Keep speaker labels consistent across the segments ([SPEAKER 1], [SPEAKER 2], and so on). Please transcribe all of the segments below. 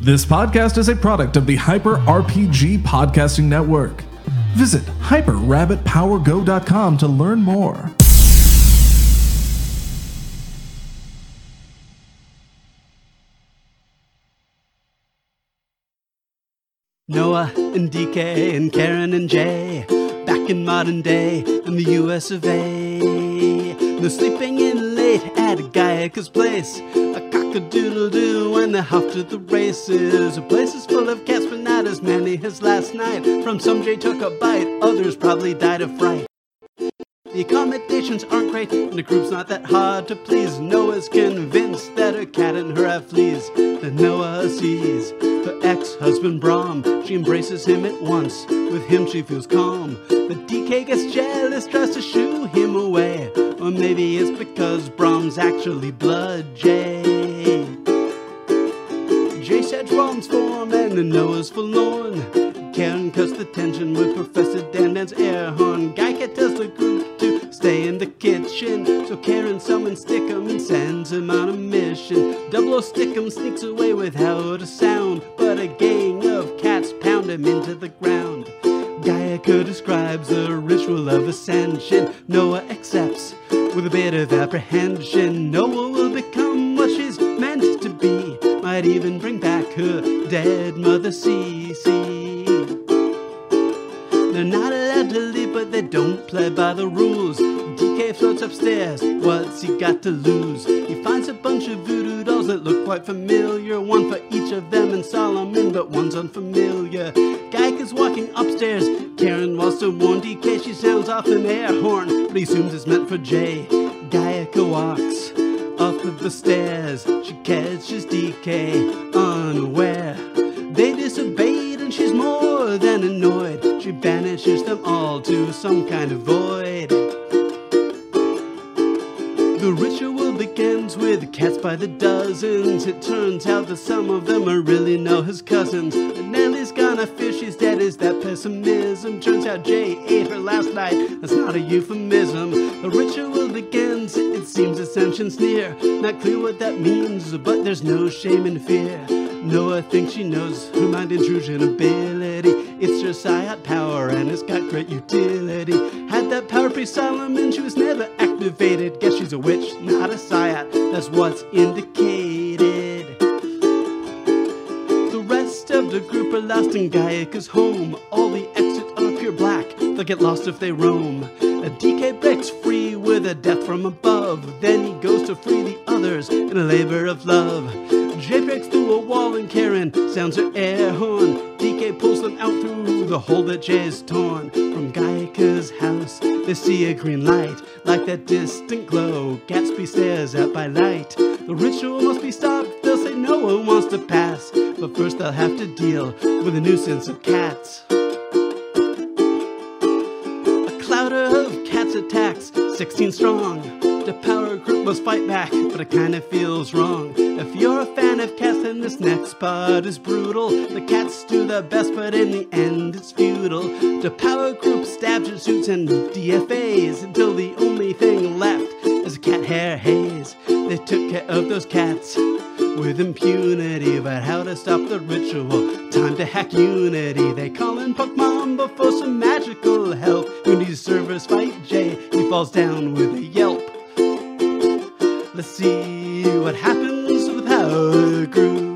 [SPEAKER 1] This podcast is a product of the Hyper RPG Podcasting Network. Visit hyperrabbitpowergo.com to learn more.
[SPEAKER 2] Noah and DK and Karen and Jay, back in modern day in the US of A. They're sleeping in late at Gaiaka's place. A cock-a-doodle-doo when they're off to the races. A place is full of cats, but not as many as last night. From some Jay took a bite, others probably died of fright. The accommodations aren't great, and the group's not that hard to please. Noah's convinced that her cat and her have fleas. Then Noah sees her ex-husband Brom. She embraces him at once. With him, she feels calm. But DK gets jealous, tries to shoo him away. Or maybe it's because Brom's actually Blood Jay. Jay said Rom's form and the Noah's forlorn. Karen cuts the tension with Professor Dan Dan's air horn. Geica tells the group to stay in the kitchen. So Karen summons Stickum and sends him on a mission. Double O Stickum sneaks away without a sound, but a gang of cats pound him into the ground. Gaiaca describes the ritual of ascension. Noah accepts with a bit of apprehension. Noah will become what she's meant to be. Might even bring back her dead mother, Cece. They're not allowed to leave, but they don't play by the rules. DK floats upstairs, what's he got to lose? He finds a bunch of voodoo dolls that look quite familiar, one for each of them and Solomon, but one's unfamiliar. Geik is walking upstairs, Karen wants to warn DK, she sounds off an air horn, but he assumes it's meant for Jay. Gaiaka walks up the stairs, she catches DK unaware. They disobeyed and she's more than annoyed. She banishes them all to some kind of void. The ritual begins with cats by the dozens. It turns out that some of them are really Noah's cousins. And Nelly's gonna fish, she's dead, is that pessimism? Turns out Jay ate her last night, that's not a euphemism. The ritual begins, it seems ascension's near. Not clear what that means, but there's no shame in fear. Noah thinks she knows her mind intrusion ability. It's her psiot power and it's got great utility. Had that power pre Solomon, she was never activated. Guess she's a witch, not a psiot. That's what's indicated. The rest of the group are lost in Gaiaka's home. All the exits are pure black. They'll get lost if they roam. A DK breaks free with a death from above. Then he goes to free the others in a labor of love. Jay breaks through a wall and Karen sounds her air horn. DK pulls them out through the hole that Jay has torn. From Gaiaka's house, they see a green light, like that distant glow. Gatsby stares out by light. The ritual must be stopped. They'll say no one wants to pass, but first they'll have to deal with a nuisance of cats. A cloud of cats attacks, 16 strong. The power group must fight back, but it kinda feels wrong. If you're a fan of cats, then this next part is brutal. The cats do their best, but in the end it's futile. The power group stabs and shoots and DFAs until the only thing left is a cat hair haze. They took care of those cats with impunity, but how to stop the ritual? Time to hack unity. They call in Pokemon for some magical help. Unity's servers fight Jay. He falls down with a yelp. Let's see what happens with our group.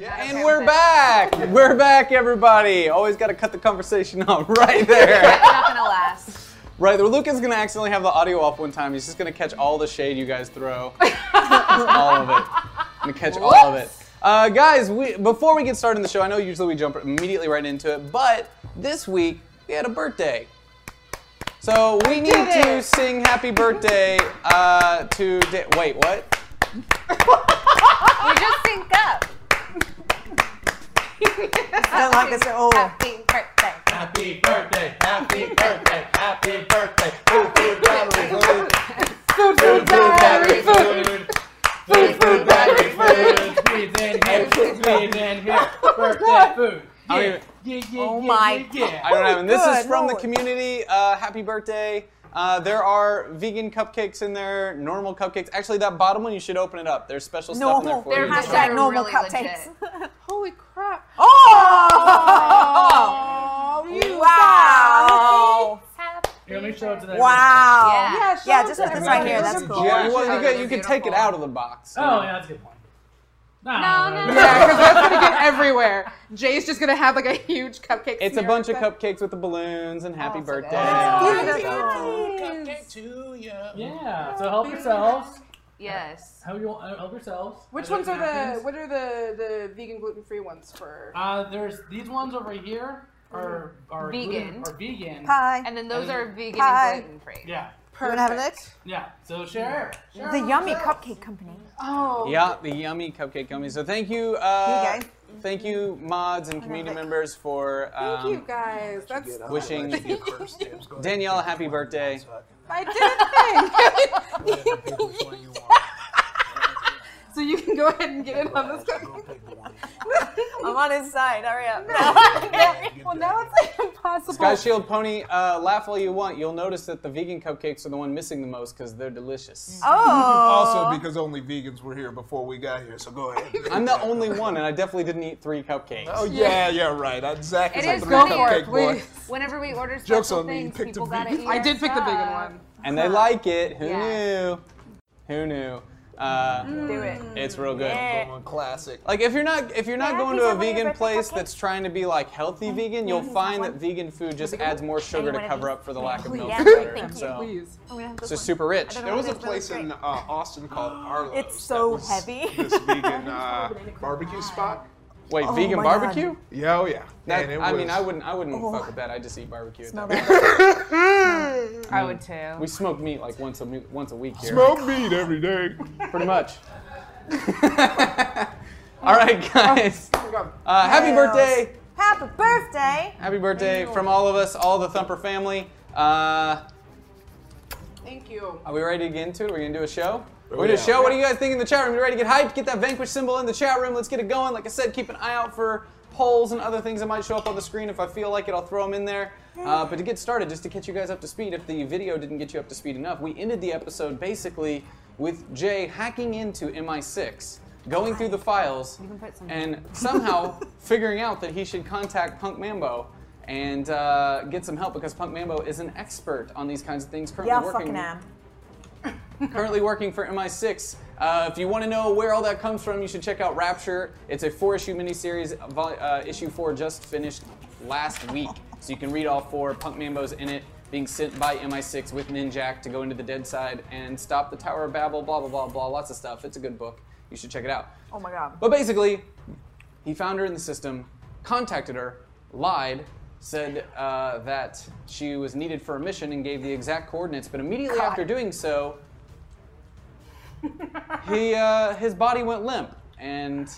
[SPEAKER 3] And we're back. We're back, everybody. Always got to cut the conversation off right there.
[SPEAKER 4] not gonna last.
[SPEAKER 3] right there. Luca's gonna accidentally have the audio off one time. He's just gonna catch all the shade you guys throw. all of it. I'm gonna catch all of it. Uh, guys, we before we get started in the show, I know usually we jump immediately right into it, but this week we had a birthday. So we, need
[SPEAKER 4] did
[SPEAKER 3] to
[SPEAKER 4] it.
[SPEAKER 3] sing happy birthday uh, to. Da- Wait, what?
[SPEAKER 4] We just sync up.
[SPEAKER 5] I like this. Oh,
[SPEAKER 4] Happy birthday.
[SPEAKER 6] Happy birthday, happy birthday, happy birthday. Food, food, battery, food. Food, food, battery, food. Food, food, battery, food. Squeeze in here, squeeze in here. Birthday food.
[SPEAKER 3] I don't even-
[SPEAKER 6] Yeah, yeah,
[SPEAKER 4] Oh
[SPEAKER 6] yeah,
[SPEAKER 4] my
[SPEAKER 6] yeah, yeah.
[SPEAKER 3] I don't have. And this This is
[SPEAKER 5] Good
[SPEAKER 3] from the
[SPEAKER 5] lord.
[SPEAKER 3] community. Uh, happy birthday. Uh, there are vegan cupcakes in there, normal cupcakes. Actually, that bottom one, you should open it up. There's special stuff in there
[SPEAKER 5] Normal.
[SPEAKER 3] for
[SPEAKER 5] They're
[SPEAKER 3] you.
[SPEAKER 5] not
[SPEAKER 3] So-
[SPEAKER 5] that
[SPEAKER 4] They're
[SPEAKER 5] normal
[SPEAKER 4] really
[SPEAKER 5] cupcakes.
[SPEAKER 7] Holy crap.
[SPEAKER 5] Oh!
[SPEAKER 7] Oh, you
[SPEAKER 5] Wow!
[SPEAKER 6] Here, let me show it to that.
[SPEAKER 5] Wow!
[SPEAKER 4] Yeah.
[SPEAKER 7] guys.
[SPEAKER 5] Yeah,
[SPEAKER 7] show
[SPEAKER 5] just
[SPEAKER 7] it
[SPEAKER 5] like
[SPEAKER 7] to
[SPEAKER 5] this right
[SPEAKER 7] everybody.
[SPEAKER 5] here.
[SPEAKER 7] Those
[SPEAKER 5] That's
[SPEAKER 7] are
[SPEAKER 5] cool.
[SPEAKER 3] Yeah, well,
[SPEAKER 4] Oh,
[SPEAKER 3] you, could, you could
[SPEAKER 4] beautiful.
[SPEAKER 3] take it out of the box.
[SPEAKER 6] Oh, yeah, that's a good point.
[SPEAKER 4] No, no, no.
[SPEAKER 7] Yeah, 'cause that's gonna get everywhere. Jay's just gonna have like a huge cupcake.
[SPEAKER 3] It's a
[SPEAKER 7] smear
[SPEAKER 3] bunch of
[SPEAKER 7] and stuff.
[SPEAKER 3] cupcakes with the balloons and happy
[SPEAKER 4] Oh, so
[SPEAKER 3] birthday.
[SPEAKER 4] good.
[SPEAKER 6] Yeah, so help yourselves.
[SPEAKER 4] Yes.
[SPEAKER 6] Help, you, uh, help yourselves.
[SPEAKER 7] Which
[SPEAKER 6] As
[SPEAKER 7] ones
[SPEAKER 6] it
[SPEAKER 7] are the
[SPEAKER 6] happens.
[SPEAKER 7] what are the the vegan gluten free ones for?
[SPEAKER 6] Uh, there's these ones over here are are gluten-
[SPEAKER 4] Vegan.
[SPEAKER 6] Are vegan.
[SPEAKER 5] Pie.
[SPEAKER 4] And then
[SPEAKER 8] um,
[SPEAKER 4] those are vegan
[SPEAKER 5] Hi.
[SPEAKER 4] and gluten free.
[SPEAKER 6] Yeah,
[SPEAKER 5] You wanna have a lick?
[SPEAKER 6] yeah. So share. share
[SPEAKER 5] The
[SPEAKER 6] with
[SPEAKER 5] Yummy
[SPEAKER 6] yourselves.
[SPEAKER 5] Cupcake Company.
[SPEAKER 7] Oh,
[SPEAKER 3] Yeah, the yummy cupcake gummies. So thank you, uh,
[SPEAKER 5] You guys.
[SPEAKER 3] thank you, mods and community members for
[SPEAKER 7] thank
[SPEAKER 3] um,
[SPEAKER 7] you guys. That's
[SPEAKER 3] wishing Danielle a happy birthday.
[SPEAKER 7] I did a thing. so you can go ahead and get in on this cupcake.
[SPEAKER 5] I'm on his side. Hurry up.
[SPEAKER 7] well, now it's like impossible.
[SPEAKER 3] Sky Shield Pony, uh, laugh all you want. You'll notice that the vegan cupcakes are the one missing the most because they're delicious.
[SPEAKER 5] Oh.
[SPEAKER 9] Also, because only vegans were here before we got here, so go ahead.
[SPEAKER 3] I'm the only one, and I definitely didn't eat three cupcakes.
[SPEAKER 9] Oh yeah, yeah, right. Uh, Zach is
[SPEAKER 4] It
[SPEAKER 9] a
[SPEAKER 4] is
[SPEAKER 9] three
[SPEAKER 4] go for
[SPEAKER 9] cupcake
[SPEAKER 4] it,
[SPEAKER 9] boy.
[SPEAKER 4] Whenever we order special
[SPEAKER 9] Joke's on me, you
[SPEAKER 4] things,
[SPEAKER 9] picked a
[SPEAKER 4] people gotta
[SPEAKER 9] vegan.
[SPEAKER 4] eat.
[SPEAKER 7] I did pick the vegan
[SPEAKER 4] stuff.
[SPEAKER 7] one.
[SPEAKER 3] and they like it. Who
[SPEAKER 4] Yeah.
[SPEAKER 3] knew? Who knew? Uh,
[SPEAKER 5] Do it.
[SPEAKER 3] It's real good.
[SPEAKER 9] Going classic.
[SPEAKER 3] Like if you're not if you're not
[SPEAKER 5] Yeah,
[SPEAKER 3] going
[SPEAKER 5] these
[SPEAKER 3] to
[SPEAKER 5] are
[SPEAKER 3] a
[SPEAKER 5] my
[SPEAKER 3] vegan
[SPEAKER 5] favorite
[SPEAKER 3] place
[SPEAKER 5] cupcakes.
[SPEAKER 3] that's trying to be like
[SPEAKER 9] Mm-hmm.
[SPEAKER 3] healthy vegan, you'll find that vegan food just adds more sugar to
[SPEAKER 5] one of
[SPEAKER 3] cover
[SPEAKER 5] these?
[SPEAKER 3] up for the lack of milk
[SPEAKER 5] yeah,
[SPEAKER 3] and butter.
[SPEAKER 5] thank
[SPEAKER 3] So Oh,
[SPEAKER 7] Please.
[SPEAKER 3] it's just super rich.
[SPEAKER 5] I don't
[SPEAKER 9] There was a
[SPEAKER 5] It's really
[SPEAKER 9] place in uh,
[SPEAKER 5] great.
[SPEAKER 9] Austin called Arlo's.
[SPEAKER 5] It's
[SPEAKER 9] that
[SPEAKER 5] so
[SPEAKER 9] was
[SPEAKER 5] heavy.
[SPEAKER 9] This vegan uh, barbecue spot.
[SPEAKER 3] Wait, vegan
[SPEAKER 5] my God.
[SPEAKER 3] barbecue?
[SPEAKER 9] Yeah, oh yeah.
[SPEAKER 3] That,
[SPEAKER 9] And it
[SPEAKER 3] I mean,
[SPEAKER 9] was- Oh,
[SPEAKER 3] I wouldn't I wouldn't fuck with that. I just eat barbecue. At that. point. Hmm.
[SPEAKER 4] I would too.
[SPEAKER 3] We smoke meat like once a me- once a week here.
[SPEAKER 9] Smoked meat every day.
[SPEAKER 3] pretty much. All right,
[SPEAKER 9] Oh,
[SPEAKER 3] guys. Uh, happy birthday.
[SPEAKER 5] Happy birthday.
[SPEAKER 3] Happy birthday from all of us, all the Thumper family. Uh,
[SPEAKER 7] Thank you.
[SPEAKER 3] Are we ready to get into it? We're gonna do a show. We're
[SPEAKER 9] Oh,
[SPEAKER 3] gonna do a
[SPEAKER 9] yeah.
[SPEAKER 3] show. What do you guys think in the chat room? You ready to get hyped? Get that vanquish symbol in the chat room. Let's get it going. Like I said, keep an eye out for polls and other things that might show up on the screen. If I feel like it, I'll throw them in there. Uh, but to get started, just to catch you guys up to speed, if the video didn't get you up to speed enough, we ended the episode basically with Jay hacking into MI6, going through the files, and somehow figuring out that he should contact Punk Mambo. And uh, get some help because Punk Mambo is an expert on these kinds of things. Currently
[SPEAKER 5] Yeah, I
[SPEAKER 3] working
[SPEAKER 5] fucking am.
[SPEAKER 3] currently working for MI6. Uh, if you want to know where all that comes from, you should check out Rapture. It's a four-issue miniseries. Vol- uh, issue four just finished last week, so you can read all four. Punk Mambo's in it, being sent by MI6 with Ninjak to go into the dead side and stop the Tower of Babel. Blah blah blah blah. Lots of stuff. It's a good book. You should check it out.
[SPEAKER 5] Oh my god.
[SPEAKER 3] But basically, he found her in the system, contacted her, lied, said uh, that she was needed for a mission, and gave the exact coordinates. But immediately after doing so, he uh, his body went limp, and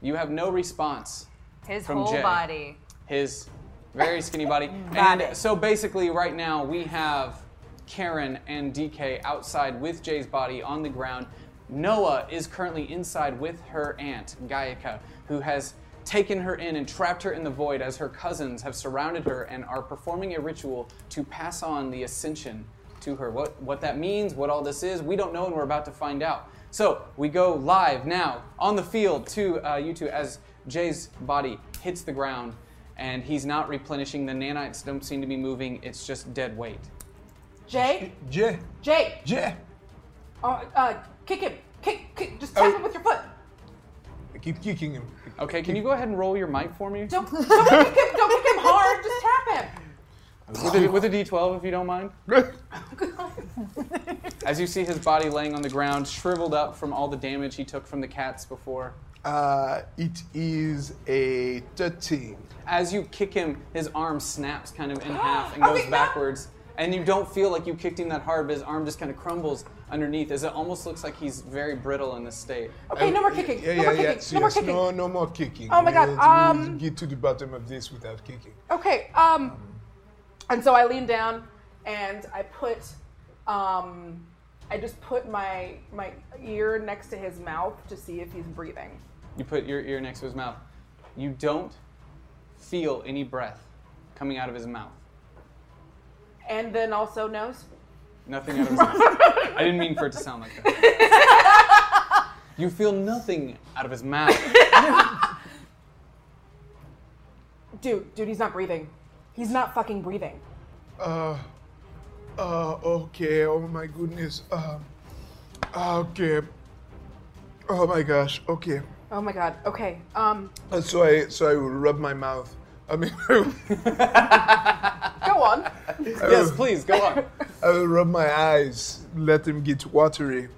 [SPEAKER 3] you have no response.
[SPEAKER 4] His
[SPEAKER 3] From
[SPEAKER 4] whole
[SPEAKER 3] Jay.
[SPEAKER 4] body.
[SPEAKER 3] His very skinny body.
[SPEAKER 5] Body.
[SPEAKER 3] and so basically, right now we have Karen and DK outside with Jay's body on the ground. Noah is currently inside with her aunt, Gaiaka, who has taken her in and trapped her in the void as her cousins have surrounded her and are performing a ritual to pass on the ascension to her. What, what that means, what all this is, we don't know, and we're about to find out. So we go live now on the field to uh, you two as Jay's body hits the ground and he's not replenishing. The nanites don't seem to be moving, it's just dead weight.
[SPEAKER 7] Jay,
[SPEAKER 9] Yeah,
[SPEAKER 7] Jay,
[SPEAKER 9] yeah.
[SPEAKER 7] uh, uh, kick him, kick, kick, just tap him with your foot.
[SPEAKER 9] Keep kicking him.
[SPEAKER 3] Okay, can you go ahead and roll your mic for me?
[SPEAKER 7] Don't, don't kick him, don't kick him hard. Just tap him.
[SPEAKER 3] With a, with a d12 if you don't mind. As you see his body laying on the ground, shriveled up from all the damage he took from the cats before.
[SPEAKER 9] Uh, it is a 13.
[SPEAKER 3] As you kick him, his arm snaps kind of in half and goes
[SPEAKER 7] Okay, no.
[SPEAKER 3] backwards. And you don't feel like you kicked him that hard, but his arm just kind of crumbles underneath as it almost looks like he's very brittle in this state.
[SPEAKER 7] Okay, no more kicking.
[SPEAKER 9] Yeah,
[SPEAKER 7] no
[SPEAKER 9] yeah,
[SPEAKER 7] more
[SPEAKER 9] yeah.
[SPEAKER 7] kicking.
[SPEAKER 9] Yes,
[SPEAKER 7] No more
[SPEAKER 9] yes.
[SPEAKER 7] kicking.
[SPEAKER 9] No, no more kicking.
[SPEAKER 7] Oh my God,
[SPEAKER 9] We'll- we'll
[SPEAKER 7] um,
[SPEAKER 9] get to the bottom of this without kicking.
[SPEAKER 7] Okay. Um, and so I lean down and I put, um, I just put my my ear next to his mouth to see if he's breathing.
[SPEAKER 3] You put your ear next to his mouth. You don't feel any breath coming out of his mouth.
[SPEAKER 7] and then also nose.
[SPEAKER 3] Nothing out of his mouth. I didn't mean for it to sound like that. you feel nothing out of his mouth.
[SPEAKER 7] Dude, dude, he's not breathing. He's not fucking breathing.
[SPEAKER 9] Uh, uh, okay. Oh my goodness. Um, okay. Oh my gosh. Okay.
[SPEAKER 7] Oh my god. Okay. Um,
[SPEAKER 9] Uh, So I so I rub my mouth. I mean,
[SPEAKER 7] go on.
[SPEAKER 3] yes, please, go on.
[SPEAKER 9] I will rub my eyes, let them get watery,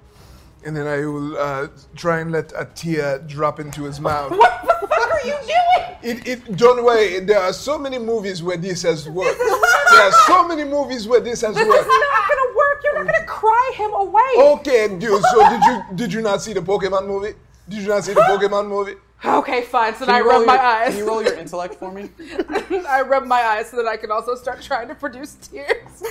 [SPEAKER 9] and then I will uh, try and let a tear drop into his mouth.
[SPEAKER 7] what the fuck are you doing?
[SPEAKER 9] It, it, don't worry. There are so many movies where this has worked. There are so many movies where this has
[SPEAKER 7] This is
[SPEAKER 9] worked.
[SPEAKER 7] not gonna work. You're not gonna cry him away.
[SPEAKER 9] Okay, dude. So did you did you not see the Pokemon movie? Did you not see the Pokemon movie?
[SPEAKER 7] Okay, fine. So then I
[SPEAKER 3] you roll
[SPEAKER 7] rub my
[SPEAKER 3] your-
[SPEAKER 7] eyes.
[SPEAKER 3] Can you roll your intellect for me?
[SPEAKER 7] I rub my eyes so that I can also start trying to produce tears.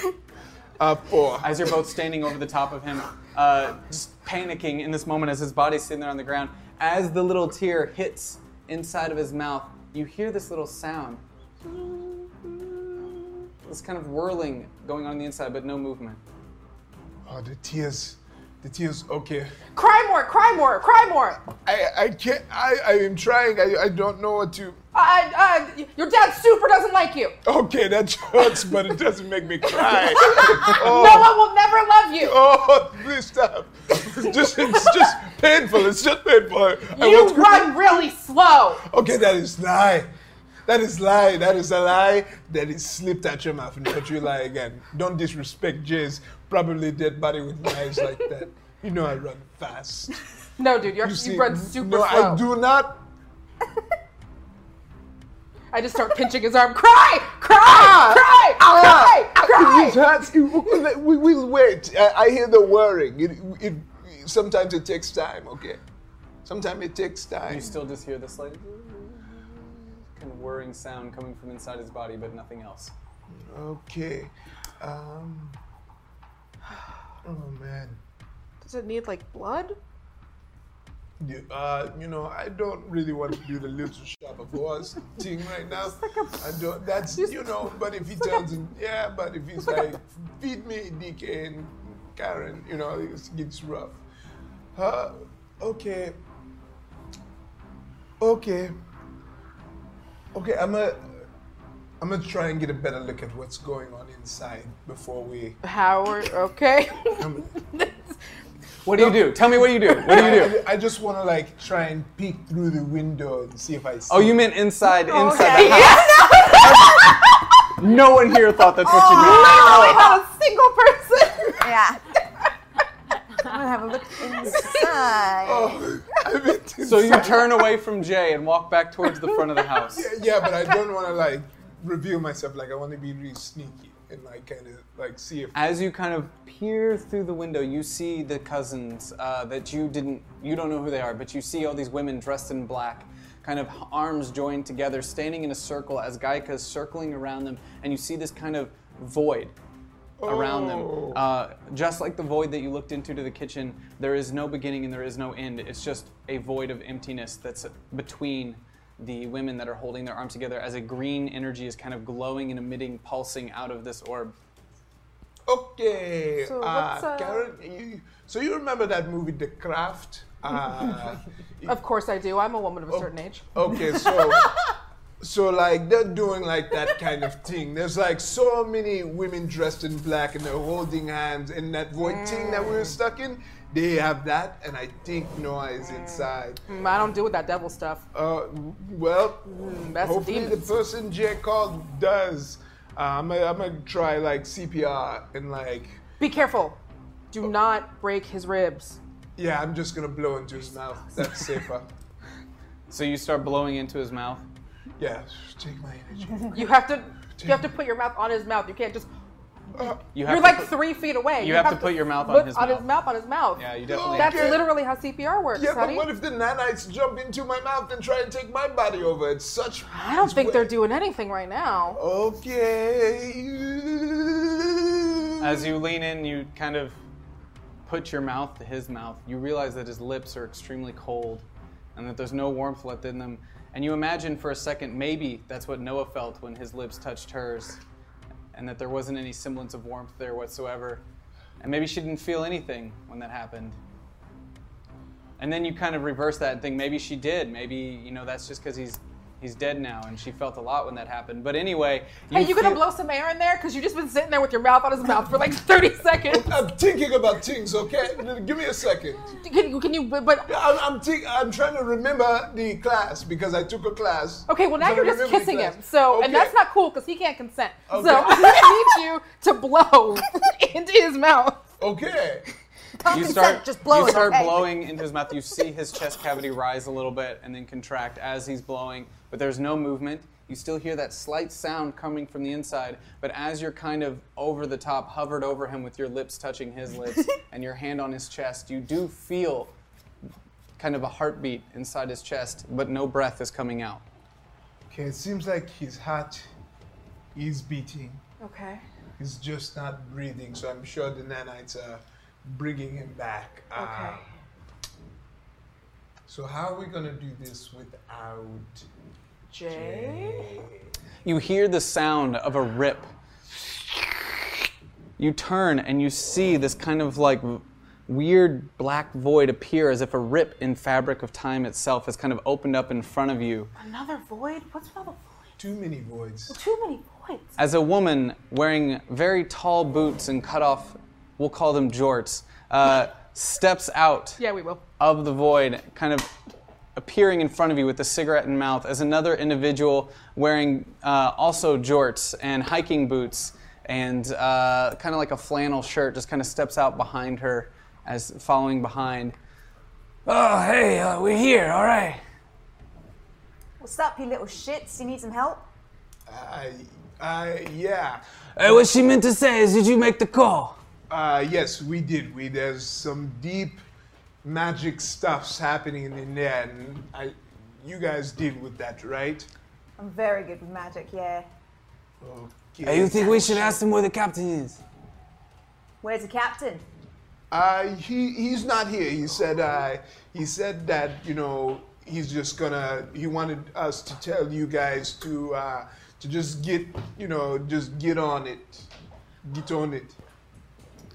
[SPEAKER 9] Uh, four.
[SPEAKER 3] As you're both standing over the top of him, uh, just panicking in this moment as his body's sitting there on the ground. As the little tear hits inside of his mouth, you hear this little sound. This kind of whirling going on, on the inside, but no movement.
[SPEAKER 9] Oh, the tears. The tears. Okay.
[SPEAKER 7] cry more, cry more, cry more.
[SPEAKER 9] I I can't. I I am trying. I I don't know what to.
[SPEAKER 7] I, I, your dad super doesn't like you.
[SPEAKER 9] Okay, that hurts, but it doesn't make me cry.
[SPEAKER 7] No
[SPEAKER 9] Oh,
[SPEAKER 7] one will never love you.
[SPEAKER 9] oh, please stop. It's just, it's just painful. It's just painful. I
[SPEAKER 7] you
[SPEAKER 9] want to-
[SPEAKER 7] run really slow.
[SPEAKER 9] Okay, that is lie. That is lie. That is a lie that is slipped out your mouth and but you lie again. Don't disrespect Jay's probably dead body with my eyes like that. You know I run fast.
[SPEAKER 7] No, dude, you're, you,
[SPEAKER 9] see-
[SPEAKER 7] run super
[SPEAKER 9] no,
[SPEAKER 7] slow.
[SPEAKER 9] I do not.
[SPEAKER 7] I just start pinching his arm. Cry,
[SPEAKER 9] Ah!
[SPEAKER 7] cry, cry, cry,
[SPEAKER 9] It
[SPEAKER 7] cry.
[SPEAKER 9] hurts. It- we will wait. I, I hear the whirring. It, it, sometimes it takes time. Okay. Sometimes it takes time.
[SPEAKER 3] You still just hear this like kind of whirring sound coming from inside his body, but nothing else.
[SPEAKER 9] Okay. Um. Oh man.
[SPEAKER 7] Does it need like blood?
[SPEAKER 9] Yeah, Uh, you know, I don't really want to do the little shop of horse thing right now. I don't. That's you know. But if he turns in, yeah. But if he's like, feed me DK and Karen, you know, it gets rough. Uh, okay. Okay. Okay. I'm a. I'm gonna try and get a better look at what's going on inside before we.
[SPEAKER 7] Howard, okay.
[SPEAKER 3] What do you do? Tell me what you do. What do you do?
[SPEAKER 9] I, I just want to like try and peek through the window and see if I. See
[SPEAKER 3] Oh, you meant inside,
[SPEAKER 9] Oh,
[SPEAKER 3] inside.
[SPEAKER 5] Okay.
[SPEAKER 3] the house. No one here thought that's what you meant.
[SPEAKER 7] Literally not a
[SPEAKER 5] Yeah.
[SPEAKER 7] single person.
[SPEAKER 5] I'm gonna have a look inside.
[SPEAKER 9] Oh, I meant to
[SPEAKER 3] So you
[SPEAKER 9] say-
[SPEAKER 3] turn away from Jay and walk back towards the front of the house.
[SPEAKER 7] Oh.
[SPEAKER 9] Yeah, but I don't want to like reveal myself. Like I want to be really sneaky and like kind of like see if.
[SPEAKER 3] As you kind of peer through the window, you see the cousins uh, that you didn't, you don't know who they are, but you see all these women dressed in black, kind of arms joined together, standing in a circle as Gaika's circling around them, and you see this kind of void around
[SPEAKER 9] Oh.
[SPEAKER 3] them. Uh, just like the void that you looked into to the kitchen, there is no beginning and there is no end. It's just a void of emptiness that's between the women that are holding their arms together as a green energy is kind of glowing and emitting, pulsing out of this orb.
[SPEAKER 9] Okay.
[SPEAKER 7] So
[SPEAKER 9] uh,
[SPEAKER 7] what's, uh,
[SPEAKER 9] Karen, you, so you remember that movie, The Craft? Uh,
[SPEAKER 7] Of course I do. I'm a woman of a certain age.
[SPEAKER 9] Oh, Okay, so so like they're doing like that kind of thing. There's like so many women dressed in black and they're holding hands and that void thing that we were
[SPEAKER 7] Mm.
[SPEAKER 9] stuck in. They have that, and I think Noah is inside.
[SPEAKER 7] Mm, I don't do with that devil stuff. Mm,
[SPEAKER 9] Uh, well,
[SPEAKER 7] that's
[SPEAKER 9] hopefully the
[SPEAKER 7] demons.
[SPEAKER 9] person Jay called does. Uh, I'm gonna I'm gonna try like CPR and like Oh.
[SPEAKER 7] Be careful. Do not break his ribs.
[SPEAKER 9] yeah, I'm just gonna blow into his mouth. That's safer.
[SPEAKER 3] So you start blowing into his mouth.
[SPEAKER 9] Yeah, take my energy.
[SPEAKER 7] You have to. You have to put your mouth on his mouth. You can't just.
[SPEAKER 9] Uh,
[SPEAKER 3] You
[SPEAKER 7] You're
[SPEAKER 3] to
[SPEAKER 7] like
[SPEAKER 3] put-
[SPEAKER 7] three feet away.
[SPEAKER 3] You have to put your mouth on
[SPEAKER 7] put-
[SPEAKER 3] his
[SPEAKER 7] on
[SPEAKER 3] mouth.
[SPEAKER 7] his mouth. On his mouth.
[SPEAKER 3] Yeah, you definitely.
[SPEAKER 7] That's
[SPEAKER 9] Okay.
[SPEAKER 7] literally how CPR works,
[SPEAKER 9] Yeah,
[SPEAKER 7] honey.
[SPEAKER 9] but what if the nanites jump into my mouth and try and take my body over? It's such.
[SPEAKER 7] I don't think they're doing anything right now.
[SPEAKER 9] Okay.
[SPEAKER 3] As you lean in, you kind of put your mouth to his mouth. You realize that his lips are extremely cold and that there's no warmth left in them. And you imagine for a second maybe that's what Noah felt when his lips touched hers. and that there wasn't any semblance of warmth there whatsoever. And maybe she didn't feel anything when that happened. And then you kind of reverse that and think maybe she did. Maybe you know that's just because he's he's dead now, and she felt a lot when that happened. But anyway,
[SPEAKER 7] Hey, you gonna
[SPEAKER 3] feel-
[SPEAKER 7] blow some air in there? Cause you just been sitting there with your mouth on his mouth for like 30 seconds.
[SPEAKER 9] I'm thinking about things, okay? Give me a second.
[SPEAKER 7] Can, you- can you? But, but
[SPEAKER 9] I'm, I'm, think, I'm trying to remember the class because I took a class.
[SPEAKER 7] Okay, well now
[SPEAKER 9] So
[SPEAKER 7] you're just
[SPEAKER 9] remember
[SPEAKER 7] kissing
[SPEAKER 9] the class.
[SPEAKER 7] him. So
[SPEAKER 9] Okay.
[SPEAKER 7] and that's not cool because he can't consent.
[SPEAKER 9] Okay.
[SPEAKER 7] So I need you to blow into his mouth.
[SPEAKER 9] Okay.
[SPEAKER 5] Common
[SPEAKER 3] you
[SPEAKER 5] sense,
[SPEAKER 3] start
[SPEAKER 5] just blow
[SPEAKER 3] you
[SPEAKER 5] it,
[SPEAKER 3] start
[SPEAKER 5] okay?
[SPEAKER 3] blowing into his mouth. You see his chest cavity rise a little bit and then contract as he's blowing, but there's no movement. You still hear that slight sound coming from the inside, but as you're kind of over the top, hovered over him with your lips touching his lips and your hand on his chest, you do feel kind of a heartbeat inside his chest, but no breath is coming out.
[SPEAKER 9] Okay, it seems like his heart is beating.
[SPEAKER 7] Okay.
[SPEAKER 9] He's just not breathing, so I'm sure the nanites are bringing him back. Okay. so how are we gonna do this without?
[SPEAKER 7] Jay.
[SPEAKER 3] You hear the sound of a rip. You turn and you see this kind of like weird black void appear as if a rip in fabric of time itself has kind of opened up in front of you.
[SPEAKER 7] Another void. What's another void?
[SPEAKER 9] Too many voids.
[SPEAKER 7] Too many voids.
[SPEAKER 3] As a woman wearing very tall boots and cut off, we'll call them jorts, uh, steps out
[SPEAKER 7] Yeah, we will.
[SPEAKER 3] of the void, kind of appearing in front of you with a cigarette in mouth, as another individual wearing uh, also jorts and hiking boots and uh, kind of like a flannel shirt just kind of steps out behind her as following behind. Oh, hey, uh, we're here, all right.
[SPEAKER 5] What's up, you little shits? You need some help?
[SPEAKER 9] I, I, yeah.
[SPEAKER 3] Uh, what she meant to say is, did you make the call?
[SPEAKER 9] Uh, yes, we did. We there's some deep magic stuffs happening in there, and I, you guys deal with that, right?
[SPEAKER 5] I'm very good with magic, yeah.
[SPEAKER 9] Okay.
[SPEAKER 3] we should ask them where the captain is?
[SPEAKER 5] Where's the captain?
[SPEAKER 9] Uh, he he's not here. He said uh, he said that you know he's just gonna. He wanted us to tell you guys to uh, to just get you know just get on it, get on it.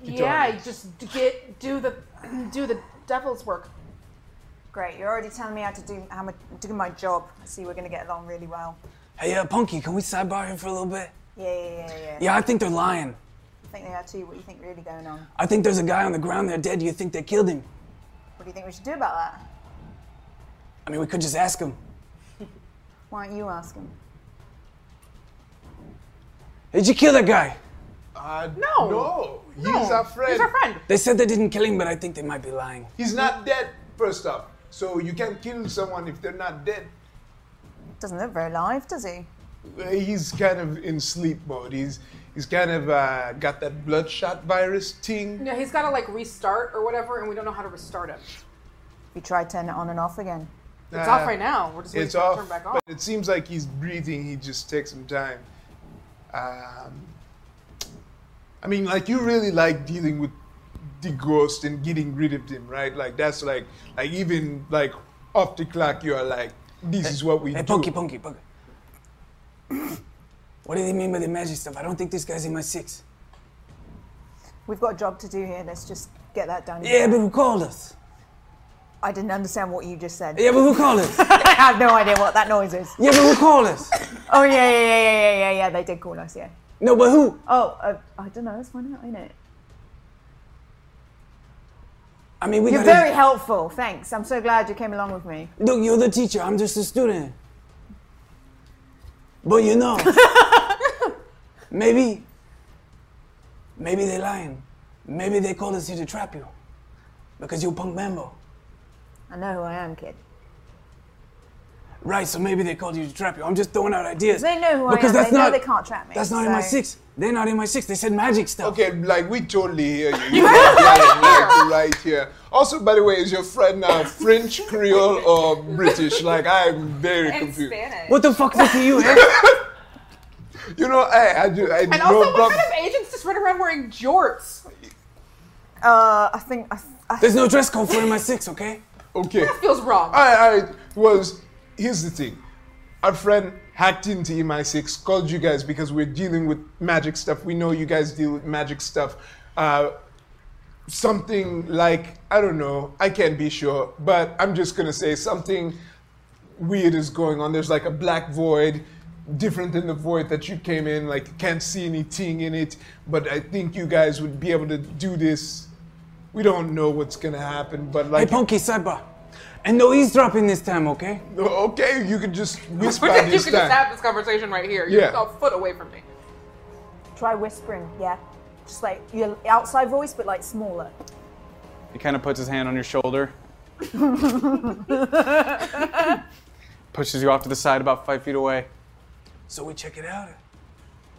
[SPEAKER 7] Yeah, you just d- get do the do the devil's work.
[SPEAKER 5] Great, you're already telling me how to do how much do my job. I see we're gonna get along really well.
[SPEAKER 3] Hey, uh, Punky, can we sidebar him for a little bit?
[SPEAKER 5] Yeah, yeah, yeah, yeah.
[SPEAKER 3] Yeah, I think they're lying.
[SPEAKER 5] I think they are too. What do you think really going on?
[SPEAKER 3] I think there's a guy on the ground there dead. You think they killed him?
[SPEAKER 5] What do you think we should do about that?
[SPEAKER 3] I mean, we could just ask him.
[SPEAKER 5] Why don't you ask him?
[SPEAKER 3] Did you kill that guy?
[SPEAKER 9] Uh,
[SPEAKER 7] No.
[SPEAKER 9] no, he's our friend.
[SPEAKER 7] He's our friend.
[SPEAKER 3] They said they didn't kill him, but I think they might be lying.
[SPEAKER 9] He's not dead. First off, so you can't kill someone if they're not dead.
[SPEAKER 5] Doesn't look very alive, does he?
[SPEAKER 9] Uh, He's kind of in sleep mode. He's he's kind of uh, got that bloodshot virus thing.
[SPEAKER 7] Yeah, he's gotta like restart or whatever, and we don't know how to restart him.
[SPEAKER 5] We try turn it on and off again.
[SPEAKER 7] It's off right now. We're just waiting
[SPEAKER 9] Uh, It's
[SPEAKER 7] for it to
[SPEAKER 9] off,
[SPEAKER 7] turn back on.
[SPEAKER 9] but it seems like he's breathing. He just takes some time. Um, I mean, like you really like dealing with the ghost and getting rid of them, right? Like that's like like even like off the clock, you are like, this
[SPEAKER 3] Eh,
[SPEAKER 9] is what we
[SPEAKER 10] Hey,
[SPEAKER 9] do.
[SPEAKER 10] Punky, Punky, Punky. what do they mean by the magic stuff? I don't think this guy's in my six.
[SPEAKER 5] We've got a job to do here. Let's just get that done.
[SPEAKER 10] Yeah, but who called us?
[SPEAKER 5] I didn't understand what you just said.
[SPEAKER 10] Yeah, but who called us?
[SPEAKER 5] I have no idea what that noise is.
[SPEAKER 10] Yeah, but who called us?
[SPEAKER 5] Oh yeah, yeah, yeah, yeah, yeah, yeah, yeah. They did call us. Yeah.
[SPEAKER 10] No, but who?
[SPEAKER 5] Oh, uh, I don't know. Let's find out, innit?
[SPEAKER 10] I mean, we
[SPEAKER 5] You're
[SPEAKER 10] gotta-
[SPEAKER 5] very helpful. Thanks. I'm so glad you came along with me.
[SPEAKER 10] Look, you're the teacher. I'm just a student. But you know, maybe, maybe they're lying. Maybe they called us here to trap you, because you're punk mambo,
[SPEAKER 5] I know who I am, kid.
[SPEAKER 10] right? So maybe they called you to trap you. I'm just throwing out ideas.
[SPEAKER 5] They know who I
[SPEAKER 10] because
[SPEAKER 5] am.
[SPEAKER 10] That's
[SPEAKER 5] They know
[SPEAKER 10] not,
[SPEAKER 5] they can't trap me,
[SPEAKER 10] That's not in my
[SPEAKER 5] so-
[SPEAKER 10] six. They're not in my six. They said magic stuff.
[SPEAKER 9] Okay, like we totally hear you. You are yelling, like, right here. Also, by the way, is your friend now French, Creole, or British? Like I'm very
[SPEAKER 4] In
[SPEAKER 9] confused.
[SPEAKER 4] Spanish.
[SPEAKER 10] What the fuck's up to you, eh?
[SPEAKER 9] You know, I I do. I
[SPEAKER 7] and also, what kind of agents just run around wearing jorts?
[SPEAKER 5] Uh, I think I, I
[SPEAKER 10] There's no dress code for my six, okay?
[SPEAKER 9] okay.
[SPEAKER 7] Feels wrong.
[SPEAKER 9] I, I was. Here's the thing. Our friend hacked into MI6, called you guys because we're dealing with magic stuff. We know you guys deal with magic stuff. Uh, something like, I don't know, I can't be sure, but I'm just going to say something weird is going on. There's like a black void, different than the void that you came in. Like you can't see anything in it, but I think you guys would be able to do this. We don't know what's gonna happen, but
[SPEAKER 10] Hey,
[SPEAKER 9] like,
[SPEAKER 10] Punky Sidebar. And no eavesdropping this time, okay?
[SPEAKER 9] okay, you could just whisper
[SPEAKER 7] you could
[SPEAKER 9] this
[SPEAKER 7] just
[SPEAKER 9] time.
[SPEAKER 7] have this conversation right here. You're
[SPEAKER 9] Yeah.
[SPEAKER 7] just a foot away from me.
[SPEAKER 5] Try whispering, yeah? Just like your outside voice, but like smaller.
[SPEAKER 3] He kind of puts his hand on your shoulder, pushes you off to the side about five feet away.
[SPEAKER 10] So we check it out.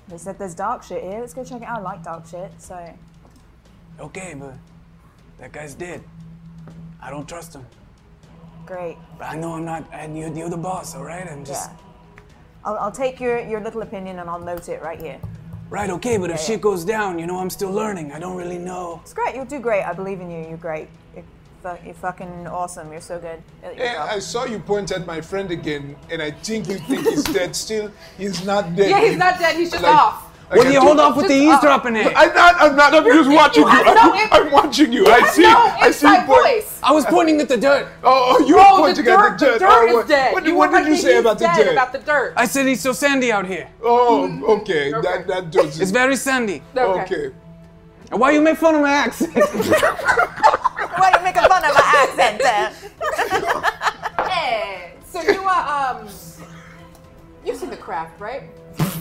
[SPEAKER 5] They said there's dark shit here. Let's go check it out. I like dark shit, so.
[SPEAKER 10] Okay, but that guy's dead. I don't trust him.
[SPEAKER 5] Great.
[SPEAKER 10] But I know I'm not. And you're, you're the boss, all right? I'm just
[SPEAKER 5] Yeah. I'll, I'll take your, your little opinion and I'll note it right here.
[SPEAKER 10] right, okay. But if
[SPEAKER 5] Yeah,
[SPEAKER 10] shit
[SPEAKER 5] yeah.
[SPEAKER 10] goes down, you know, I'm still learning. I don't really know.
[SPEAKER 5] It's great. You'll do great. I believe in you. You're great. You're, fu- you're fucking awesome. You're so good. at your
[SPEAKER 9] Hey,
[SPEAKER 5] job.
[SPEAKER 9] Eh, I saw you point at my friend again, and I think you think he's dead still. He's not dead.
[SPEAKER 7] Yeah, he's not dead. He's just
[SPEAKER 9] Like-
[SPEAKER 7] off.
[SPEAKER 9] Like,
[SPEAKER 10] Will
[SPEAKER 9] I
[SPEAKER 10] you
[SPEAKER 9] don't-
[SPEAKER 10] hold off with the
[SPEAKER 7] Just, uh,
[SPEAKER 10] eavesdropping eh? it?
[SPEAKER 9] I'm not. I'm not. I'm just watching you.
[SPEAKER 7] have
[SPEAKER 9] I'm,
[SPEAKER 7] no in-
[SPEAKER 9] I'm watching you. I
[SPEAKER 7] have
[SPEAKER 9] see.
[SPEAKER 7] no
[SPEAKER 9] I see. you
[SPEAKER 7] inside
[SPEAKER 9] point-
[SPEAKER 7] voice.
[SPEAKER 10] I was pointing at the dirt.
[SPEAKER 9] Oh, oh, you
[SPEAKER 7] Oh,
[SPEAKER 9] were
[SPEAKER 7] the
[SPEAKER 9] pointing
[SPEAKER 7] dirt-
[SPEAKER 9] at the dirt.
[SPEAKER 7] the dirt
[SPEAKER 9] oh,
[SPEAKER 7] is
[SPEAKER 9] what,
[SPEAKER 7] dead.
[SPEAKER 9] What,
[SPEAKER 7] You
[SPEAKER 9] what
[SPEAKER 7] were
[SPEAKER 9] did you
[SPEAKER 7] like,
[SPEAKER 9] say
[SPEAKER 7] he's
[SPEAKER 9] about the
[SPEAKER 7] dead
[SPEAKER 9] dirt?
[SPEAKER 7] About the dirt.
[SPEAKER 10] I said it's so sandy out here.
[SPEAKER 9] oh, okay.
[SPEAKER 5] Mm.
[SPEAKER 9] That that does.
[SPEAKER 10] It's very sandy.
[SPEAKER 9] okay.
[SPEAKER 10] And why you make fun of my accent?
[SPEAKER 5] Why are you making fun of my accent? eh?
[SPEAKER 11] Hey.
[SPEAKER 7] So you are um, you've seen The Craft, right?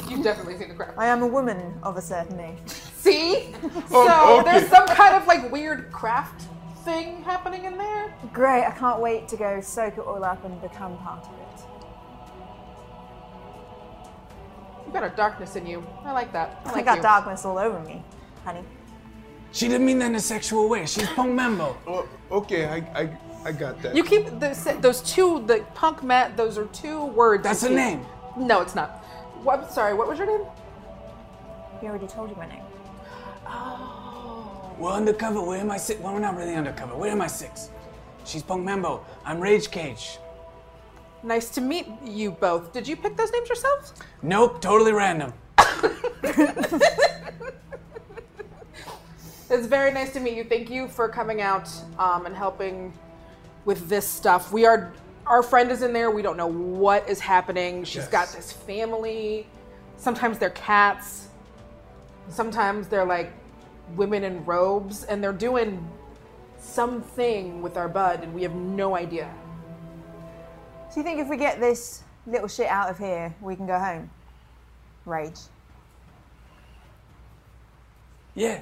[SPEAKER 7] You've definitely seen The Craft.
[SPEAKER 5] I am a woman of a certain age.
[SPEAKER 7] See? So
[SPEAKER 9] Oh, okay.
[SPEAKER 7] there's some kind of like weird craft thing happening in there.
[SPEAKER 5] Great. I can't wait to go soak it all up and become part of it.
[SPEAKER 7] You got a darkness in you. I like that. I
[SPEAKER 5] I
[SPEAKER 7] like
[SPEAKER 5] got
[SPEAKER 7] you.
[SPEAKER 5] darkness all over me, honey.
[SPEAKER 10] she didn't mean that in a sexual way. She's Pong Mambo.
[SPEAKER 9] Oh, okay. I, I I got that.
[SPEAKER 7] You keep those, those two, the punk Matt. Those are two words. you
[SPEAKER 10] That's a
[SPEAKER 7] keep-
[SPEAKER 10] name.
[SPEAKER 7] No, it's not. What? Sorry, what was your name?
[SPEAKER 5] He already told you my name.
[SPEAKER 10] We're undercover. Where am I six? Well, we're not really undercover. Where am I six? She's Pong Mambo. I'm Rage Cage.
[SPEAKER 7] Nice to meet you both. Did you pick those names yourselves?
[SPEAKER 10] Nope, totally random.
[SPEAKER 7] It's very nice to meet you. Thank you for coming out um, and helping with this stuff. We are our friend is in there. We don't know what is happening. She's got
[SPEAKER 9] Yes.
[SPEAKER 7] this family. Sometimes they're cats. Sometimes they're like women in robes, and they're doing something with our bud, and we have no idea.
[SPEAKER 5] Do you think if we get this little shit out of here, we can go home? Rage.
[SPEAKER 10] Yeah.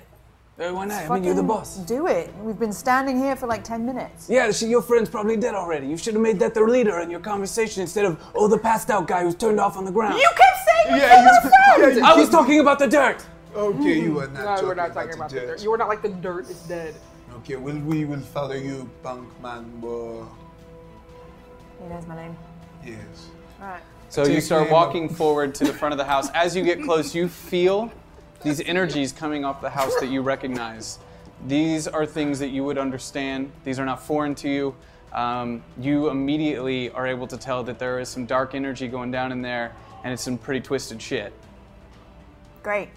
[SPEAKER 10] Uh, why not? I mean, you're the
[SPEAKER 5] Fucking
[SPEAKER 10] boss.
[SPEAKER 5] Do it. We've been standing here for like 10 minutes.
[SPEAKER 10] Yeah, she, your friend's probably dead already. You should have made that the leader in your conversation instead of, oh, the passed out guy who's turned off on the ground.
[SPEAKER 5] You kept saying
[SPEAKER 9] yeah, you, yeah, you
[SPEAKER 10] I was
[SPEAKER 9] keep-
[SPEAKER 10] talking about the dirt.
[SPEAKER 9] Okay, you are not.
[SPEAKER 7] No,
[SPEAKER 9] talking
[SPEAKER 7] we're not talking about the
[SPEAKER 9] dirt.
[SPEAKER 7] dirt. You were not like the dirt is dead.
[SPEAKER 9] Okay, well, we will follow you, punk man. boy.
[SPEAKER 5] He knows my name.
[SPEAKER 9] Yes.
[SPEAKER 5] Right.
[SPEAKER 3] So you
[SPEAKER 9] Take
[SPEAKER 3] start
[SPEAKER 9] name
[SPEAKER 3] walking
[SPEAKER 9] of-
[SPEAKER 3] forward to the front of the house. As you get close, you feel these energies coming off the house that you recognize. These are things that you would understand. These are not foreign to you. Um, you immediately are able to tell that there is some dark energy going down in there, and it's some pretty twisted shit.
[SPEAKER 5] Great.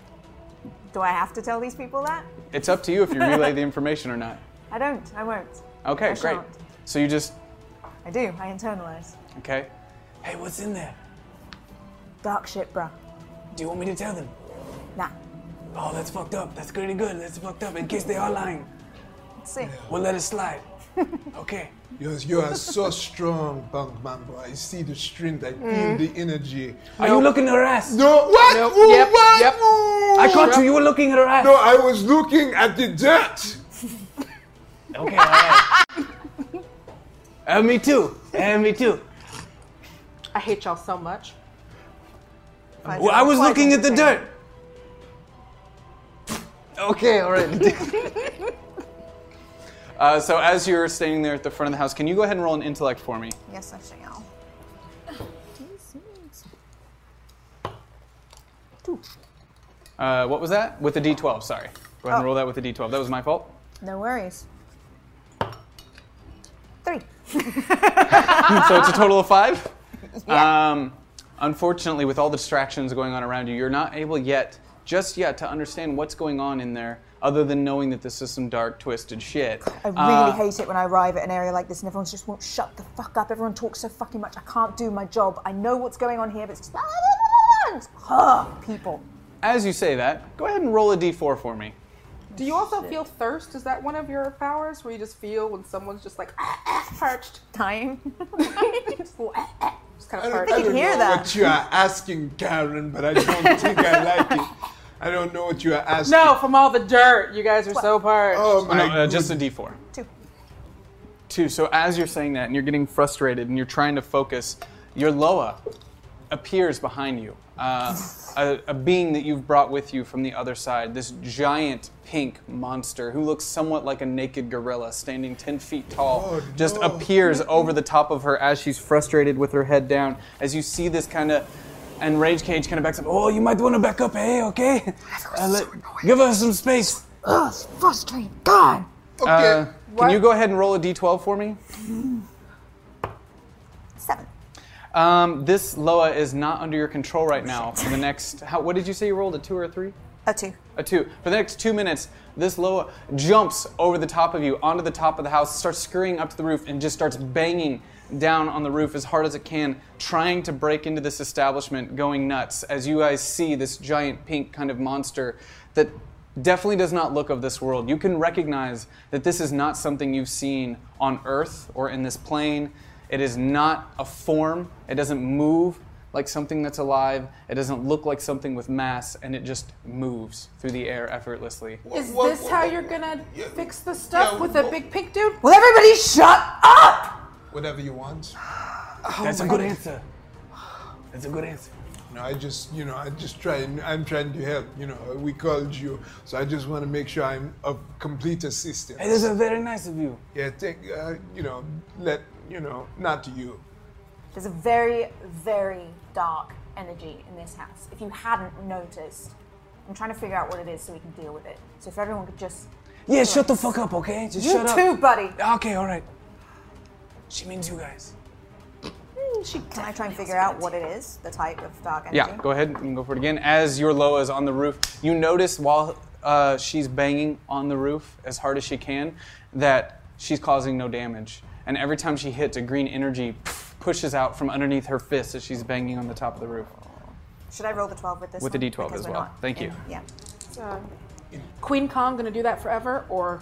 [SPEAKER 5] Do I have to tell these people that?
[SPEAKER 3] It's up to you if you relay the information or not.
[SPEAKER 5] I don't. I won't.
[SPEAKER 3] Okay,
[SPEAKER 5] I
[SPEAKER 3] great.
[SPEAKER 5] shan't.
[SPEAKER 3] So you just
[SPEAKER 5] I do. I internalize.
[SPEAKER 3] okay.
[SPEAKER 10] Hey, what's in there?
[SPEAKER 5] Dark shit, bruh.
[SPEAKER 10] Do you want me to tell them?
[SPEAKER 5] Nah.
[SPEAKER 10] Oh, that's fucked up. That's pretty good. That's fucked up. In case they are lying,
[SPEAKER 5] Let's see.
[SPEAKER 10] we'll let it slide. Okay.
[SPEAKER 9] Yes, you are so strong, punk man. boy. I see the strength. I feel the energy.
[SPEAKER 10] Are you looking at her ass?
[SPEAKER 9] No, what?
[SPEAKER 7] Mm. Nope.
[SPEAKER 9] oh, Ooh,
[SPEAKER 7] Yep,
[SPEAKER 9] what?
[SPEAKER 7] yep.
[SPEAKER 9] Ooh.
[SPEAKER 10] I caught you. You were looking at her ass.
[SPEAKER 9] No, I was looking at the dirt.
[SPEAKER 10] Okay, all right. and me too. And me too.
[SPEAKER 7] I hate y'all so much.
[SPEAKER 10] Well, I was looking at the dirt. Okay, all right.
[SPEAKER 3] Uh, so as you're standing there at the front of the house, can you go ahead and roll an intellect for me?
[SPEAKER 5] Yes, I shall.
[SPEAKER 3] Uh, what was that? With a D12. Sorry. Go ahead and
[SPEAKER 5] Oh.
[SPEAKER 3] roll that with a D12. That was my fault.
[SPEAKER 5] No worries. Three.
[SPEAKER 3] so it's a total of five. Um, Unfortunately, with all the distractions going on around you, you're not able yet, just yet, to understand what's going on in there, other than knowing that this is some dark, twisted shit.
[SPEAKER 5] I
[SPEAKER 3] Uh,
[SPEAKER 5] really hate it when I arrive at an area like this and everyone just won't shut the fuck up. Everyone talks so fucking much. I can't do my job. I know what's going on here, but it's just. It's, ugh, people.
[SPEAKER 3] As you say that, go ahead and roll a d4 for me.
[SPEAKER 7] Do you also feel thirst? Is that one of your powers where you just feel when someone's just like ah, ah, parched?
[SPEAKER 5] Dying.
[SPEAKER 7] just, little, ah, ah, just kind
[SPEAKER 9] I
[SPEAKER 7] of
[SPEAKER 9] don't,
[SPEAKER 7] parched.
[SPEAKER 9] I don't know what you are asking, Karen, but I don't think I like it. I don't know what you are asking.
[SPEAKER 7] No, from all the dirt. You guys are so parched.
[SPEAKER 9] Oh
[SPEAKER 3] No,
[SPEAKER 9] my
[SPEAKER 3] uh, just a d4.
[SPEAKER 5] Two.
[SPEAKER 3] Two. So as you're saying that, and you're getting frustrated, and you're trying to focus, your Loa appears behind you, uh, a, a being that you've brought with you from the other side. This giant pink monster who looks somewhat like a naked gorilla, standing ten feet tall,
[SPEAKER 9] Oh,
[SPEAKER 3] just
[SPEAKER 9] no.
[SPEAKER 3] appears over the top of her as she's frustrated with her head down. As you see this kind of, and Rage Cage kind of backs up.
[SPEAKER 10] Oh,
[SPEAKER 3] Oh,
[SPEAKER 10] you might want to back up, eh? Okay? Uh, let- give us some space.
[SPEAKER 5] Ugh, it's frustrating. God.
[SPEAKER 9] Okay.
[SPEAKER 3] uh, can you go ahead and roll a d12 for me?
[SPEAKER 5] Seven.
[SPEAKER 3] Um, this Loa is not under your control right now. For the next, how, what did you say you rolled? A two or a three?
[SPEAKER 5] A two.
[SPEAKER 3] A two. For the next two minutes, this Loa jumps over the top of you, onto the top of the house, starts scurrying up to the roof, and just starts banging down on the roof as hard as it can, trying to break into this establishment, going nuts. As you guys see this giant pink kind of monster that definitely does not look of this world. You can recognize that this is not something you've seen on Earth or in this plane. It is not a form, it doesn't move like something that's alive, it doesn't look like something with mass, and it just moves through the air effortlessly.
[SPEAKER 7] Is
[SPEAKER 9] Wha- wha-
[SPEAKER 7] this
[SPEAKER 9] wha-
[SPEAKER 7] how
[SPEAKER 9] wha-
[SPEAKER 7] you're gonna
[SPEAKER 9] yeah,
[SPEAKER 7] fix the stuff
[SPEAKER 9] yeah,
[SPEAKER 7] with a
[SPEAKER 9] wha-
[SPEAKER 7] big pink dude?
[SPEAKER 5] Will everybody shut up?
[SPEAKER 9] Whatever you want.
[SPEAKER 10] That's a good answer. That's a good answer.
[SPEAKER 9] No, I just, you know, I just try and I'm trying to help. You know, we called you, so I just want to make sure I'm of complete assistance.
[SPEAKER 10] Hey, this is very nice of you.
[SPEAKER 9] Yeah, take, uh, you know, let, you know, not to you.
[SPEAKER 5] There's a very, very dark energy in this house. If you hadn't noticed, I'm trying to figure out what it is so we can deal with it. So if everyone could just.
[SPEAKER 10] Yeah, shut the fuck up, okay? Just
[SPEAKER 5] You
[SPEAKER 10] shut up.
[SPEAKER 5] too, buddy.
[SPEAKER 10] Okay, all right. She means you guys.
[SPEAKER 5] Hmm, Can I try and figure out what it is? The type of dark energy?
[SPEAKER 3] Yeah, go ahead and go for it again. As your Loa is on the roof, you notice while uh, she's banging on the roof as hard as she can that she's causing no damage. And every time she hits, a green energy pushes out from underneath her fist as she's banging on the top of the roof.
[SPEAKER 5] Should I roll the 12 with this?
[SPEAKER 3] With the
[SPEAKER 5] one?
[SPEAKER 3] D12
[SPEAKER 5] Because
[SPEAKER 3] as
[SPEAKER 5] we're
[SPEAKER 3] well.
[SPEAKER 5] not
[SPEAKER 3] Thank you.
[SPEAKER 5] in- Yeah.
[SPEAKER 7] Uh, Queen Kong gonna do that forever, or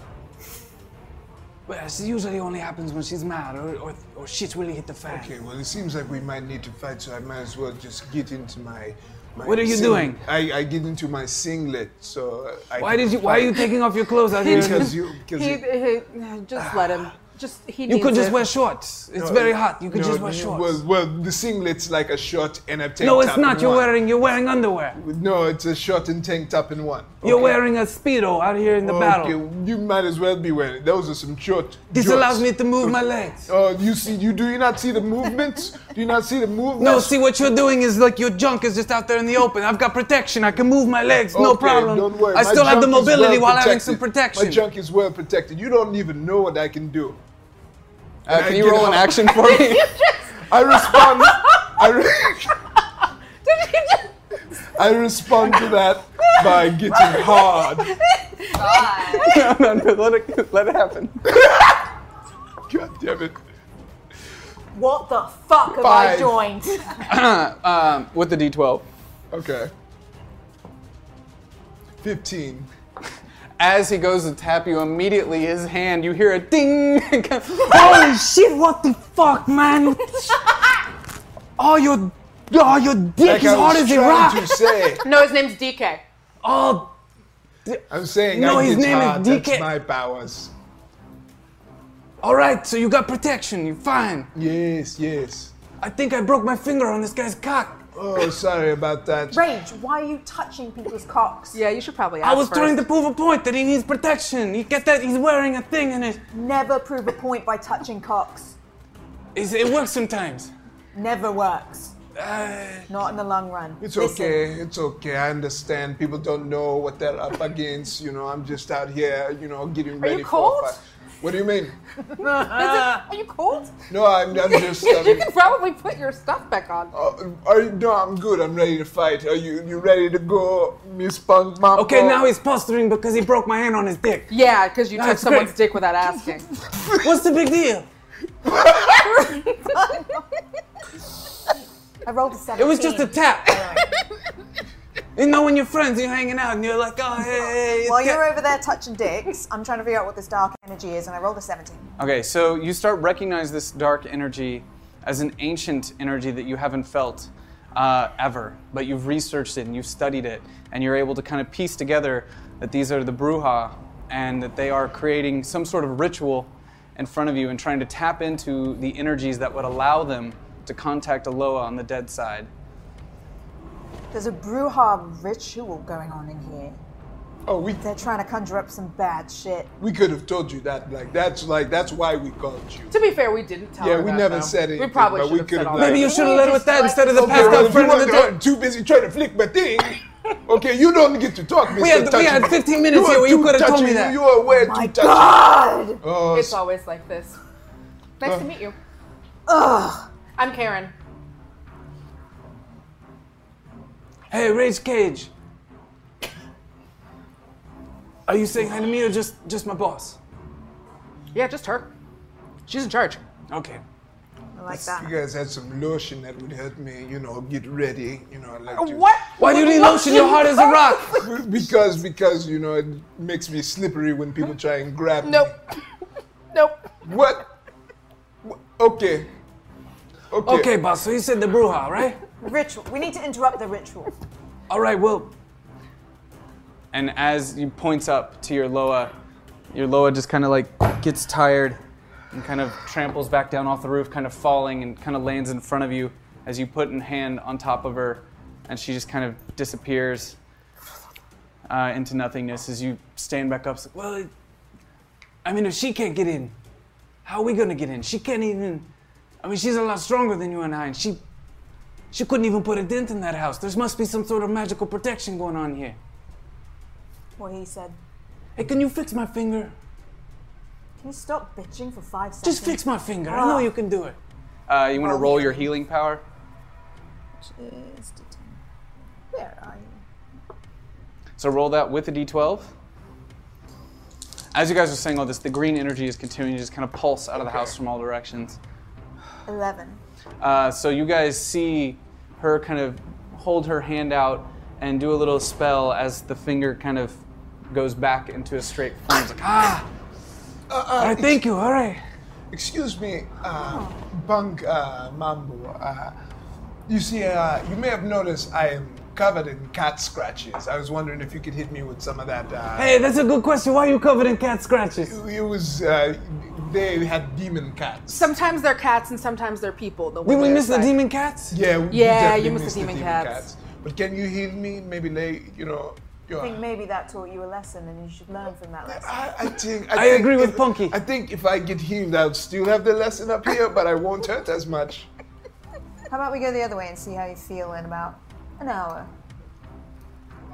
[SPEAKER 10] Well, this usually only happens when she's mad or, or, or shit's really hit the fan.
[SPEAKER 9] Okay, well, it seems like we might need to fight, so I might as well just get into my. my
[SPEAKER 10] What are you doing?
[SPEAKER 9] I, I get into my singlet, so I.
[SPEAKER 10] Why did you? Why are you taking off your clothes out here?
[SPEAKER 9] Because you. Because
[SPEAKER 7] he,
[SPEAKER 9] you,
[SPEAKER 7] he, just let him. Just he.
[SPEAKER 10] You
[SPEAKER 7] needs
[SPEAKER 10] could just
[SPEAKER 7] it.
[SPEAKER 10] wear shorts. It's very hot. You could
[SPEAKER 9] No,
[SPEAKER 10] just wear
[SPEAKER 9] no,
[SPEAKER 10] shorts.
[SPEAKER 9] Well, well, the singlet's like a short and a tank
[SPEAKER 10] no, it's
[SPEAKER 9] top in
[SPEAKER 10] not. You're
[SPEAKER 9] one.
[SPEAKER 10] wearing. You're wearing underwear.
[SPEAKER 9] No, it's a short and tank top in one.
[SPEAKER 10] You're wearing a speedo out here in the battle.
[SPEAKER 9] Okay, you might as well be wearing it. Those are some short.
[SPEAKER 10] This
[SPEAKER 9] jorts.
[SPEAKER 10] allows me to move my legs.
[SPEAKER 9] Oh, you see, you do you not see the movements? do you not see the movements?
[SPEAKER 10] No, see what you're doing is like your junk is just out there in the open. I've got protection. I can move my legs, no
[SPEAKER 9] Okay,
[SPEAKER 10] problem.
[SPEAKER 9] Don't worry.
[SPEAKER 10] I
[SPEAKER 9] My
[SPEAKER 10] still have the
[SPEAKER 9] junk is
[SPEAKER 10] mobility
[SPEAKER 9] well
[SPEAKER 10] while having some
[SPEAKER 9] protected.
[SPEAKER 10] protection.
[SPEAKER 9] My junk is well protected. You don't even know what I can do.
[SPEAKER 3] Uh,
[SPEAKER 9] I
[SPEAKER 3] can you
[SPEAKER 9] get
[SPEAKER 3] roll an
[SPEAKER 9] out.
[SPEAKER 3] action for me?
[SPEAKER 9] I respond. I, re- I respond to that by getting hard.
[SPEAKER 3] no, no, no, let it, let it happen.
[SPEAKER 9] God damn it!
[SPEAKER 5] What the fuck have I
[SPEAKER 9] Five.
[SPEAKER 5] joined?
[SPEAKER 3] um, with the d12.
[SPEAKER 9] Okay. Fifteen.
[SPEAKER 3] As he goes to tap you, immediately his hand, you hear a ding. Holy
[SPEAKER 10] Shit, what the fuck, man? oh, your, oh, your dick
[SPEAKER 9] Like
[SPEAKER 10] is
[SPEAKER 9] I
[SPEAKER 10] hard
[SPEAKER 9] was
[SPEAKER 10] as a
[SPEAKER 9] trying to
[SPEAKER 10] rock.
[SPEAKER 9] say.
[SPEAKER 4] No, his name's DK.
[SPEAKER 10] Oh,
[SPEAKER 9] I'm saying
[SPEAKER 10] No,
[SPEAKER 9] I
[SPEAKER 10] his
[SPEAKER 9] get
[SPEAKER 10] name is
[SPEAKER 9] hard.
[SPEAKER 10] DK.
[SPEAKER 9] That's my powers.
[SPEAKER 10] all right. So you got protection. You're fine.
[SPEAKER 9] Yes, yes.
[SPEAKER 10] I think I broke my finger on this guy's cock.
[SPEAKER 9] Oh, sorry about that.
[SPEAKER 5] Rage, why are you touching people's cocks?
[SPEAKER 7] Yeah, you should probably. Ask
[SPEAKER 10] I was
[SPEAKER 7] first.
[SPEAKER 10] trying to prove a point that he needs protection. He get that he's wearing a thing and it,
[SPEAKER 5] Never prove a point by touching cocks.
[SPEAKER 10] it's, it works sometimes.
[SPEAKER 5] Never works.
[SPEAKER 10] Uh,
[SPEAKER 5] Not in the long run.
[SPEAKER 9] It's
[SPEAKER 5] Listen,
[SPEAKER 9] okay. It's okay. I understand. People don't know what they're up against. You know, I'm just out here, you know, getting
[SPEAKER 7] Are
[SPEAKER 9] ready
[SPEAKER 7] you cold?
[SPEAKER 9] for a fight. What do you mean?
[SPEAKER 7] Are you cold?
[SPEAKER 9] No, I'm, I'm just.
[SPEAKER 7] you
[SPEAKER 9] Um,
[SPEAKER 7] can probably put your stuff back on.
[SPEAKER 9] uh, are you, no, I'm good. I'm ready to fight. Are you you ready to go, Miss Punk Mambo?
[SPEAKER 10] Okay, now he's posturing because he broke my hand on his dick.
[SPEAKER 7] Yeah, because you took
[SPEAKER 10] That's
[SPEAKER 7] someone's
[SPEAKER 10] great.
[SPEAKER 7] dick without asking.
[SPEAKER 10] What's the big deal?
[SPEAKER 5] I rolled a seven.
[SPEAKER 10] It was just a tap. you know, when you're friends, you're hanging out, and you're like, oh, hey, hey, it's
[SPEAKER 5] While
[SPEAKER 10] ca-
[SPEAKER 5] you're over there touching dicks, I'm trying to figure out what this dark energy is, and I rolled a 17.
[SPEAKER 3] Okay, so you start recognize this dark energy as an ancient energy that you haven't felt uh, ever, but you've researched it and you've studied it, and you're able to kind of piece together that these are the Bruja and that they are creating some sort of ritual in front of you and trying to tap into the energies that would allow them to contact Aloa on the dead side.
[SPEAKER 5] There's a Bruja ritual going on in here.
[SPEAKER 9] Oh, we
[SPEAKER 5] They're trying to conjure up some bad shit.
[SPEAKER 9] we could have told you that. Like that's like that's why we called you.
[SPEAKER 7] To be fair, we didn't tell
[SPEAKER 9] Yeah,
[SPEAKER 7] her
[SPEAKER 9] we
[SPEAKER 7] that,
[SPEAKER 9] never
[SPEAKER 7] though.
[SPEAKER 9] said
[SPEAKER 7] We
[SPEAKER 9] anything,
[SPEAKER 7] probably
[SPEAKER 9] but we
[SPEAKER 7] should have
[SPEAKER 9] could've
[SPEAKER 7] said all
[SPEAKER 9] done-
[SPEAKER 7] that.
[SPEAKER 10] Maybe you
[SPEAKER 4] Maybe
[SPEAKER 10] should have
[SPEAKER 4] you
[SPEAKER 10] led with
[SPEAKER 4] just
[SPEAKER 10] that
[SPEAKER 4] like-
[SPEAKER 10] instead of the
[SPEAKER 9] Okay,
[SPEAKER 10] passed
[SPEAKER 9] well,
[SPEAKER 10] out
[SPEAKER 9] if you
[SPEAKER 10] friend of the
[SPEAKER 9] want
[SPEAKER 10] day.
[SPEAKER 9] to, too busy trying to flick my thing. Okay, you don't get to talk, Mr.
[SPEAKER 10] We had, we
[SPEAKER 9] Touchy.
[SPEAKER 10] had 15 minutes
[SPEAKER 9] are
[SPEAKER 10] here where you
[SPEAKER 9] too
[SPEAKER 10] could have told
[SPEAKER 9] touchy.
[SPEAKER 10] me
[SPEAKER 9] You-
[SPEAKER 10] that. Oh
[SPEAKER 9] You are way
[SPEAKER 5] My
[SPEAKER 9] too touchy.
[SPEAKER 5] God!
[SPEAKER 9] Oh, Uh.
[SPEAKER 7] It's always like this.
[SPEAKER 4] Nice to meet you.
[SPEAKER 5] Ugh!
[SPEAKER 7] I'm Karen.
[SPEAKER 10] Hey, Rage Cage. Are you saying hi to me or just, just my boss?
[SPEAKER 7] Yeah, just her. She's in charge.
[SPEAKER 10] Okay.
[SPEAKER 5] I like that.
[SPEAKER 9] you guys had some lotion that would help me, you know, get ready. You know, I like to-
[SPEAKER 7] What?
[SPEAKER 10] Why do you need lotion? Your heart is a rock.
[SPEAKER 9] Because because you know it makes me slippery when people try and grab me.
[SPEAKER 7] Nope. nope.
[SPEAKER 9] What? Wh- Okay. Okay.
[SPEAKER 10] Okay, boss, so you said the bruja, right?
[SPEAKER 5] Ritual. We need to interrupt the ritual.
[SPEAKER 10] All right, well,
[SPEAKER 3] And as you points up to your Loa, your Loa just kind of like gets tired and kind of tramples back down off the roof, kind of falling and kind of lands in front of you as you put in hand on top of her, and she just kind of disappears uh, into nothingness as you stand back up. So,
[SPEAKER 10] well, it, I mean, if she can't get in, how are we gonna get in? She can't even. I mean, she's a lot stronger than you and I, and she, she couldn't even put a dent in that house. There must be some sort of magical protection going on here.
[SPEAKER 5] What he said.
[SPEAKER 10] Hey, can you fix my finger?
[SPEAKER 5] Can you stop bitching for five seconds? Ah,
[SPEAKER 10] Just fix my finger.
[SPEAKER 7] Ah.
[SPEAKER 10] I know you can do it.
[SPEAKER 3] uh, you want to roll your healing power?
[SPEAKER 5] Just a ten. Where are you?
[SPEAKER 3] So roll that with a d12. As you guys are saying all this, the green energy is continuing to just kind of pulse out of the house from all directions.
[SPEAKER 5] Eleven.
[SPEAKER 3] Uh, so you guys see her kind of hold her hand out and do a little spell as the finger kind of goes back into a straight form. It's like, "Ah."
[SPEAKER 10] All right, thank you. All right.
[SPEAKER 9] Uh, Excuse me, uh, Punk uh, Mambo. Uh, you see, uh, you may have noticed I am covered in cat scratches. I was wondering if you could hit me with some of that. Uh,
[SPEAKER 10] Hey, that's a good question. Why are you covered in cat scratches?
[SPEAKER 9] It was uh, they had demon cats.
[SPEAKER 7] Sometimes they're cats and sometimes they're people. The
[SPEAKER 10] Did we
[SPEAKER 7] one
[SPEAKER 10] miss the
[SPEAKER 7] outside.
[SPEAKER 10] demon cats?
[SPEAKER 9] yeah, we
[SPEAKER 7] Yeah,
[SPEAKER 9] definitely
[SPEAKER 7] you missed the
[SPEAKER 9] missed
[SPEAKER 7] demon cats.
[SPEAKER 9] But can you heal me? Maybe lay, you know. you
[SPEAKER 5] I
[SPEAKER 9] know,
[SPEAKER 5] think maybe that taught you a lesson, and you should learn from that lesson.
[SPEAKER 9] I, I think
[SPEAKER 10] I
[SPEAKER 9] think
[SPEAKER 10] agree with
[SPEAKER 9] if-
[SPEAKER 10] Punky.
[SPEAKER 9] I think if I get healed, I'll still have the lesson up here, but I won't hurt as much.
[SPEAKER 5] How about we go the other way and see how you feel in about an hour?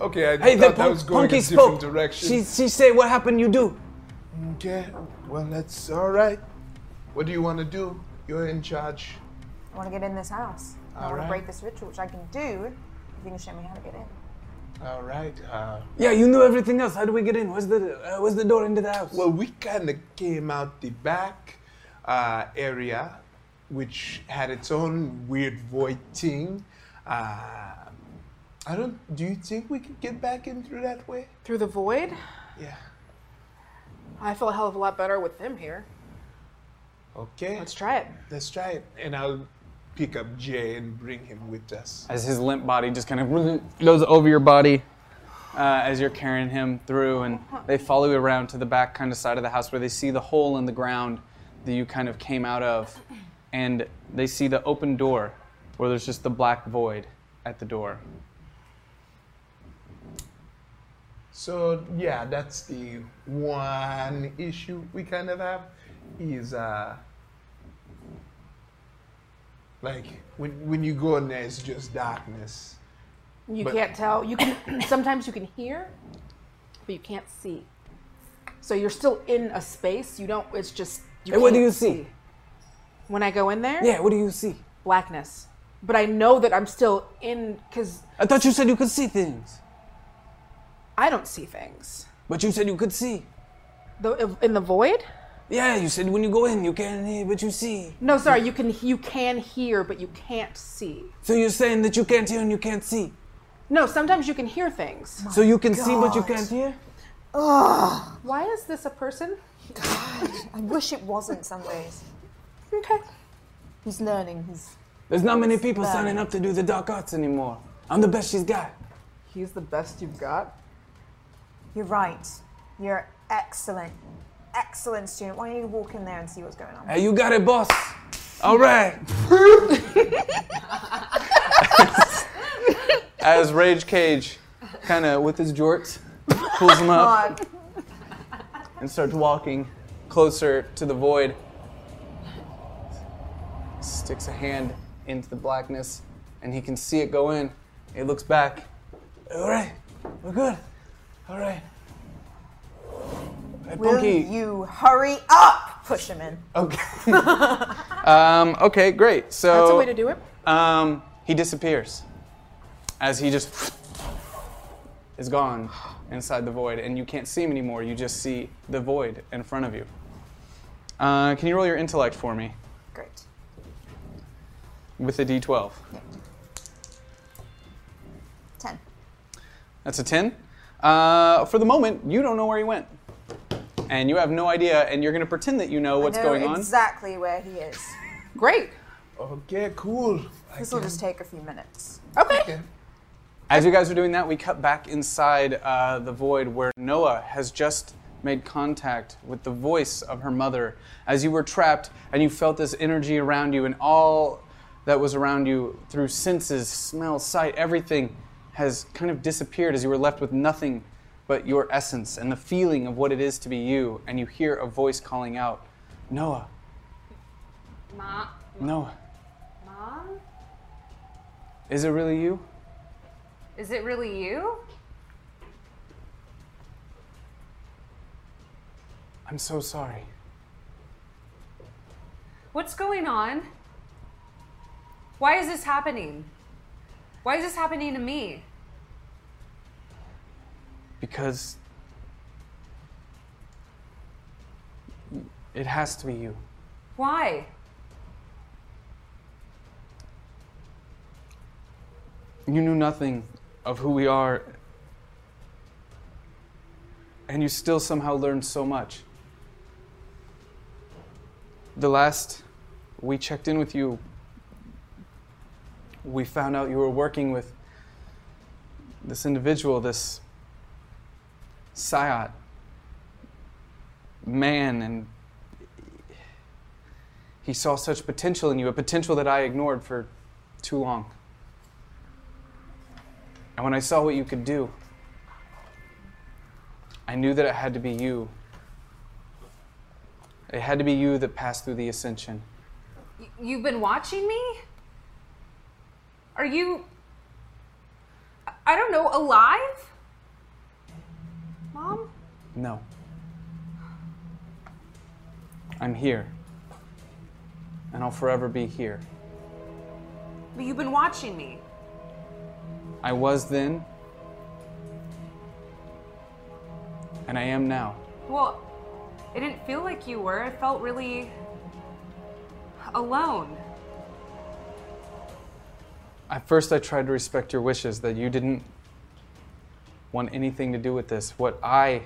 [SPEAKER 9] Okay, I
[SPEAKER 10] Hey, the
[SPEAKER 9] thought that
[SPEAKER 10] punk,
[SPEAKER 9] was going
[SPEAKER 10] punky
[SPEAKER 9] a
[SPEAKER 10] spoke.
[SPEAKER 9] different direction.
[SPEAKER 10] She she said, "What happened? You do."
[SPEAKER 9] Okay, well that's all right. What do you want to do? You're in charge.
[SPEAKER 5] I want to get in this house. I want
[SPEAKER 9] Alright.
[SPEAKER 5] to break this ritual, which I can do if you can show me how to get in.
[SPEAKER 9] All right. Uh,
[SPEAKER 10] Yeah, you knew everything else. How do we get in? What's the uh, what's the door into the house?
[SPEAKER 9] well, we kind of came out the back uh, area, which had its own weird void thing. Uh, I don't. Do you think we could get back in through that way?
[SPEAKER 7] Through the void?
[SPEAKER 9] Yeah.
[SPEAKER 7] I feel a hell of a lot better with them here.
[SPEAKER 9] Okay.
[SPEAKER 7] Let's try it.
[SPEAKER 9] Let's try it, and I'll pick up Jay and bring him with us.
[SPEAKER 3] As his limp body just kind of goes over your body uh, as you're carrying him through, and they follow you around to the back kind of side of the house where they see the hole in the ground that you kind of came out of, and they see the open door where there's just the black void at the door.
[SPEAKER 9] So yeah, that's the one issue we kind of have is uh like when when you go in there it's just darkness.
[SPEAKER 7] You
[SPEAKER 9] But-
[SPEAKER 7] can't tell. You can sometimes you can hear, but you can't see. So you're still in a space. You don't. It's just. You
[SPEAKER 10] And what do
[SPEAKER 7] can't
[SPEAKER 10] you see?
[SPEAKER 7] When I go in there,
[SPEAKER 10] Yeah, what do you see?
[SPEAKER 7] blackness. But I know that I'm still in because
[SPEAKER 10] I thought you said you could see things.
[SPEAKER 7] I don't see things.
[SPEAKER 10] But you said you could see.
[SPEAKER 7] The, in the void?
[SPEAKER 10] Yeah, you said when you go in, you can't hear, but you see.
[SPEAKER 7] No, sorry. You can you can hear, but you can't see.
[SPEAKER 10] So you're saying that you can't hear and you can't see.
[SPEAKER 7] No, sometimes you can hear things.
[SPEAKER 10] so you can see, but you can't hear?
[SPEAKER 7] Why is this a person?
[SPEAKER 5] I wish it wasn't some days.
[SPEAKER 7] Okay.
[SPEAKER 5] He's learning. He's
[SPEAKER 10] There's not many people signing up to do the dark arts anymore. I'm the best she's got.
[SPEAKER 7] He's the best you've got.
[SPEAKER 5] you're right. You're excellent. Excellent student. Why don't you walk in there and see what's going on?
[SPEAKER 10] Hey, you got it, boss. All right.
[SPEAKER 3] As Rage Cage, kind of with his jorts, pulls them up
[SPEAKER 5] God.
[SPEAKER 3] and starts walking closer to the void. Sticks a hand into the blackness, and he can see it go in. He looks back.
[SPEAKER 10] All right. We're good. All right. Hey,
[SPEAKER 5] Will
[SPEAKER 10] Punky. Oh.
[SPEAKER 5] you hurry up? Push him in.
[SPEAKER 3] Okay. um, okay, great. So
[SPEAKER 7] That's a way to do it.
[SPEAKER 3] Um, he disappears as he just is gone inside the void, and you can't see him anymore. You just see the void in front of you. Uh, can you roll your intellect for me
[SPEAKER 5] Great.
[SPEAKER 3] with a d12?
[SPEAKER 5] Ten.
[SPEAKER 3] That's a 10. Uh, for the moment, you don't know where he went. And you have no idea, and you're going to pretend that you know what's
[SPEAKER 5] I know
[SPEAKER 3] going on.
[SPEAKER 5] Exactly where he is.
[SPEAKER 7] Great.
[SPEAKER 9] Okay, cool. I
[SPEAKER 5] This will
[SPEAKER 9] can-
[SPEAKER 5] just take a few minutes.
[SPEAKER 7] Okay.
[SPEAKER 9] okay.
[SPEAKER 3] As you guys are doing that, we cut back inside uh, the void where Noah has just made contact with the voice of her mother. As you were trapped and you felt this energy around you, and all that was around you through senses, smell, sight, everything has kind of disappeared as you were left with nothing but your essence and the feeling of what it is to be you. And you hear a voice calling out, Noah,
[SPEAKER 4] Mom.
[SPEAKER 3] Noah,
[SPEAKER 4] Mom?
[SPEAKER 3] is it really you?
[SPEAKER 4] Is it really you?
[SPEAKER 3] I'm so sorry.
[SPEAKER 4] What's going on? Why is this happening? Why is this happening to me?
[SPEAKER 3] because it has to be you.
[SPEAKER 4] Why?
[SPEAKER 3] You knew nothing of who we are, and you still somehow learned so much. The last we checked in with you, we found out you were working with this individual, this Syot man, and he saw such potential in you, a potential that I ignored for too long. And when I saw what you could do, I knew that it had to be you. It had to be you that passed through the ascension.
[SPEAKER 4] Y- You've been watching me? Are you. I- I don't know, alive? Mom?
[SPEAKER 3] No. I'm here. And I'll forever be here.
[SPEAKER 4] But you've been watching me.
[SPEAKER 3] I was then, and I am now.
[SPEAKER 4] Well, it didn't feel like you were. It felt really. alone.
[SPEAKER 3] At first, I tried to respect your wishes that you didn't want anything to do with this. What I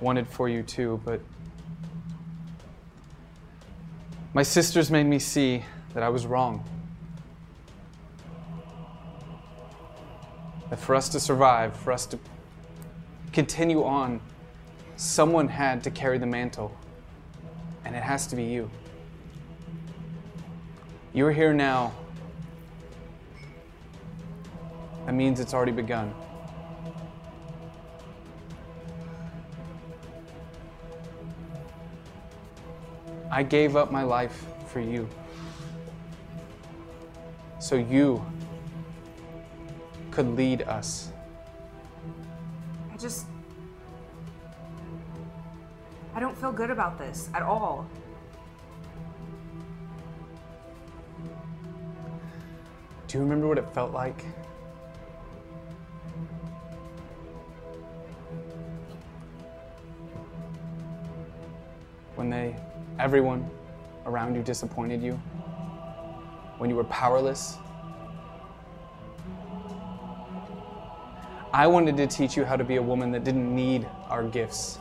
[SPEAKER 3] wanted for you, too, but my sisters made me see that I was wrong. That for us to survive, for us to continue on, someone had to carry the mantle, and it has to be you. You're here now. That means it's already begun. I gave up my life for you. So you could lead us.
[SPEAKER 4] I just. I don't feel good about this at all.
[SPEAKER 3] Do you remember what it felt like? When they, everyone around you disappointed you? When you were powerless? I wanted to teach you how to be a woman that didn't need our gifts.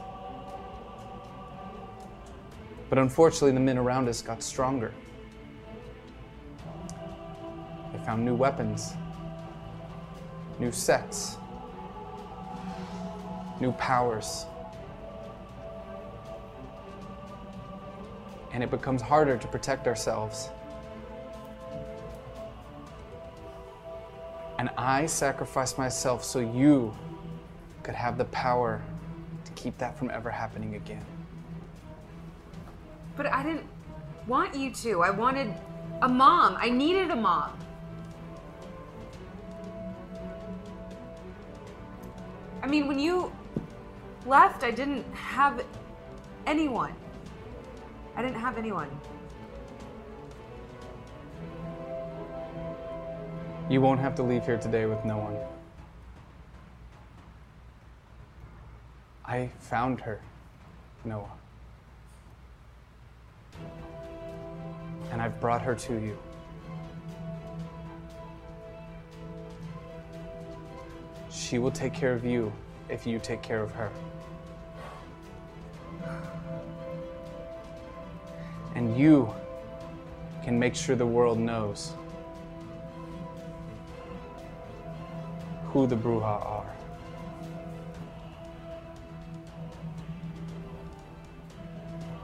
[SPEAKER 3] But unfortunately, the men around us got stronger. They found new weapons, new sets, new powers. And it becomes harder to protect ourselves. And I sacrificed myself so you could have the power to keep that from ever happening again.
[SPEAKER 4] But I didn't want you to. I wanted a mom. I needed a mom. I mean, when you left, I didn't have anyone. I didn't have anyone.
[SPEAKER 3] You won't have to leave here today with no one. I found her, Noah. And I've brought her to you. She will take care of you if you take care of her. And you can make sure the world knows who the Bruja are.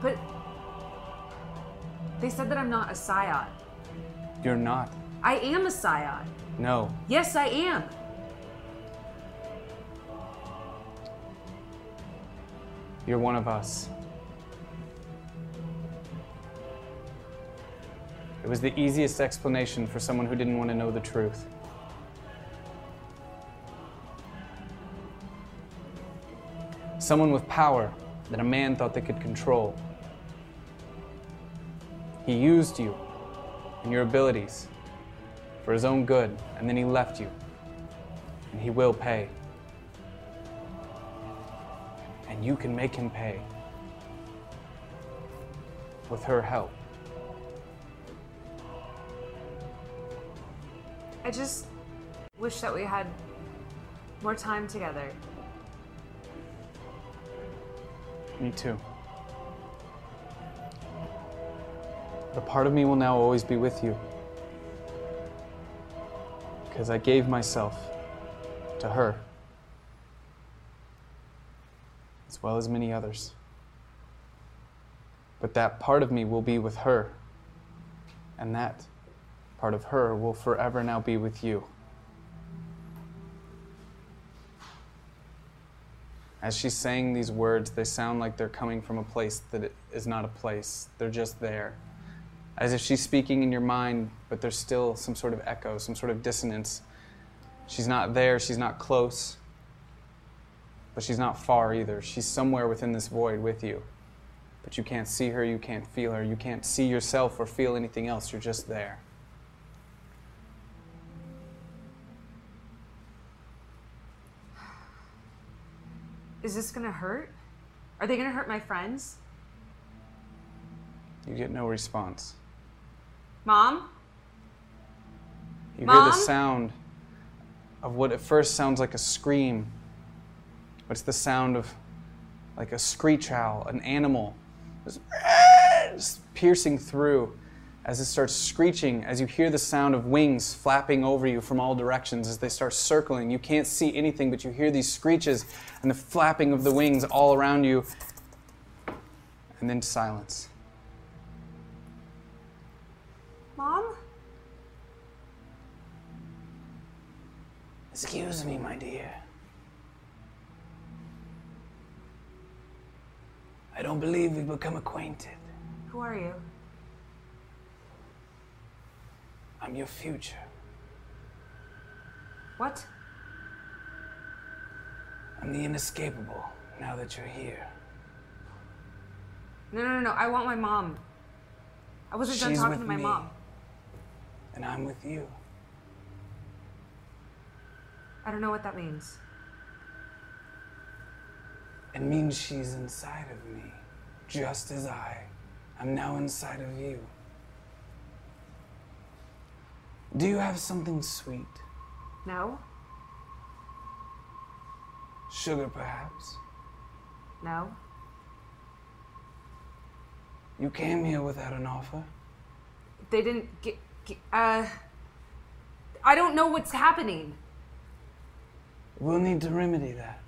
[SPEAKER 4] But they said that I'm not a Psyot.
[SPEAKER 3] You're not.
[SPEAKER 4] I am a Psyot.
[SPEAKER 3] No.
[SPEAKER 4] Yes, I am.
[SPEAKER 3] You're one of us. It was the easiest explanation for someone who didn't want to know the truth. Someone with power that a man thought they could control. He used you and your abilities for his own good, and then he left you. And he will pay. And you can make him pay with her help.
[SPEAKER 4] I just wish that we had more time together.
[SPEAKER 3] Me too. The part of me will now always be with you. Because I gave myself to her, as well as many others. But that part of me will be with her, and that part of her will forever now be with you. As she's saying these words, they sound like they're coming from a place that it is not a place. They're just there. As if she's speaking in your mind, but there's still some sort of echo, some sort of dissonance. She's not there, she's not close, but she's not far either. She's somewhere within this void with you. But you can't see her, you can't feel her, you can't see yourself or feel anything else. You're just there.
[SPEAKER 4] Is this gonna hurt? Are they gonna hurt my friends?
[SPEAKER 3] You get no response.
[SPEAKER 4] Mom?
[SPEAKER 3] You hear
[SPEAKER 4] Mom?
[SPEAKER 3] the sound of what at first sounds like a scream, but it's the sound of like a screech owl, an animal, just, just piercing through as it starts screeching, as you hear the sound of wings flapping over you from all directions as they start circling. You can't see anything, but you hear these screeches and the flapping of the wings all around you, and then silence.
[SPEAKER 4] Mom?
[SPEAKER 3] Excuse me, my dear. I don't believe we've become acquainted.
[SPEAKER 4] Who are you?
[SPEAKER 3] I'm your future.
[SPEAKER 4] What?
[SPEAKER 3] I'm the inescapable now that you're here.
[SPEAKER 4] No, no, no, no. I want my mom. I wasn't done
[SPEAKER 10] She's
[SPEAKER 4] talking
[SPEAKER 10] with
[SPEAKER 4] to my
[SPEAKER 10] me.
[SPEAKER 4] mom.
[SPEAKER 10] and I'm with you.
[SPEAKER 4] I don't know what that means.
[SPEAKER 10] It means she's inside of me, just as I am now inside of you. Do you have something sweet?
[SPEAKER 4] No,
[SPEAKER 10] Sugar, perhaps?
[SPEAKER 4] no.
[SPEAKER 10] You came here without an offer.
[SPEAKER 4] They didn't get. get uh, I don't know what's happening.
[SPEAKER 10] We'll need to remedy that.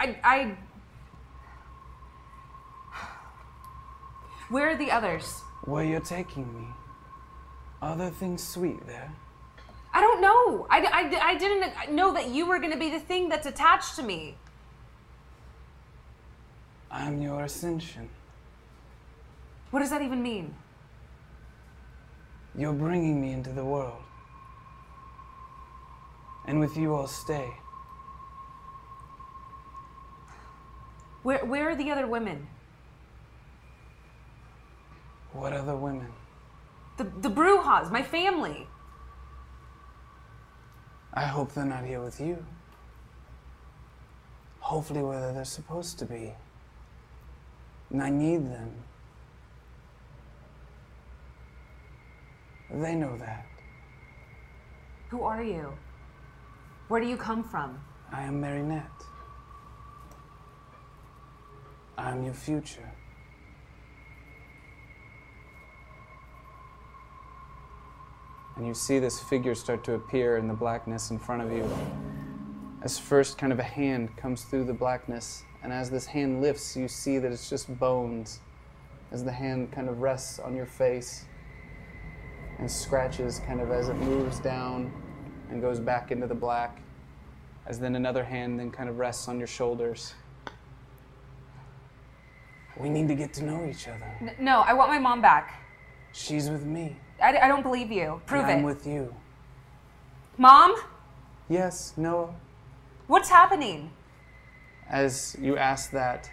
[SPEAKER 4] I, I. Where are the others?
[SPEAKER 10] Where you're taking me. Other things sweet there.
[SPEAKER 4] I don't know. I, I, I didn't know that you were going to be the thing that's attached to me.
[SPEAKER 10] I'm your ascension.
[SPEAKER 4] What does that even mean?
[SPEAKER 10] You're bringing me into the world. And with you, I'll stay.
[SPEAKER 4] Where, where are the other women?
[SPEAKER 10] What other women?
[SPEAKER 4] The, the Brujas, my family.
[SPEAKER 10] I hope they're not here with you. Hopefully, where they're supposed to be. And I need them. They know that.
[SPEAKER 4] Who are you? Where do you come from?
[SPEAKER 10] I am Marinette. I am your future.
[SPEAKER 3] and you see this figure start to appear in the blackness in front of you. As first, kind of a hand comes through the blackness, and as this hand lifts, you see that it's just bones. As the hand kind of rests on your face and scratches, kind of as it moves down and goes back into the black, as then another hand then kind of rests on your shoulders.
[SPEAKER 10] We need to get to know each other.
[SPEAKER 4] N- no, I want my mom back.
[SPEAKER 10] She's with me.
[SPEAKER 4] I, I don't believe you.
[SPEAKER 10] and
[SPEAKER 4] Prove
[SPEAKER 10] I'm
[SPEAKER 4] it.
[SPEAKER 10] with you.
[SPEAKER 4] mom,
[SPEAKER 3] Yes, Noah.
[SPEAKER 4] what's happening?
[SPEAKER 3] As you ask that,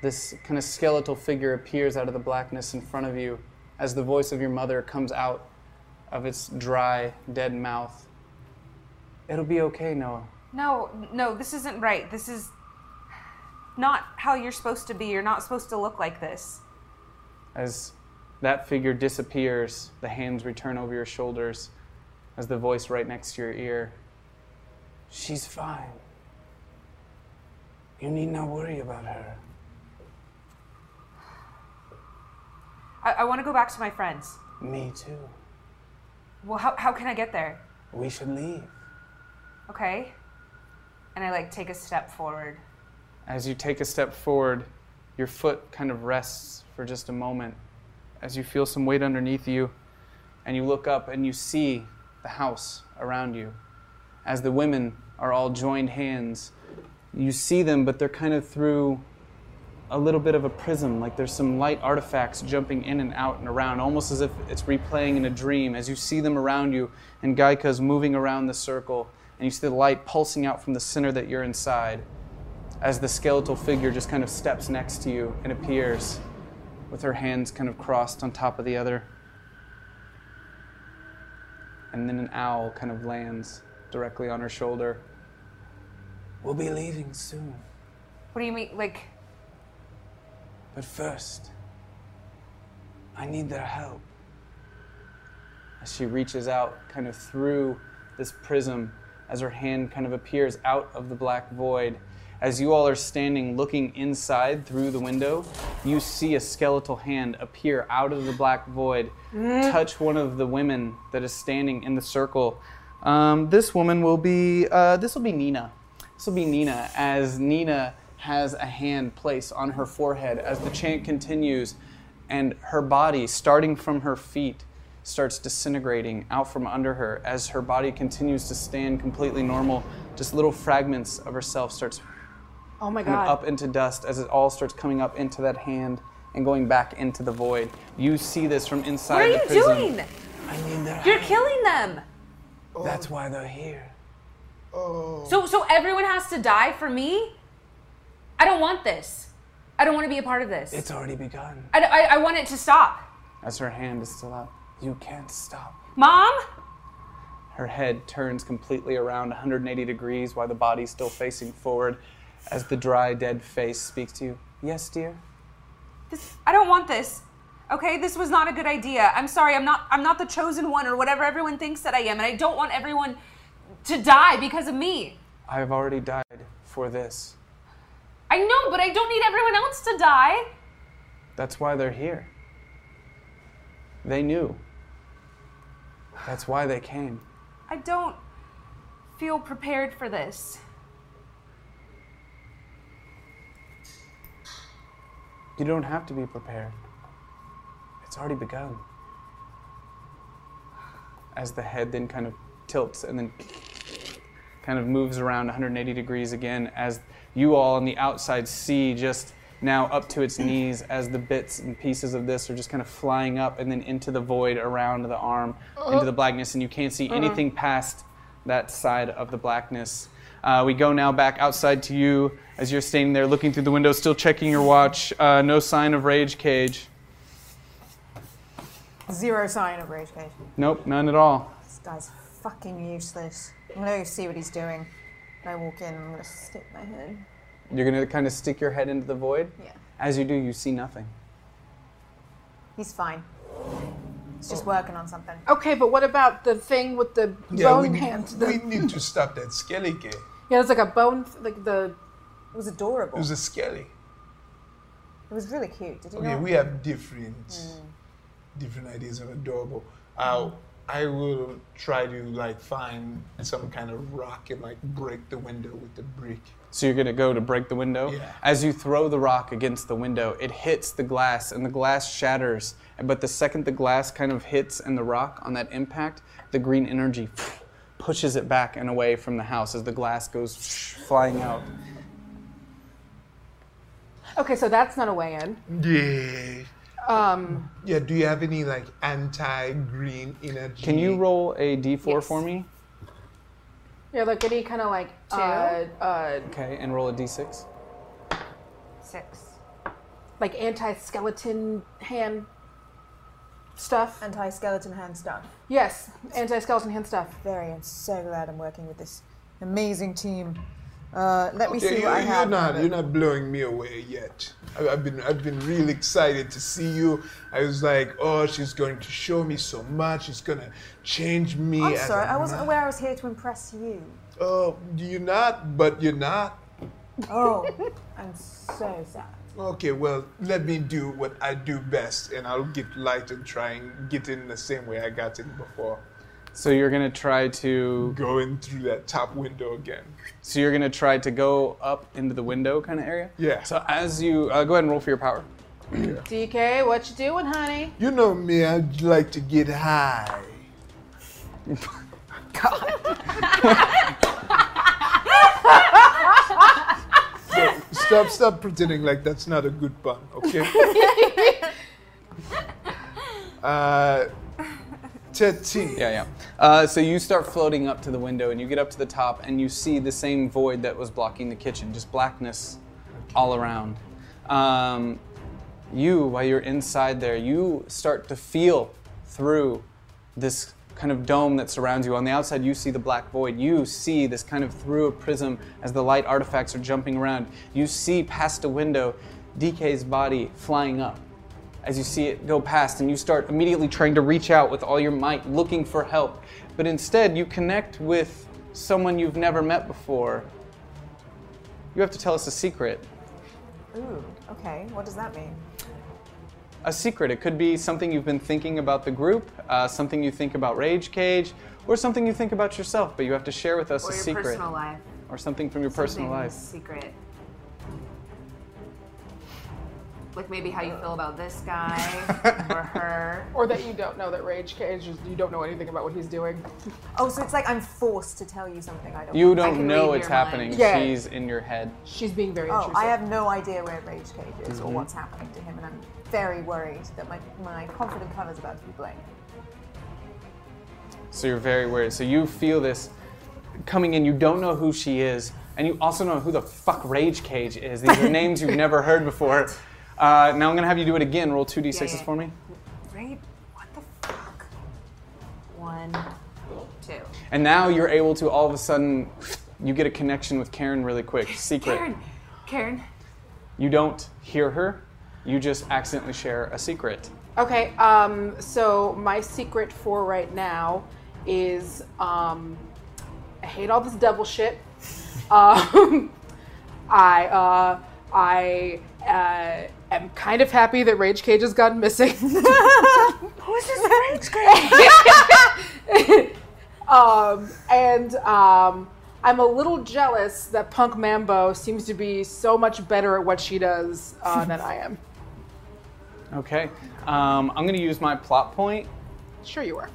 [SPEAKER 3] this kind of skeletal figure appears out of the blackness in front of you as the voice of your mother comes out of its dry, dead mouth. It'll be okay, Noah.
[SPEAKER 4] No, no, this isn't right. This is not how you're supposed to be. You're not supposed to look like this.
[SPEAKER 3] As that figure disappears, the hands return over your shoulders as the voice right next to your ear.
[SPEAKER 10] She's fine. You need not worry about her.
[SPEAKER 4] I, I want to go back to my friends.
[SPEAKER 10] Me too.
[SPEAKER 4] Well, how, how can I get there?
[SPEAKER 10] We should leave.
[SPEAKER 4] Okay. And I like take a step forward.
[SPEAKER 3] As you take a step forward, your foot kind of rests for just a moment as you feel some weight underneath you and you look up and you see the house around you. As the women are all joined hands, you see them, but they're kind of through a little bit of a prism, like there's some light artifacts jumping in and out and around, almost as if it's replaying in a dream. As you see them around you, and Gaika's moving around the circle, and you see the light pulsing out from the center that you're inside as the skeletal figure just kind of steps next to you and appears with her hands kind of crossed on top of the other. And then an owl kind of lands directly on her shoulder.
[SPEAKER 10] We'll be leaving soon.
[SPEAKER 4] What do you mean? Like,
[SPEAKER 10] But first, I need their help.
[SPEAKER 3] As she reaches out kind of through this prism, as her hand kind of appears out of the black void. As you all are standing looking inside through the window, you see a skeletal hand appear out of the black void, touch one of the women that is standing in the circle. Um, this woman will be, uh, this will be Nina. This will be Nina, as Nina has a hand placed on her forehead as the chant continues, and her body, starting from her feet, starts disintegrating out from under her as her body continues to stand completely normal. Just little fragments of herself starts
[SPEAKER 7] Oh my
[SPEAKER 3] coming
[SPEAKER 7] god.
[SPEAKER 3] up into dust as it all starts coming up into that hand and going back into the void. You see this from inside
[SPEAKER 4] what are
[SPEAKER 3] the
[SPEAKER 4] you
[SPEAKER 3] prison.
[SPEAKER 4] doing?
[SPEAKER 10] I need their
[SPEAKER 4] You're
[SPEAKER 10] help.
[SPEAKER 4] killing them.
[SPEAKER 3] Oh.
[SPEAKER 10] That's why they're here.
[SPEAKER 4] So, so everyone has to die for me? I don't want this. I don't want to be a part of this.
[SPEAKER 10] It's already begun.
[SPEAKER 4] I, I, I want it to stop.
[SPEAKER 10] As her hand is still out, you can't stop.
[SPEAKER 4] Mom?
[SPEAKER 3] Her head turns completely around 180 degrees while the body's still facing forward as the dry, dead face speaks to you. Yes, dear?
[SPEAKER 4] This, I don't want this. Okay, this was not a good idea. I'm sorry. I'm not I'm not the chosen one or whatever everyone thinks that I am, and I don't want everyone to die because of me.
[SPEAKER 3] I have already died for this.
[SPEAKER 4] I know, but I don't need everyone else to die.
[SPEAKER 3] That's why they're here. They knew. That's why they came.
[SPEAKER 4] I don't feel prepared for this.
[SPEAKER 3] You don't have to be prepared. It's already begun. As the head then kind of tilts and then kind of moves around 180 degrees again, as you all on the outside see just now up to its knees as the bits and pieces of this are just kind of flying up and then into the void around the arm, into the blackness, and you can't see anything past that side of the blackness. Uh, we go now back outside to you as you're standing there looking through the window, still checking your watch. Uh, no sign of Rage Cage.
[SPEAKER 5] Zero sign of rage cage.
[SPEAKER 3] Nope, none at all.
[SPEAKER 5] This guy's fucking useless. I'm gonna go see what he's doing. And I walk in. I'm gonna stick my head.
[SPEAKER 3] You're gonna kind of stick your head into the void.
[SPEAKER 5] Yeah.
[SPEAKER 3] As you do, you see nothing.
[SPEAKER 5] He's fine. He's just working on something.
[SPEAKER 7] Okay, but what about the thing with the
[SPEAKER 9] Yeah, we
[SPEAKER 7] bone hand?
[SPEAKER 9] need,
[SPEAKER 7] The-
[SPEAKER 9] we need to stop that skelly game. It
[SPEAKER 7] yeah, it's like a bone, th- like the.
[SPEAKER 5] It was adorable. It
[SPEAKER 9] was
[SPEAKER 5] was,
[SPEAKER 9] a skelly.
[SPEAKER 5] really cute. Did you
[SPEAKER 9] Okay,
[SPEAKER 5] know?
[SPEAKER 9] we have different different ideas of adorable. Uh, I will try to like find some kind of rock and like break the window with the brick.
[SPEAKER 3] So you're gonna go to break the window.
[SPEAKER 9] Yeah.
[SPEAKER 3] As you throw the rock against the window, it hits the glass and the glass shatters. But the second the glass kind of hits and the rock on that impact, the green energy pushes it back and away from the house as the glass goes flying out.
[SPEAKER 7] Okay, so that's not a way in.
[SPEAKER 9] Yeah.
[SPEAKER 7] Um,
[SPEAKER 9] Yeah. Do you have any like anti-green energy?
[SPEAKER 3] Can you roll a d4 for
[SPEAKER 7] Yes.
[SPEAKER 3] me?
[SPEAKER 7] yeah, like any kind of like uh, uh,
[SPEAKER 3] Okay, and roll a d6.
[SPEAKER 4] Six.
[SPEAKER 7] like anti-skeleton hand stuff.
[SPEAKER 5] Anti-skeleton hand stuff.
[SPEAKER 7] Yes, anti-skeleton hand stuff.
[SPEAKER 5] Very. I'm so glad I'm working with this amazing team. Uh, let me
[SPEAKER 9] Yeah,
[SPEAKER 5] see
[SPEAKER 9] you,
[SPEAKER 5] what I
[SPEAKER 9] are
[SPEAKER 5] have.
[SPEAKER 9] not. You're not blowing me away yet. I, I've been. I've been really excited to see you. I was like, oh, she's going to show me so much. She's gonna change me.
[SPEAKER 5] I'm
[SPEAKER 9] as
[SPEAKER 5] sorry.
[SPEAKER 9] a
[SPEAKER 5] I wasn't
[SPEAKER 9] man."
[SPEAKER 5] aware I was here to impress you.
[SPEAKER 9] Oh, you're not. But you're not.
[SPEAKER 5] Oh, I'm so sad.
[SPEAKER 9] Okay, well, let me do what I do best, and I'll get light and try and get in the same way I got in before.
[SPEAKER 3] So you're gonna try to
[SPEAKER 9] Going through that top window again.
[SPEAKER 3] so you're gonna try to go up into the window kind of area.
[SPEAKER 9] Yeah.
[SPEAKER 3] So as you uh, go ahead and roll for your power.
[SPEAKER 7] DK, what you doing, honey?
[SPEAKER 9] You know me, I'd like to get high. God. stop, stop pretending like that's not a good pun, okay? uh, 13.
[SPEAKER 3] Yeah, yeah. Uh, so you start floating up to the window, and you get up to the top, and you see the same void that was blocking the kitchen, just blackness all around. Um, you, while you're inside there, you start to feel through this kind of dome that surrounds you. On the outside, you see the black void. You see this kind of through a prism as the light artifacts are jumping around. You see past a window DK's body flying up as you see it go past, and you start immediately trying to reach out with all your might, looking for help. But instead, you connect with someone you've never met before. You have to tell us a secret.
[SPEAKER 5] Ooh. Okay. What does that mean?
[SPEAKER 3] a secret. It could be something you've been thinking about the group, uh, something you think about Rage Cage, or something you think about yourself, but you have to share with us
[SPEAKER 4] Or
[SPEAKER 3] a
[SPEAKER 4] your
[SPEAKER 3] secret.
[SPEAKER 4] personal life.
[SPEAKER 3] Or something from your personal
[SPEAKER 4] Something
[SPEAKER 3] life.
[SPEAKER 4] Secret. Like maybe how you feel about this guy or her.
[SPEAKER 7] Or that you don't know that Rage Cage is, you don't know anything about what he's doing.
[SPEAKER 5] Oh, so it's like I'm forced to tell you something I don't.
[SPEAKER 3] You
[SPEAKER 5] want.
[SPEAKER 4] I
[SPEAKER 3] don't
[SPEAKER 4] can
[SPEAKER 3] know
[SPEAKER 4] read
[SPEAKER 3] it's
[SPEAKER 4] your mind.
[SPEAKER 3] happening.
[SPEAKER 7] Yeah.
[SPEAKER 3] She's in your head.
[SPEAKER 7] She's being very
[SPEAKER 5] Oh,
[SPEAKER 7] intrusive.
[SPEAKER 5] I have no idea where Rage Cage is or what's happening to him, and I'm very worried that my, my confident cover's about to be blamed.
[SPEAKER 3] So you're very worried. So you feel this coming in. You don't know who she is, and you also know who the fuck Rage Cage is. These are names you've never heard before. Uh, now I'm gonna have you do it again. Roll two d6s
[SPEAKER 5] Yeah, yeah.
[SPEAKER 3] for me.
[SPEAKER 5] Great. What the fuck? One, two.
[SPEAKER 3] And now you're able to all of a sudden, you get a connection with Karen really quick. Secret.
[SPEAKER 4] Karen, Karen,
[SPEAKER 3] You don't hear her. You just accidentally share a secret.
[SPEAKER 7] Okay, um, so my secret for right now is um, I hate all this devil shit. Um, I uh, I uh, am kind of happy that Rage Cage has gone missing.
[SPEAKER 5] Who's this rage girl?
[SPEAKER 7] um, and um, I'm a little jealous that Punk Mambo seems to be so much better at what she does uh, than I am.
[SPEAKER 3] Okay. Um, I'm gonna use my plot point,
[SPEAKER 7] Sure, you are.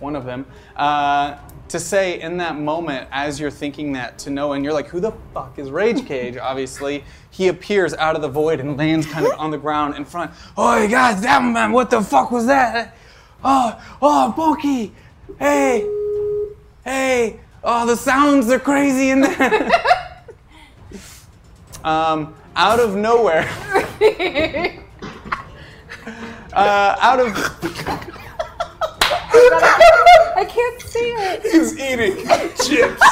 [SPEAKER 3] one of them, uh, to say in that moment as you're thinking that to Noah, and you're like, who the fuck is Rage Cage? Obviously, he appears out of the void and lands kind of on the ground in front.
[SPEAKER 10] Oh, god damn, man, what the fuck was that? Oh, oh, Pokey! Hey! Hey! Oh, the sounds are crazy in there!
[SPEAKER 3] um, out of nowhere. uh, out of
[SPEAKER 5] I can't see it.
[SPEAKER 9] He's eating chips.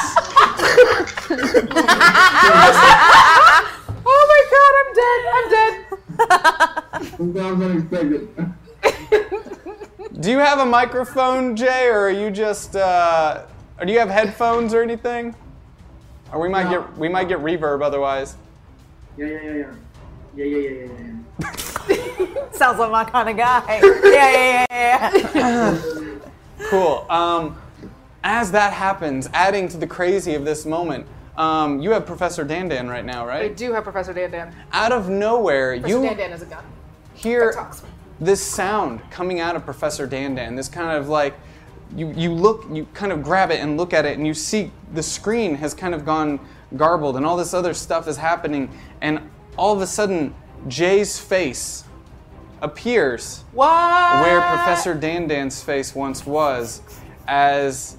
[SPEAKER 7] Oh my god, I'm dead. I'm dead.
[SPEAKER 6] Sounds unexpected.
[SPEAKER 3] do you have a microphone, Jay, or are you just uh, or do you have headphones or anything? Or we might
[SPEAKER 6] No.
[SPEAKER 3] get we might get reverb otherwise.
[SPEAKER 6] Yeah, yeah, yeah, yeah. Yeah, yeah, yeah, yeah, yeah.
[SPEAKER 5] Sounds like my kind of guy. Yeah, yeah, yeah, yeah.
[SPEAKER 3] Cool. Um, as that happens, adding to the crazy of this moment, um, you have Professor Dandan right now,
[SPEAKER 7] I
[SPEAKER 3] right?
[SPEAKER 7] do have Professor Dan Dan.
[SPEAKER 3] Out of nowhere,
[SPEAKER 7] Professor
[SPEAKER 3] you
[SPEAKER 7] Dan Dan is a gun.
[SPEAKER 3] hear
[SPEAKER 7] talks.
[SPEAKER 3] this sound coming out of Professor Dandan. This kind of like you you look you kind of grab it and look at it and you see the screen has kind of gone garbled and all this other stuff is happening and all of a sudden Jay's face appears
[SPEAKER 7] What?
[SPEAKER 3] where Professor Dandan's face once was as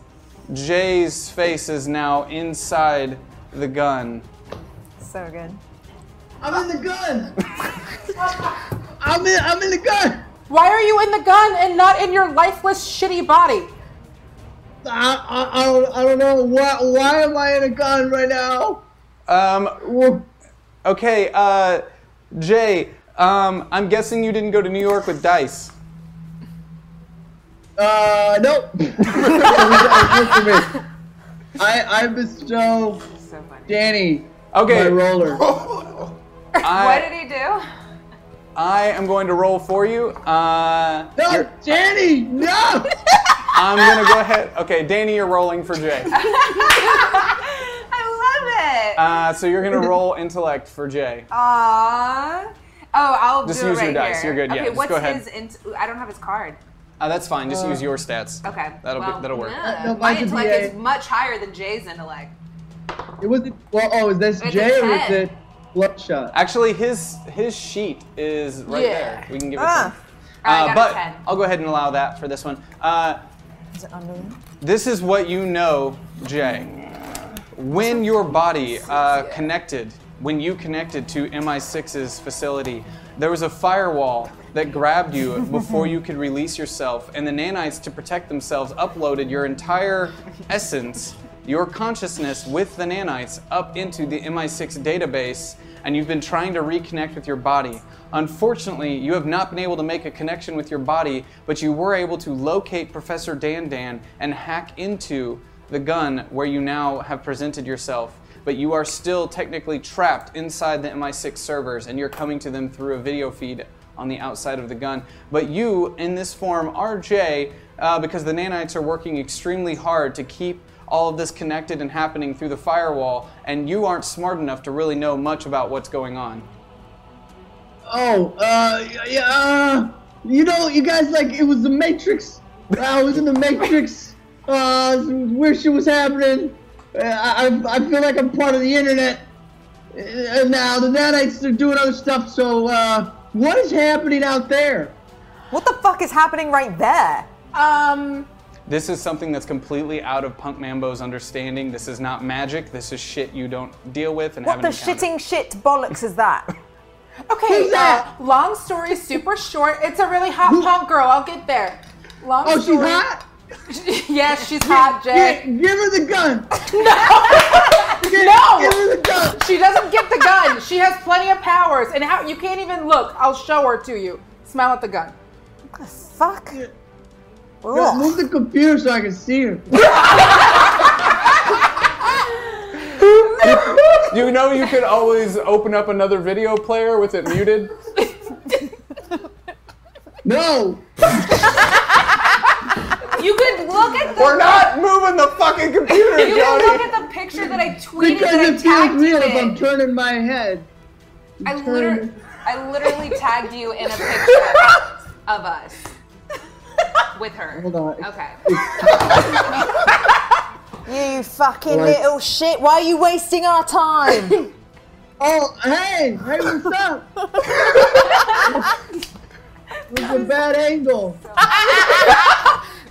[SPEAKER 3] Jay's face is now inside the gun.
[SPEAKER 5] So good.
[SPEAKER 6] I'm in the gun. I'm in. I'm in the gun.
[SPEAKER 7] Why are you in the gun and not in your lifeless, shitty body?
[SPEAKER 6] I, I, I don't. I don't know. Why? Why am I in a gun right now?
[SPEAKER 3] Um,
[SPEAKER 6] Well,
[SPEAKER 3] Okay, uh, Jay, um, I'm guessing you didn't go to New York with Dice.
[SPEAKER 6] Uh, nope. I, I bestow
[SPEAKER 4] so funny.
[SPEAKER 6] Danny my
[SPEAKER 3] Okay,
[SPEAKER 6] roller.
[SPEAKER 4] What
[SPEAKER 3] I,
[SPEAKER 4] did he do?
[SPEAKER 3] I am going to roll for you. Uh,
[SPEAKER 6] No, Danny, no.
[SPEAKER 3] I'm going to go ahead. Okay, Danny, you're rolling for Jay.
[SPEAKER 4] I love it.
[SPEAKER 3] Uh, so you're going to roll intellect for Jay.
[SPEAKER 4] Aww. Oh, I'll
[SPEAKER 3] Just
[SPEAKER 4] do it
[SPEAKER 3] use
[SPEAKER 4] right
[SPEAKER 3] your dice.
[SPEAKER 4] here.
[SPEAKER 3] You're good, yeah,
[SPEAKER 4] Okay,
[SPEAKER 3] just
[SPEAKER 4] what's
[SPEAKER 3] go ahead.
[SPEAKER 4] his? Int- I don't have his card.
[SPEAKER 3] Uh, that's fine. Just use your stats.
[SPEAKER 4] Okay.
[SPEAKER 3] That'll,
[SPEAKER 4] well,
[SPEAKER 3] be, that'll work.
[SPEAKER 4] yeah.
[SPEAKER 6] No,
[SPEAKER 4] My
[SPEAKER 6] mine could be
[SPEAKER 4] intellect is
[SPEAKER 6] a-
[SPEAKER 4] much higher than Jay's intellect.
[SPEAKER 6] It wasn't. Well, oh, is this
[SPEAKER 4] It's a
[SPEAKER 6] Jay or is
[SPEAKER 4] 10.
[SPEAKER 6] it Bloodshot?
[SPEAKER 3] Actually, his his sheet is right
[SPEAKER 7] Yeah.
[SPEAKER 3] there. We can give it to
[SPEAKER 5] Ah.
[SPEAKER 3] him.
[SPEAKER 4] I got
[SPEAKER 3] Uh,
[SPEAKER 4] a
[SPEAKER 3] but
[SPEAKER 4] 10.
[SPEAKER 3] I'll go ahead and allow that for this one. Uh,
[SPEAKER 5] Is it under?
[SPEAKER 3] This is what you know, Jay. When your body uh, connected, when you connected to MI6's facility, there was a firewall that grabbed you before you could release yourself, and the nanites, to protect themselves, uploaded your entire essence, your consciousness with the nanites, up into the MI6 database, and you've been trying to reconnect with your body. Unfortunately, you have not been able to make a connection with your body, but you were able to locate Professor Dan Dan and hack into the gun where you now have presented yourself. But you are still technically trapped inside the MI6 servers, and you're coming to them through a video feed on the outside of the gun. But you, in this form, are Jay, uh, because the nanites are working extremely hard to keep all of this connected and happening through the firewall, and you aren't smart enough to really know much about what's going on.
[SPEAKER 6] Oh, uh, yeah. Uh, you know, you guys like it was the Matrix. I was in the Matrix. Uh, some weird shit was happening. Uh, I, I, I feel like I'm part of the internet. Uh, now the nanites are doing other stuff. So, uh, what is happening out there?
[SPEAKER 5] What the fuck is happening right there?
[SPEAKER 7] Um,
[SPEAKER 3] This is something that's completely out of Punk Mambo's understanding. This is not magic. This is shit you don't deal with and
[SPEAKER 5] What
[SPEAKER 3] haven't
[SPEAKER 5] the
[SPEAKER 3] encountered.
[SPEAKER 5] shitting shit bollocks is that?
[SPEAKER 7] Okay, uh, long story super short. It's a really hot punk girl. I'll get there. Long
[SPEAKER 6] Oh, she's
[SPEAKER 7] story.
[SPEAKER 6] hot?
[SPEAKER 7] yeah, she's hot,
[SPEAKER 6] Yeah,
[SPEAKER 7] Jay.
[SPEAKER 6] give her the gun.
[SPEAKER 7] No!
[SPEAKER 6] Give her the gun.
[SPEAKER 7] She doesn't get the gun. She has plenty of powers, and how you can't even look. I'll show her to you. Smile at the gun.
[SPEAKER 5] Fuck.
[SPEAKER 6] Yo,
[SPEAKER 5] Ugh.
[SPEAKER 6] move the computer so I can see her.
[SPEAKER 3] You know you could always open up another video player with it muted.
[SPEAKER 6] No.
[SPEAKER 4] You could look at the.
[SPEAKER 3] We're not moving the fucking computer,
[SPEAKER 4] You could look
[SPEAKER 3] Johnny.
[SPEAKER 4] at the picture that I tweeted
[SPEAKER 6] Because it
[SPEAKER 4] that I
[SPEAKER 6] feels
[SPEAKER 4] tagged you
[SPEAKER 6] real if I'm
[SPEAKER 4] in.
[SPEAKER 6] turning my head.
[SPEAKER 4] I literally, I literally tagged you in a picture of us with her.
[SPEAKER 6] Hold on.
[SPEAKER 4] Okay.
[SPEAKER 5] You fucking
[SPEAKER 6] Like-
[SPEAKER 5] little shit. Why are you wasting our time?
[SPEAKER 6] Oh, hey, hey, what's up? It's a bad angle.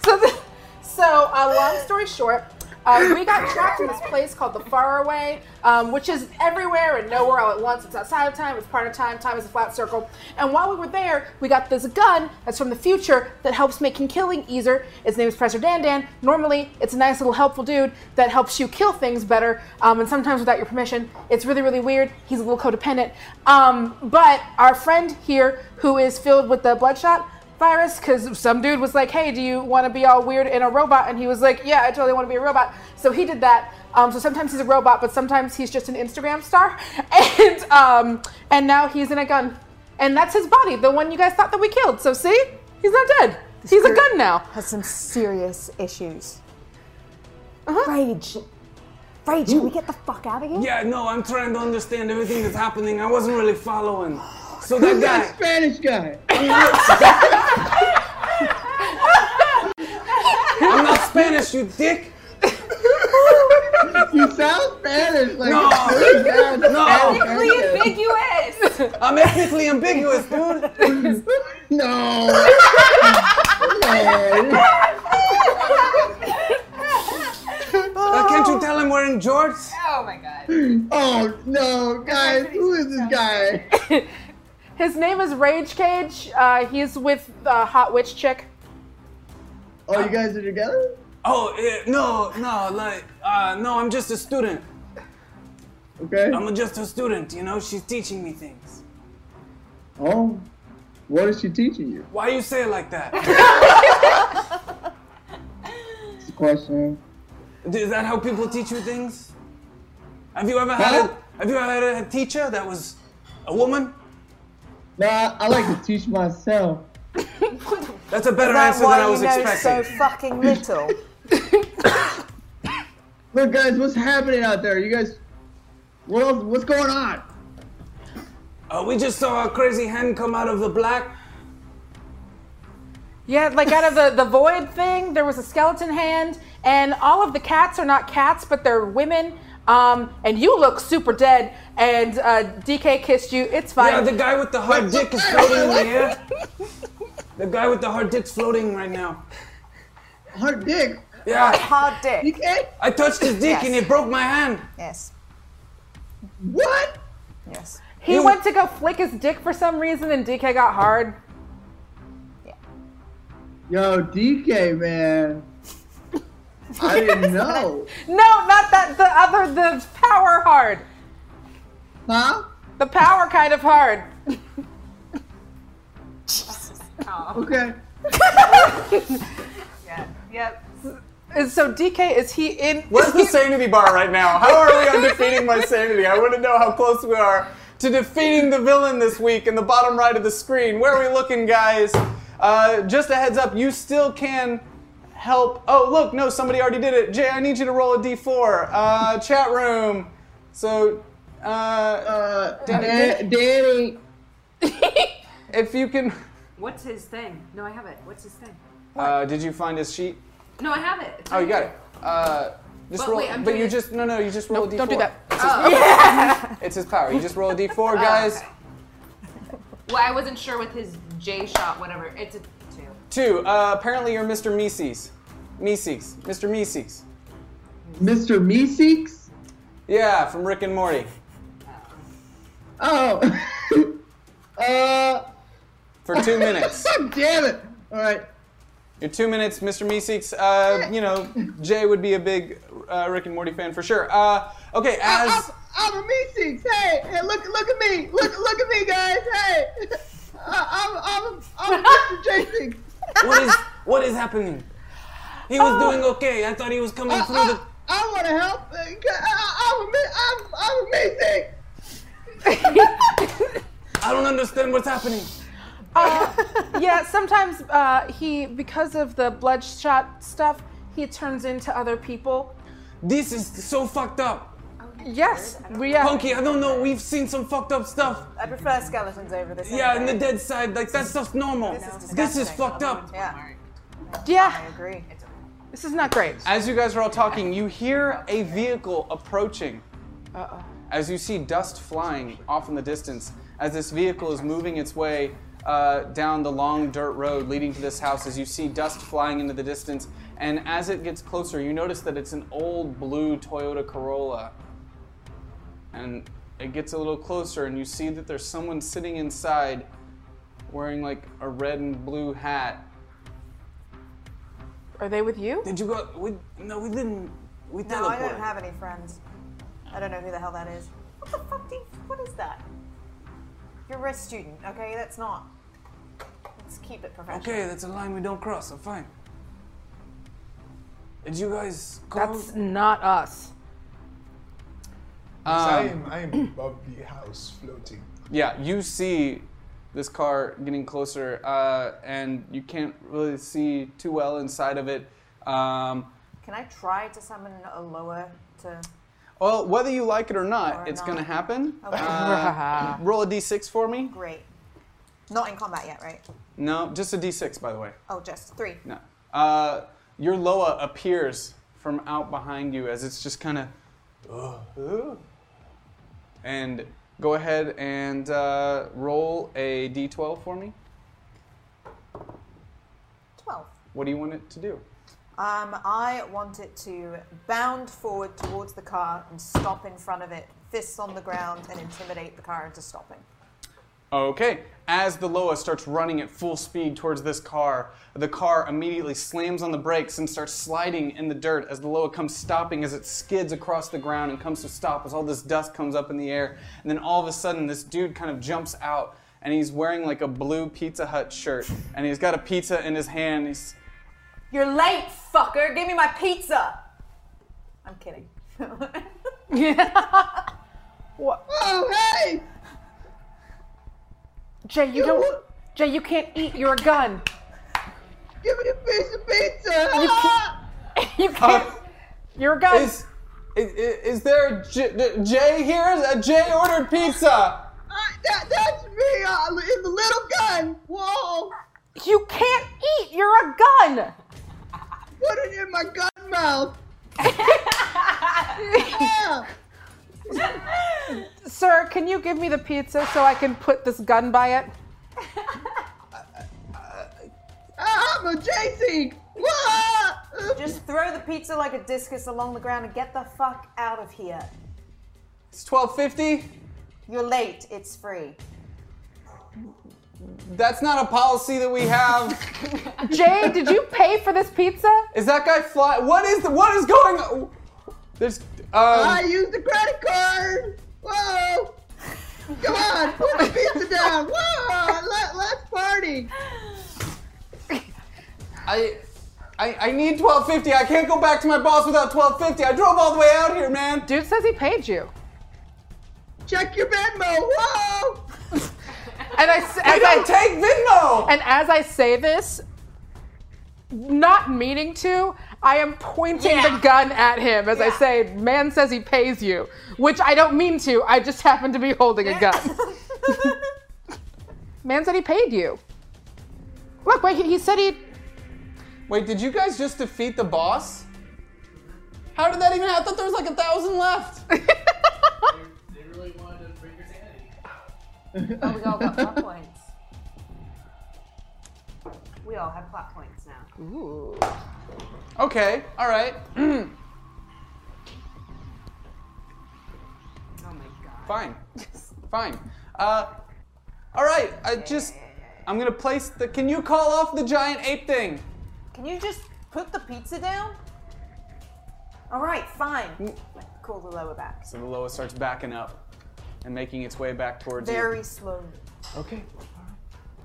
[SPEAKER 7] So, the, so uh, long story short, uh, we got trapped in this place called the Faraway, um, which is everywhere and nowhere all at once. It's outside of time. It's part of time. Time is a flat circle. And while we were there, we got this gun that's from the future that helps making killing easier. Its name is Professor Dandan. Normally, it's a nice little helpful dude that helps you kill things better, um, and sometimes without your permission. It's really really weird. He's a little codependent. Um, but our friend here, who is filled with the bloodshot virus because some dude was like, "Hey, do you want to be all weird in a robot?" And he was like, "Yeah, I totally want to be a robot." So he did that. Um, so sometimes he's a robot, but sometimes he's just an Instagram star, and um, and now he's in a gun, and that's his body, the one you guys thought that we killed. So see, he's not dead. he's a
[SPEAKER 5] group-
[SPEAKER 7] gun now.
[SPEAKER 5] Has some serious issues. Uh-huh. Rage. Rage, can we get the fuck out of here?
[SPEAKER 10] Yeah, no, I'm trying to understand everything that's happening. I wasn't really following. So that guy.
[SPEAKER 6] Spanish guy.
[SPEAKER 10] I'm not Spanish, you dick.
[SPEAKER 6] You sound Spanish. Like,
[SPEAKER 10] No.
[SPEAKER 6] you sound
[SPEAKER 4] Ethnically
[SPEAKER 6] Spanish.
[SPEAKER 4] ambiguous.
[SPEAKER 10] I'm ethnically ambiguous, dude.
[SPEAKER 6] No. Man.
[SPEAKER 10] Uh, can't you tell I'm wearing jorts?
[SPEAKER 4] Oh my god.
[SPEAKER 6] Oh, no, guys, who is this guy?
[SPEAKER 7] His name is Rage Cage. Uh, he's with uh, Hot Witch Chick.
[SPEAKER 6] Oh, you guys are together?
[SPEAKER 10] Oh, eh, no, no, like, uh, no, I'm just a student.
[SPEAKER 6] Okay.
[SPEAKER 10] I'm just a student, you know? She's teaching me things.
[SPEAKER 6] Oh, what is she teaching you?
[SPEAKER 10] Why you say it like that?
[SPEAKER 6] It's a question.
[SPEAKER 10] Is that how people teach you things? Have you ever had
[SPEAKER 6] Huh?
[SPEAKER 10] a, have you ever had a teacher that was a woman?
[SPEAKER 6] Nah, I like to teach myself.
[SPEAKER 10] That's a better
[SPEAKER 5] That's
[SPEAKER 10] answer than
[SPEAKER 5] why
[SPEAKER 10] I
[SPEAKER 5] you
[SPEAKER 10] was
[SPEAKER 5] know so
[SPEAKER 10] expecting.
[SPEAKER 5] fucking little.
[SPEAKER 6] Look, guys, what's happening out there? You guys, what else? What's going on?
[SPEAKER 10] Uh, we just saw a crazy hand come out of the black.
[SPEAKER 7] Yeah, like out of the, the void thing, there was a skeleton hand, and all of the cats are not cats, but they're women. Um, and you look super dead, and uh, DK kissed you. It's fine.
[SPEAKER 10] Yeah, the guy with the hard dick is floating in the air. The guy with the hard dick's floating right now.
[SPEAKER 6] Her dick.
[SPEAKER 10] Yeah,
[SPEAKER 5] Hard dick.
[SPEAKER 6] DK?
[SPEAKER 10] I touched his dick
[SPEAKER 5] Yes.
[SPEAKER 10] and it broke my hand.
[SPEAKER 5] Yes.
[SPEAKER 6] What?
[SPEAKER 5] Yes.
[SPEAKER 7] he went to go flick his dick for some reason, and DK got hard.
[SPEAKER 6] Yo, DK, man. I didn't know.
[SPEAKER 7] No, not that. The other, the power hard.
[SPEAKER 6] Huh?
[SPEAKER 7] The power kind of hard.
[SPEAKER 6] Okay.
[SPEAKER 4] Yep.
[SPEAKER 7] And so DK is he in?
[SPEAKER 3] Where's the sanity bar right now? How are we on defeating my sanity? I want to know how close we are to defeating the villain this week in the bottom right of the screen. Where are we looking, guys? Uh, just a heads up, you still can help. Oh, look, no, somebody already did it. Jay, I need you to roll a d4. Uh, chat room. So, uh,
[SPEAKER 6] Uh, Dan- Danny.
[SPEAKER 3] if you can.
[SPEAKER 4] What's his thing? No, I have it. What's his thing?
[SPEAKER 3] Uh, did you find his sheet?
[SPEAKER 4] No, I have it.
[SPEAKER 3] Oh, you got it. Uh, just
[SPEAKER 4] But
[SPEAKER 3] roll.
[SPEAKER 4] wait, I'm
[SPEAKER 3] but
[SPEAKER 4] doing
[SPEAKER 3] you
[SPEAKER 4] it-
[SPEAKER 3] just no no you just roll a d4.
[SPEAKER 7] don't do that.
[SPEAKER 3] It's his, it's his power. You just roll a d4, guys.
[SPEAKER 4] Oh, okay. Well, I wasn't sure with his J shot, whatever. It's a two.
[SPEAKER 3] Two. Uh, apparently, you're Mr. Mises. Meeseeks. Mr. Meeseeks.
[SPEAKER 6] Mr. Meeseeks?
[SPEAKER 3] Yeah, from Rick and Morty.
[SPEAKER 6] Oh. uh.
[SPEAKER 3] For two minutes.
[SPEAKER 6] Damn it. All right.
[SPEAKER 3] Your two minutes, Mr. Meeseeks. Uh, you know, Jay would be a big uh, Rick and Morty fan for sure. Uh, okay, as.
[SPEAKER 6] I'm, I'm a Meeseeks. Hey, hey, look, look at me. Look, look at me, guys. Hey. I, I'm, I'm, I'm Mr. J Seeks.
[SPEAKER 10] What is what is happening? He was doing
[SPEAKER 7] Oh.
[SPEAKER 10] okay. I thought he was coming through
[SPEAKER 6] I,
[SPEAKER 10] the.
[SPEAKER 6] I want to help. Uh, I, I'm, a, Me- I'm, I'm a Meeseeks.
[SPEAKER 10] I don't understand what's happening.
[SPEAKER 7] Uh, yeah, sometimes uh, he, because of the bloodshot stuff, he turns into other people.
[SPEAKER 10] This is so fucked up.
[SPEAKER 7] Yes, we are.
[SPEAKER 10] Punky, I don't know. We've seen some fucked up stuff.
[SPEAKER 5] I prefer skeletons over this.
[SPEAKER 10] Yeah, in
[SPEAKER 5] anyway.
[SPEAKER 10] the dead side, like that stuff's normal. This
[SPEAKER 5] is disgusting.
[SPEAKER 10] fucked up.
[SPEAKER 5] Yeah, I
[SPEAKER 7] Yeah,
[SPEAKER 5] agree.
[SPEAKER 7] this is not great.
[SPEAKER 3] As you guys are all talking, you hear a vehicle approaching. As you see dust flying off in the distance, as this vehicle is moving its way uh, down the long dirt road leading to this house, as you see dust flying into the distance, and as it gets closer, you notice that it's an old blue Toyota Corolla. And it gets a little closer, and you see that there's someone sitting inside wearing like a red and blue hat.
[SPEAKER 7] Are they with you?
[SPEAKER 10] Did you go? We, no, we didn't. We teleported.
[SPEAKER 5] No, I don't have any friends. I don't know who the hell that is. What the fuck do you, what is that? You're a student, okay? That's not. Let's keep it professional.
[SPEAKER 10] Okay, that's a line we don't cross. I'm fine. Did you guys call?
[SPEAKER 7] That's not us.
[SPEAKER 9] I
[SPEAKER 3] Um,
[SPEAKER 9] am, I am above the house floating.
[SPEAKER 3] yeah, you see this car getting closer, uh, and you can't really see too well inside of it. Um,
[SPEAKER 5] Can I try to summon a lower to?
[SPEAKER 3] well, whether you like it or not,
[SPEAKER 5] Or
[SPEAKER 3] it's
[SPEAKER 5] not.
[SPEAKER 3] going to happen.
[SPEAKER 5] Okay.
[SPEAKER 3] Uh, roll a d6 for me.
[SPEAKER 5] Great. Not in combat yet, right?
[SPEAKER 3] No, just a d6, by the way.
[SPEAKER 5] Oh, just three.
[SPEAKER 3] No. Uh, your Loa appears from out behind you as it's just kind of.
[SPEAKER 6] Uh,
[SPEAKER 3] and go ahead and uh, roll a d12 for me.
[SPEAKER 5] Twelve.
[SPEAKER 3] What do you want it to do?
[SPEAKER 5] Um, I want it to bound forward towards the car and stop in front of it, fists on the ground, and intimidate the car into stopping.
[SPEAKER 3] Okay. As the Loa starts running at full speed towards this car, the car immediately slams on the brakes and starts sliding in the dirt as the Loa comes stopping as it skids across the ground and comes to stop as all this dust comes up in the air. And then all of a sudden, this dude kind of jumps out and he's wearing like a blue Pizza Hut shirt and he's got a pizza in his hand. He's,
[SPEAKER 5] You're late, fucker. Give me my pizza. I'm kidding.
[SPEAKER 6] Oh, hey!
[SPEAKER 7] Jay, you don't. Jay, you can't eat. You're a gun.
[SPEAKER 6] Give me a piece of pizza! Ah!
[SPEAKER 7] You can't. You're a gun.
[SPEAKER 3] Uh, is, is, is there a J, Jay here? A Jay ordered pizza!
[SPEAKER 6] I, that, that's me! Uh, it's a little gun! Whoa!
[SPEAKER 7] You can't eat. You're a gun.
[SPEAKER 6] Put it in my gun mouth! yeah!
[SPEAKER 7] Sir, can you give me the pizza so I can put this gun by it?
[SPEAKER 6] Ah, I'm a JC! Whoa!
[SPEAKER 5] Just throw the pizza like a discus along the ground and get the fuck out of here.
[SPEAKER 3] It's 1250.
[SPEAKER 5] You're late. It's free.
[SPEAKER 3] That's not a policy that we have.
[SPEAKER 7] Jay, did you pay for this pizza?
[SPEAKER 3] Is that guy fly? What is the, what is going? on? There's
[SPEAKER 6] I
[SPEAKER 3] um,
[SPEAKER 6] used the credit card! Whoa! Come on, put the pizza down! Whoa! Let, let's party!
[SPEAKER 3] I, I I need 1250. I can't go back to my boss without 1250. I drove all the way out here, man.
[SPEAKER 7] Dude says he paid you.
[SPEAKER 6] Check your Venmo! Whoa!
[SPEAKER 7] And I, s-
[SPEAKER 3] I
[SPEAKER 7] as I
[SPEAKER 3] don't take Venmo.
[SPEAKER 7] and as I say this, not meaning to, I am pointing the gun at him as I say, "Man says he pays you," which I don't mean to. I just happen to be holding a gun. Man said he paid you. Look, wait, he, he said he.
[SPEAKER 3] Wait, did you guys just defeat the boss? How did that even? happen? I thought there was like a thousand left.
[SPEAKER 5] Oh, we all got plot points.
[SPEAKER 12] We all have plot points now.
[SPEAKER 7] Ooh.
[SPEAKER 3] Okay, all right.
[SPEAKER 12] Oh my god.
[SPEAKER 3] Fine. Fine. Uh, all right, I just. I'm gonna place the. Can you call off the giant ape thing?
[SPEAKER 5] Can you just put the pizza down? All right,
[SPEAKER 6] Mm.
[SPEAKER 5] fine. Call the lower back.
[SPEAKER 3] So the Loa starts backing up and making its way back towards
[SPEAKER 5] Very slowly.
[SPEAKER 3] you. Okay.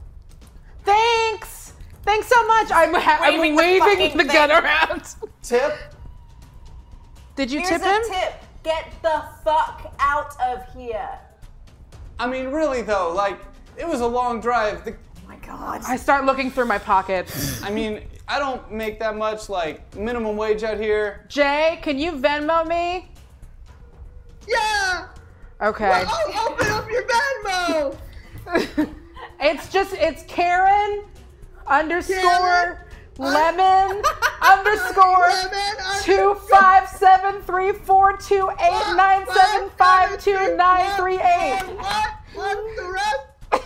[SPEAKER 7] Thanks. Thanks so much. I'm, ha-
[SPEAKER 5] Waving
[SPEAKER 7] I'm
[SPEAKER 5] the
[SPEAKER 7] waving
[SPEAKER 5] fucking
[SPEAKER 7] the, gun
[SPEAKER 5] thing.
[SPEAKER 7] around.
[SPEAKER 3] Tip.
[SPEAKER 7] Did you
[SPEAKER 5] Here's
[SPEAKER 7] tip
[SPEAKER 5] a
[SPEAKER 7] him?
[SPEAKER 5] tip. Get the fuck out of here.
[SPEAKER 3] I mean, really though, like it was a long drive. The,
[SPEAKER 5] my god.
[SPEAKER 7] I start looking through my pocket.
[SPEAKER 3] I mean, I don't make that much like minimum wage out here.
[SPEAKER 7] Jay, can you Venmo me?
[SPEAKER 6] Yeah!
[SPEAKER 7] Okay.
[SPEAKER 6] Oh, open up your Venmo!
[SPEAKER 7] it's just it's Karen underscore
[SPEAKER 6] Karen,
[SPEAKER 7] lemon underscore
[SPEAKER 6] Lemon
[SPEAKER 7] two
[SPEAKER 6] underscore-
[SPEAKER 7] five seven three four two eight nine seven five two nine three eight.
[SPEAKER 6] What? What's the rest?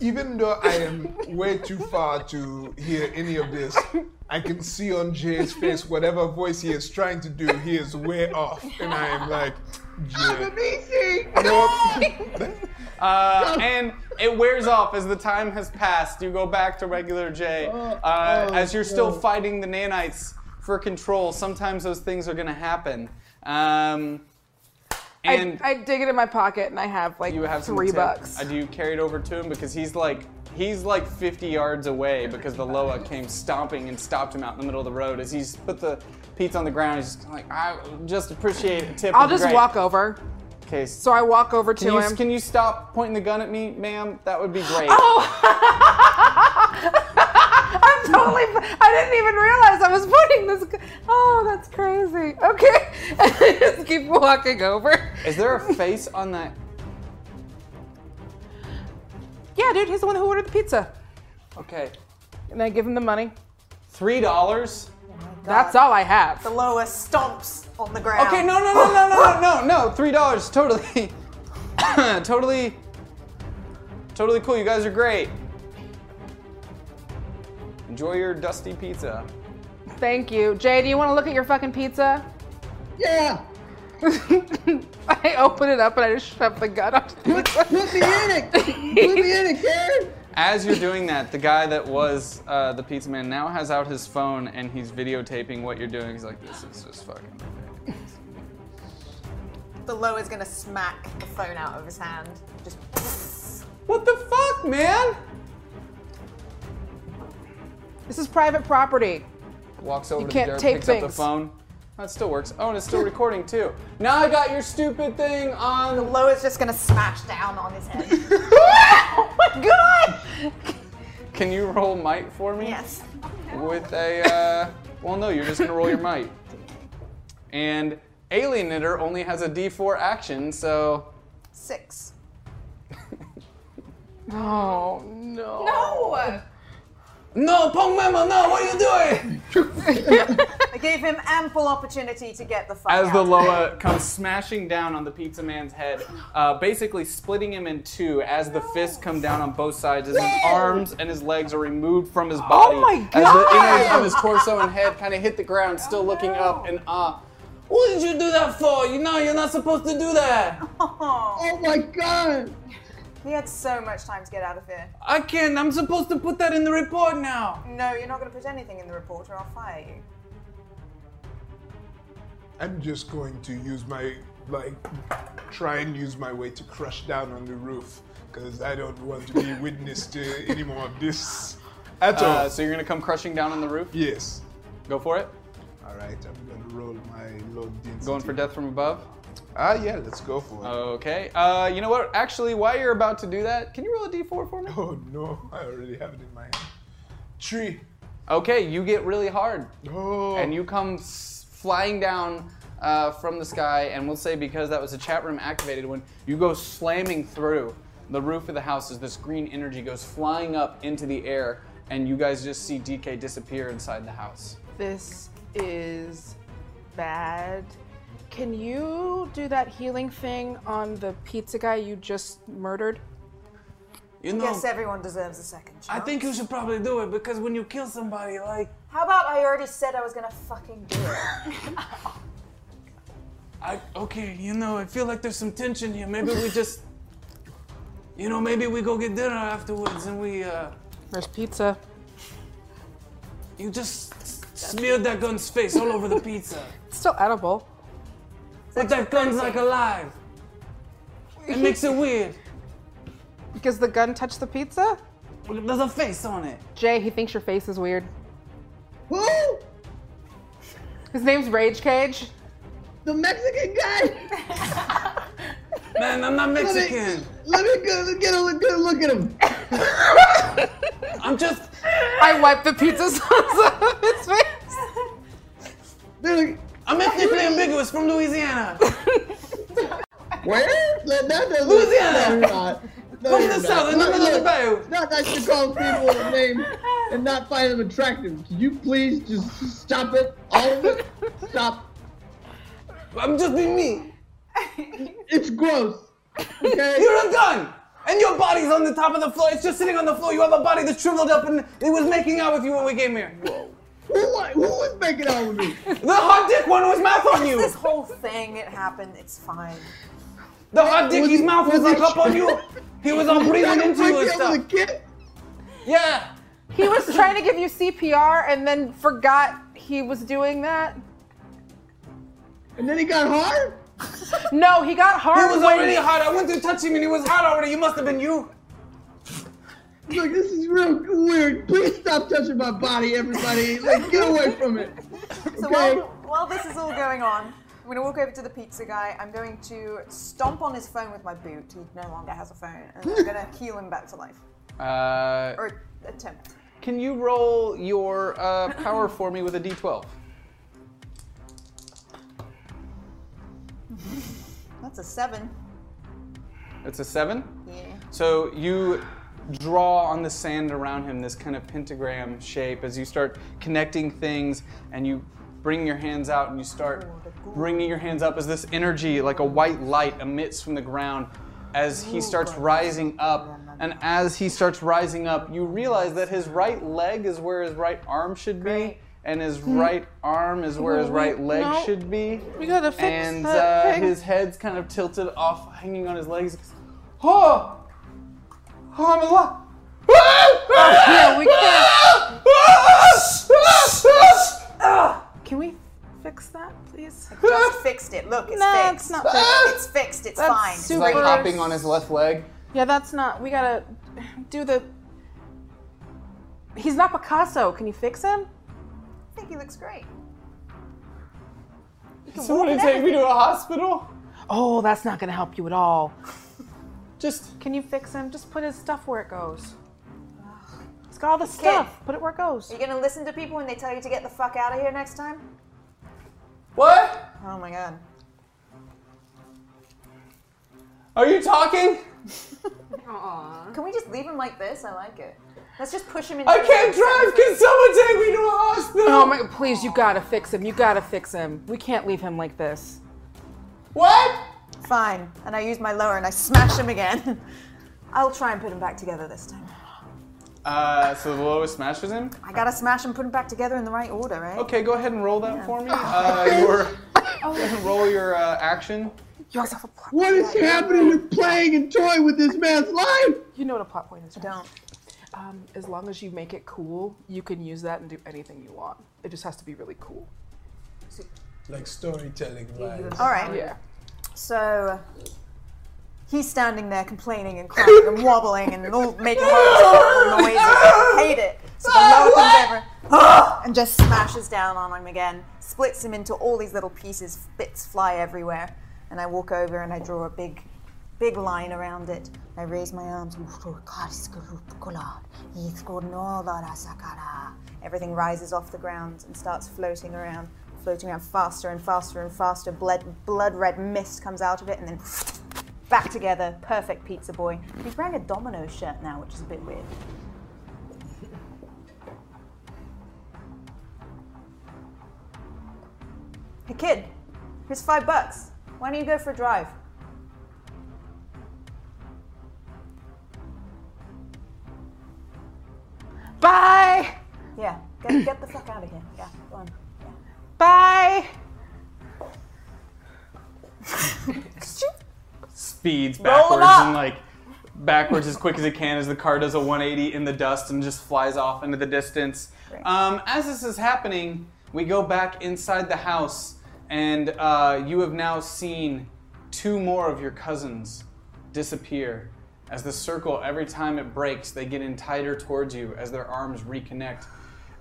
[SPEAKER 9] Even though I am way too far to hear any of this, I can see on Jay's face whatever voice he is trying to do, he is way off. And I am like,
[SPEAKER 6] I'm a
[SPEAKER 9] Jay.
[SPEAKER 6] BC!
[SPEAKER 9] Nope.
[SPEAKER 3] Uh, and it wears off as the time has passed. You go back to regular Jay. Uh,
[SPEAKER 6] oh,
[SPEAKER 3] as you're still
[SPEAKER 6] no.
[SPEAKER 3] fighting the nanites for control, sometimes those things are gonna happen. Um,
[SPEAKER 7] I,
[SPEAKER 3] and
[SPEAKER 7] I dig it in my pocket and I have like
[SPEAKER 3] you have some
[SPEAKER 7] three
[SPEAKER 3] tip.
[SPEAKER 7] bucks.
[SPEAKER 3] Uh, do you carry it over to him because he's like he's like 50 yards away because the Loa came stomping and stopped him out in the middle of the road as he's put the pizza on the ground. He's just like, I just appreciate a tip. would
[SPEAKER 7] I'll
[SPEAKER 3] be
[SPEAKER 7] just
[SPEAKER 3] great."
[SPEAKER 7] walk over.
[SPEAKER 3] Okay,
[SPEAKER 7] So I walk over to
[SPEAKER 3] can you,
[SPEAKER 7] him.
[SPEAKER 3] can you stop pointing the gun at me, ma'am? That would be great.
[SPEAKER 7] I'm totally. I didn't even realize I was putting this. Oh, that's crazy. Okay, just keep walking over.
[SPEAKER 3] Is there a face on that?
[SPEAKER 7] Yeah, dude, he's the one who ordered the pizza.
[SPEAKER 3] Okay,
[SPEAKER 7] And I give him the money.
[SPEAKER 3] three dollars.
[SPEAKER 6] Oh
[SPEAKER 7] That's all I have.
[SPEAKER 5] Loa stomps on the ground.
[SPEAKER 3] Okay, no, no, no, no, no, no, no, no, three dollars, totally, totally, totally cool. You guys are great. Enjoy your dusty pizza.
[SPEAKER 7] Thank you, Jay. Do you want to look at your fucking pizza?
[SPEAKER 6] Yeah!
[SPEAKER 7] I open it up and I just shove the gun up.
[SPEAKER 6] Put, put me in it! Put me in it, Karen!
[SPEAKER 3] As you're doing that, the guy that was uh, the pizza man now has out his phone and he's videotaping what you're doing. He's like, this is just fucking. ridiculous."
[SPEAKER 5] The Loa is gonna smack the phone out of his hand. Just.
[SPEAKER 3] What the fuck, man?
[SPEAKER 7] This is private property.
[SPEAKER 3] Walks over to
[SPEAKER 7] can't
[SPEAKER 3] the door,
[SPEAKER 7] take
[SPEAKER 3] picks up the
[SPEAKER 7] things.
[SPEAKER 3] phone. That still works. Oh, and it's still recording too. Now I got your stupid thing on the
[SPEAKER 5] Loa's just gonna smash down on his head.
[SPEAKER 7] oh my god!
[SPEAKER 3] Can you roll might for me?
[SPEAKER 5] yes.
[SPEAKER 3] With a, uh, well, no, you're just gonna roll your might. And Alienator only has a D4 action, so
[SPEAKER 5] Six.
[SPEAKER 7] Oh no.
[SPEAKER 4] No!
[SPEAKER 3] no, Pong Memo, no, what are you doing?
[SPEAKER 5] I gave him ample opportunity to get the fuck
[SPEAKER 3] As
[SPEAKER 5] out.
[SPEAKER 3] the Loa comes smashing down on the pizza man's head, uh, basically splitting him in two as the fists come down on both sides, as his arms and his legs are removed from his body.
[SPEAKER 7] Oh my
[SPEAKER 3] As the
[SPEAKER 7] God!
[SPEAKER 3] innards of his torso and head kind of hit the ground, still looking
[SPEAKER 5] Oh,
[SPEAKER 3] up and ah. What did you do that for? You know you're not supposed to do that.
[SPEAKER 5] Oh,
[SPEAKER 6] Oh my god!
[SPEAKER 5] he had so much time to get out of here.
[SPEAKER 3] I can't. I'm supposed to put that in the report now.
[SPEAKER 5] No, you're not gonna put anything in the report or I'll fire you.
[SPEAKER 9] I'm just going to use my, like, try and use my way to crush down on the roof because I don't want to be witness to any more of this at all.
[SPEAKER 3] Uh, so you're gonna come crushing down on the roof.
[SPEAKER 9] yes.
[SPEAKER 3] Go for it.
[SPEAKER 9] All right, I'm gonna roll my low density.
[SPEAKER 3] Going for death from above.
[SPEAKER 9] Ah, yeah, let's go for it.
[SPEAKER 3] Okay. Uh, you know what? Actually, while you're about to do that, can you roll a d4 for me?
[SPEAKER 9] oh no, I already have it in my hand. Tree.
[SPEAKER 3] Okay, you get really hard,
[SPEAKER 9] Oh.
[SPEAKER 3] and you come s- flying down uh, from the sky, and we'll say because that was a chat room activated one, you go slamming through the roof of the house as this green energy goes flying up into the air, and you guys just see DK disappear inside the house.
[SPEAKER 7] This is bad. Can you do that healing thing on the pizza guy you just murdered?
[SPEAKER 10] You
[SPEAKER 5] I
[SPEAKER 10] know,
[SPEAKER 5] guess everyone deserves a second
[SPEAKER 10] I
[SPEAKER 5] chance.
[SPEAKER 10] think you should probably do it because when you kill somebody, like,
[SPEAKER 5] How about I already said I was gonna fucking do it?
[SPEAKER 10] I okay, you know, I feel like there's some tension here. Maybe we just, you know, maybe we go get dinner afterwards and we, uh,
[SPEAKER 7] There's pizza.
[SPEAKER 10] you just s- smeared that gun's face all over the pizza.
[SPEAKER 7] It's still edible.
[SPEAKER 10] But that gun's like alive. It makes it weird.
[SPEAKER 7] Because the gun touched the pizza?
[SPEAKER 10] There's a face on it.
[SPEAKER 7] Jay, he thinks your face is weird.
[SPEAKER 6] Who?
[SPEAKER 7] His name's Rage Cage.
[SPEAKER 6] The Mexican guy?
[SPEAKER 10] Man, I'm not
[SPEAKER 6] Let
[SPEAKER 10] Mexican.
[SPEAKER 6] me, let me go, get a good look at him.
[SPEAKER 10] I'm just.
[SPEAKER 7] I wiped the pizza sauce off of his face.
[SPEAKER 6] Dude,
[SPEAKER 10] I'm ethnically ambiguous from Louisiana.
[SPEAKER 6] Where? Let that doesn't
[SPEAKER 10] Louisiana.
[SPEAKER 6] No, you're not. No,
[SPEAKER 10] From
[SPEAKER 6] you're
[SPEAKER 10] the
[SPEAKER 6] not.
[SPEAKER 10] south, in the
[SPEAKER 6] Look,
[SPEAKER 10] middle of the
[SPEAKER 6] look,
[SPEAKER 10] bayou.
[SPEAKER 6] it's Not that you call people a name and not find them attractive. Can you please just stop it? All of it? Stop.
[SPEAKER 10] I'm just being me.
[SPEAKER 6] It's gross. Okay?
[SPEAKER 10] You're a gun, and your body's on the top of the floor. It's just sitting on the floor. You have a body that's shriveled up, and it was making out with you when we came here.
[SPEAKER 6] Who, wa- who was making out with me?
[SPEAKER 10] The hot dick one was mouth on you.
[SPEAKER 5] this whole thing, it happened, it's fine.
[SPEAKER 10] The hot dick,
[SPEAKER 6] Was
[SPEAKER 10] his
[SPEAKER 6] he-
[SPEAKER 10] mouth was
[SPEAKER 6] was he
[SPEAKER 10] like up on
[SPEAKER 6] tr-
[SPEAKER 10] you. He was all breathing
[SPEAKER 6] Trying to
[SPEAKER 10] into
[SPEAKER 6] break
[SPEAKER 10] you and
[SPEAKER 6] out with
[SPEAKER 10] stuff.
[SPEAKER 6] a kid?
[SPEAKER 10] Yeah.
[SPEAKER 7] He was trying to give you CPR and then forgot he was doing that.
[SPEAKER 6] And then he got hard?
[SPEAKER 7] No, he got
[SPEAKER 10] He
[SPEAKER 7] hard.
[SPEAKER 10] was
[SPEAKER 7] when-
[SPEAKER 10] already hot. I went to touch him and he was hot already. You must have been you.
[SPEAKER 6] Look, this is real weird. Please stop touching my body, everybody. Like, get away from it.
[SPEAKER 5] So
[SPEAKER 6] Okay.
[SPEAKER 5] while, while this is all going on, I'm gonna walk over to the pizza guy. I'm going to stomp on his phone with my boot. He no longer has a phone, and I'm gonna heal him back to life
[SPEAKER 3] Uh,
[SPEAKER 5] or attempt.
[SPEAKER 3] can you roll your uh, power for me with a d12?
[SPEAKER 5] That's a seven.
[SPEAKER 3] It's a seven.
[SPEAKER 5] Yeah.
[SPEAKER 3] So you draw on the sand around him this kind of pentagram shape as you start connecting things and you bring your hands out and you start bringing your hands up as this energy like a white light emits from the ground as he starts rising up and as he starts rising up you realize that his right leg is where his right arm should be and his right arm is where his right leg
[SPEAKER 7] No.
[SPEAKER 3] should be
[SPEAKER 7] We gotta fix
[SPEAKER 3] and
[SPEAKER 7] that
[SPEAKER 3] uh,
[SPEAKER 7] thing.
[SPEAKER 3] his head's kind of tilted off hanging on his legs oh Oh, I'm alive.
[SPEAKER 7] Yeah, we can't. Can we fix that, please?
[SPEAKER 5] Just fixed it. Look, it's
[SPEAKER 7] No,
[SPEAKER 5] fixed.
[SPEAKER 7] it's not fixed.
[SPEAKER 5] It's fixed. It's
[SPEAKER 7] That's
[SPEAKER 5] fine.
[SPEAKER 7] super-
[SPEAKER 3] like hopping on his left leg.
[SPEAKER 7] Yeah, that's not. We gotta do the. He's not Picasso. Can you fix him?
[SPEAKER 5] I think he looks great.
[SPEAKER 3] Somebody take me to a hospital.
[SPEAKER 7] Oh, that's not gonna help you at all.
[SPEAKER 3] Just
[SPEAKER 7] Can you fix him? Just put his stuff where it goes. It's got all the stuff. Put it where it goes.
[SPEAKER 5] Are you gonna listen to people when they tell you to get the fuck out of here next time?
[SPEAKER 3] what?
[SPEAKER 5] Oh my god.
[SPEAKER 3] Are you talking?
[SPEAKER 5] Can we just leave him like this? I like it. Let's just push him into.
[SPEAKER 3] I can't drive. Can someone take me to a hospital?
[SPEAKER 7] Oh my! Please, you gotta fix him. You gotta fix him. We can't leave him like this.
[SPEAKER 3] What?
[SPEAKER 5] Fine. And I use my lower and I smash him again. I'll try and put him back together this time.
[SPEAKER 3] Uh, so the lowest smashes him.
[SPEAKER 5] I gotta smash and put him back together in the right order, right?
[SPEAKER 3] Okay, go ahead and roll that for me.
[SPEAKER 7] Oh.
[SPEAKER 3] Uh, your go ahead and roll your uh, action.
[SPEAKER 7] You also have Oh. a plot.
[SPEAKER 6] What is happening with playing and toying with this man's life?
[SPEAKER 7] You know what a plot point is.
[SPEAKER 5] I
[SPEAKER 7] right?
[SPEAKER 5] don't.
[SPEAKER 7] Um, as long as you make it cool, you can use that and do anything you want. It just has to be really cool.
[SPEAKER 9] Like storytelling vibes.
[SPEAKER 5] All right.
[SPEAKER 7] Yeah.
[SPEAKER 5] So he's standing there complaining and crying and wobbling and all making all terrible noises. I hate it. So the lower comes over "Ah!" and just smashes down on him again, splits him into all these little pieces. Bits fly everywhere, and I walk over and I draw a big, big line around it. I raise my arms. Everything rises off the ground and starts floating around, floating around faster and faster and faster. Blood, blood red mist comes out of it, and then back together. Perfect pizza boy. He's wearing a domino shirt now, which is a bit weird. Hey kid, here's five bucks. Why don't you go for a drive?
[SPEAKER 7] Bye.
[SPEAKER 5] Yeah, get, get the fuck out of here. Yeah, go on.
[SPEAKER 7] Bye.
[SPEAKER 3] speeds
[SPEAKER 5] Roll 'em
[SPEAKER 3] backwards
[SPEAKER 5] up.
[SPEAKER 3] and like backwards as quick as it can as the car does a 180 in the dust and just flies off into the distance. Um, as this is happening, we go back inside the house, and uh, you have now seen two more of your cousins disappear. As the circle, every time it breaks, they get in tighter towards you as their arms reconnect.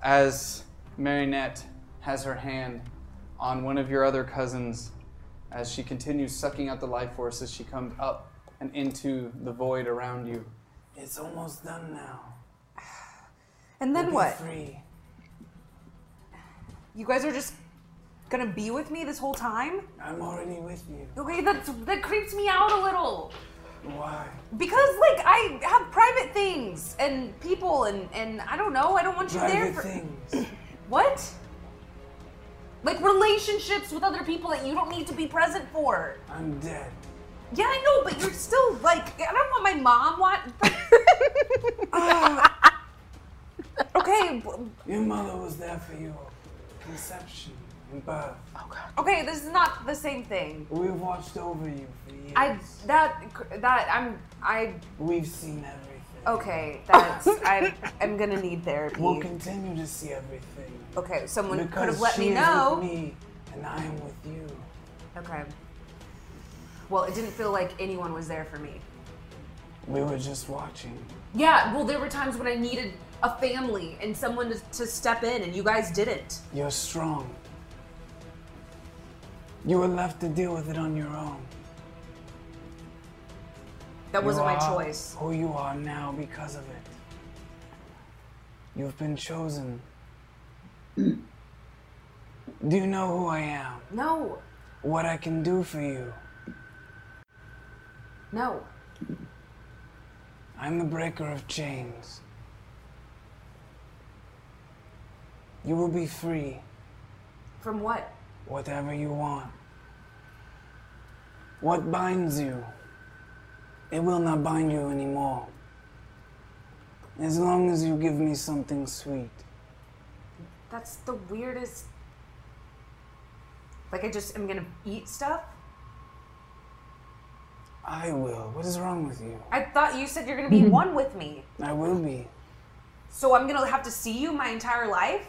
[SPEAKER 3] As Marinette has her hand on one of your other cousins, as she continues sucking out the life force as she comes up and into the void around you.
[SPEAKER 10] It's almost done now.
[SPEAKER 4] And then
[SPEAKER 10] Be
[SPEAKER 4] what?
[SPEAKER 10] Free.
[SPEAKER 4] You guys are just gonna be with me this whole time?
[SPEAKER 10] I'm already with you.
[SPEAKER 4] Okay, that's, that creeps me out a little.
[SPEAKER 10] Why?
[SPEAKER 4] Because, like, I have private things and people, and, and I don't know, I don't want you there
[SPEAKER 10] Private
[SPEAKER 4] for.
[SPEAKER 10] things.
[SPEAKER 4] What? Like relationships with other people that you don't need to be present for.
[SPEAKER 10] I'm dead.
[SPEAKER 4] Yeah, I know, but you're still like I don't want my mom want. okay, w-
[SPEAKER 10] Your mother was there for your conception and birth.
[SPEAKER 4] okay, this is not the same thing.
[SPEAKER 10] We've watched over you for years.
[SPEAKER 4] I that that I'm I
[SPEAKER 10] We've seen everything.
[SPEAKER 4] okay that's I I'm gonna need therapy.
[SPEAKER 10] We'll continue to see everything.
[SPEAKER 4] Okay, someone could
[SPEAKER 10] Because
[SPEAKER 4] have let
[SPEAKER 10] she
[SPEAKER 4] me
[SPEAKER 10] is
[SPEAKER 4] know.
[SPEAKER 10] with me, and I am with you.
[SPEAKER 4] Okay. Well, it didn't feel like anyone was there for me.
[SPEAKER 10] We were just watching.
[SPEAKER 4] Yeah, well, there were times when I needed a family and someone to, to step in, and you guys didn't.
[SPEAKER 10] You're strong. You were left to deal with it on your own.
[SPEAKER 4] That wasn't
[SPEAKER 10] you
[SPEAKER 4] my
[SPEAKER 10] are
[SPEAKER 4] choice.
[SPEAKER 10] Who you are now because of it. You've been chosen. Do you know who I am?
[SPEAKER 4] No,
[SPEAKER 10] What I can do for you?
[SPEAKER 4] no.
[SPEAKER 10] I'm the breaker of chains. You will be free,
[SPEAKER 4] From what?
[SPEAKER 10] whatever you want. What binds you, it will not bind you anymore. As long as you give me something sweet.
[SPEAKER 4] That's the weirdest. Like, I just am gonna eat stuff?
[SPEAKER 10] I will. What is wrong with you?
[SPEAKER 4] I thought you said you're gonna be one with me.
[SPEAKER 10] I will be.
[SPEAKER 4] So I'm gonna have to see you my entire life?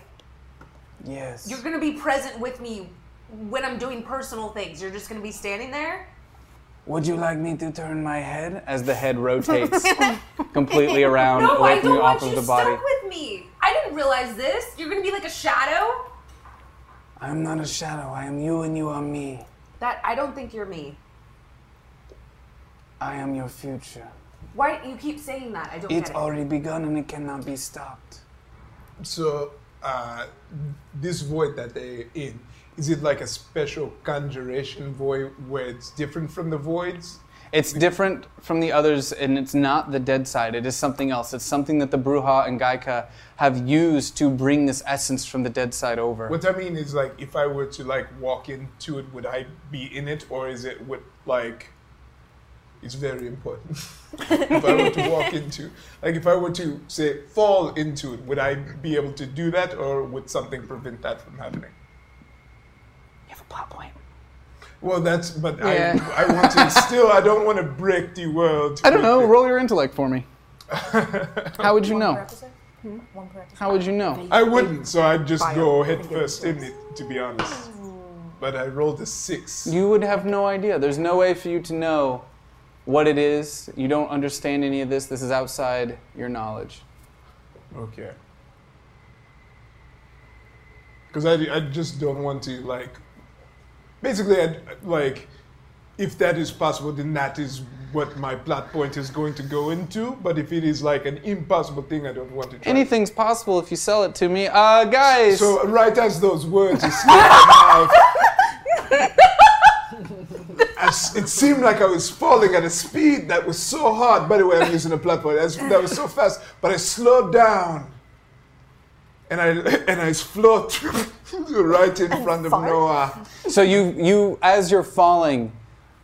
[SPEAKER 10] Yes.
[SPEAKER 4] You're gonna be present with me when I'm doing personal things. You're just gonna be standing there?
[SPEAKER 10] Would you like me to turn my head?
[SPEAKER 3] As the head rotates completely around,
[SPEAKER 4] No,
[SPEAKER 3] away
[SPEAKER 4] I
[SPEAKER 3] from
[SPEAKER 4] don't
[SPEAKER 3] you,
[SPEAKER 4] want
[SPEAKER 3] off of
[SPEAKER 4] you
[SPEAKER 3] the body.
[SPEAKER 4] stuck with me. I didn't realize this. You're gonna be like a shadow?
[SPEAKER 10] I'm not a shadow. I am you and you are me.
[SPEAKER 4] That I don't think you're me.
[SPEAKER 10] I am your future.
[SPEAKER 4] Why do you keep saying that? I don't
[SPEAKER 10] It's
[SPEAKER 4] get it.
[SPEAKER 10] already begun and it cannot be stopped.
[SPEAKER 9] So, uh, this void that they're in, is it like a special conjuration void where it's different from the voids?
[SPEAKER 3] It's different from the others, and it's not the dead side. It is something else. It's something that the Bruja and Gaika have used to bring this essence from the dead side over.
[SPEAKER 9] What I mean is, like, if I were to like walk into it, would I be in it, or is it would like? It's very important. if I were to walk into, like, if I were to say fall into it, would I be able to do that, or would something prevent that from happening?
[SPEAKER 7] You have a plot point.
[SPEAKER 9] Well, that's. But
[SPEAKER 3] Yeah.
[SPEAKER 9] I, I want to still. I don't want to break the world.
[SPEAKER 3] I don't know. Roll your intellect for me. How would you know?
[SPEAKER 5] Episode? One per episode.
[SPEAKER 3] How would you know?
[SPEAKER 9] I wouldn't, so I'd just go head first in it, to be honest. But I rolled a six.
[SPEAKER 3] You would have no idea. There's no way for you to know what it is. You don't understand any of this. This is outside your knowledge.
[SPEAKER 9] Okay. Because I, I just don't want to, like, basically, i like, if that is possible, then that is what my plot point is going to go into. But if it is, like, an impossible thing, I don't want to try.
[SPEAKER 3] Anything's possible if you sell it to me. Uh, guys,
[SPEAKER 9] So, right as those words escaped my mouth, as- it seemed like I was falling at a speed that was so hard. By the way, I'm using a platform that's, that was so fast, but I slowed down, and I and I flowed right in front of Noah.
[SPEAKER 3] so you you as you're falling,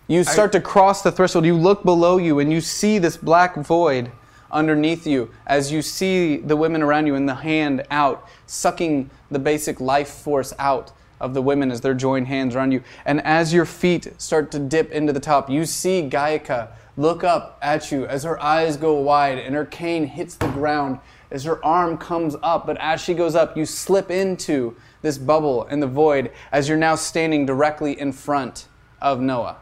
[SPEAKER 3] you start to cross the threshold. You look below you and you see this black void underneath you as you see the women around you and the hand out, sucking the basic life force out of the women as their joined hands around you. And as your feet start to dip into the top, you see Gaica look up at you as her eyes go wide and her cane hits the ground as her arm comes up. But as she goes up, you slip into this bubble in the void as you're now standing directly in front of Noah.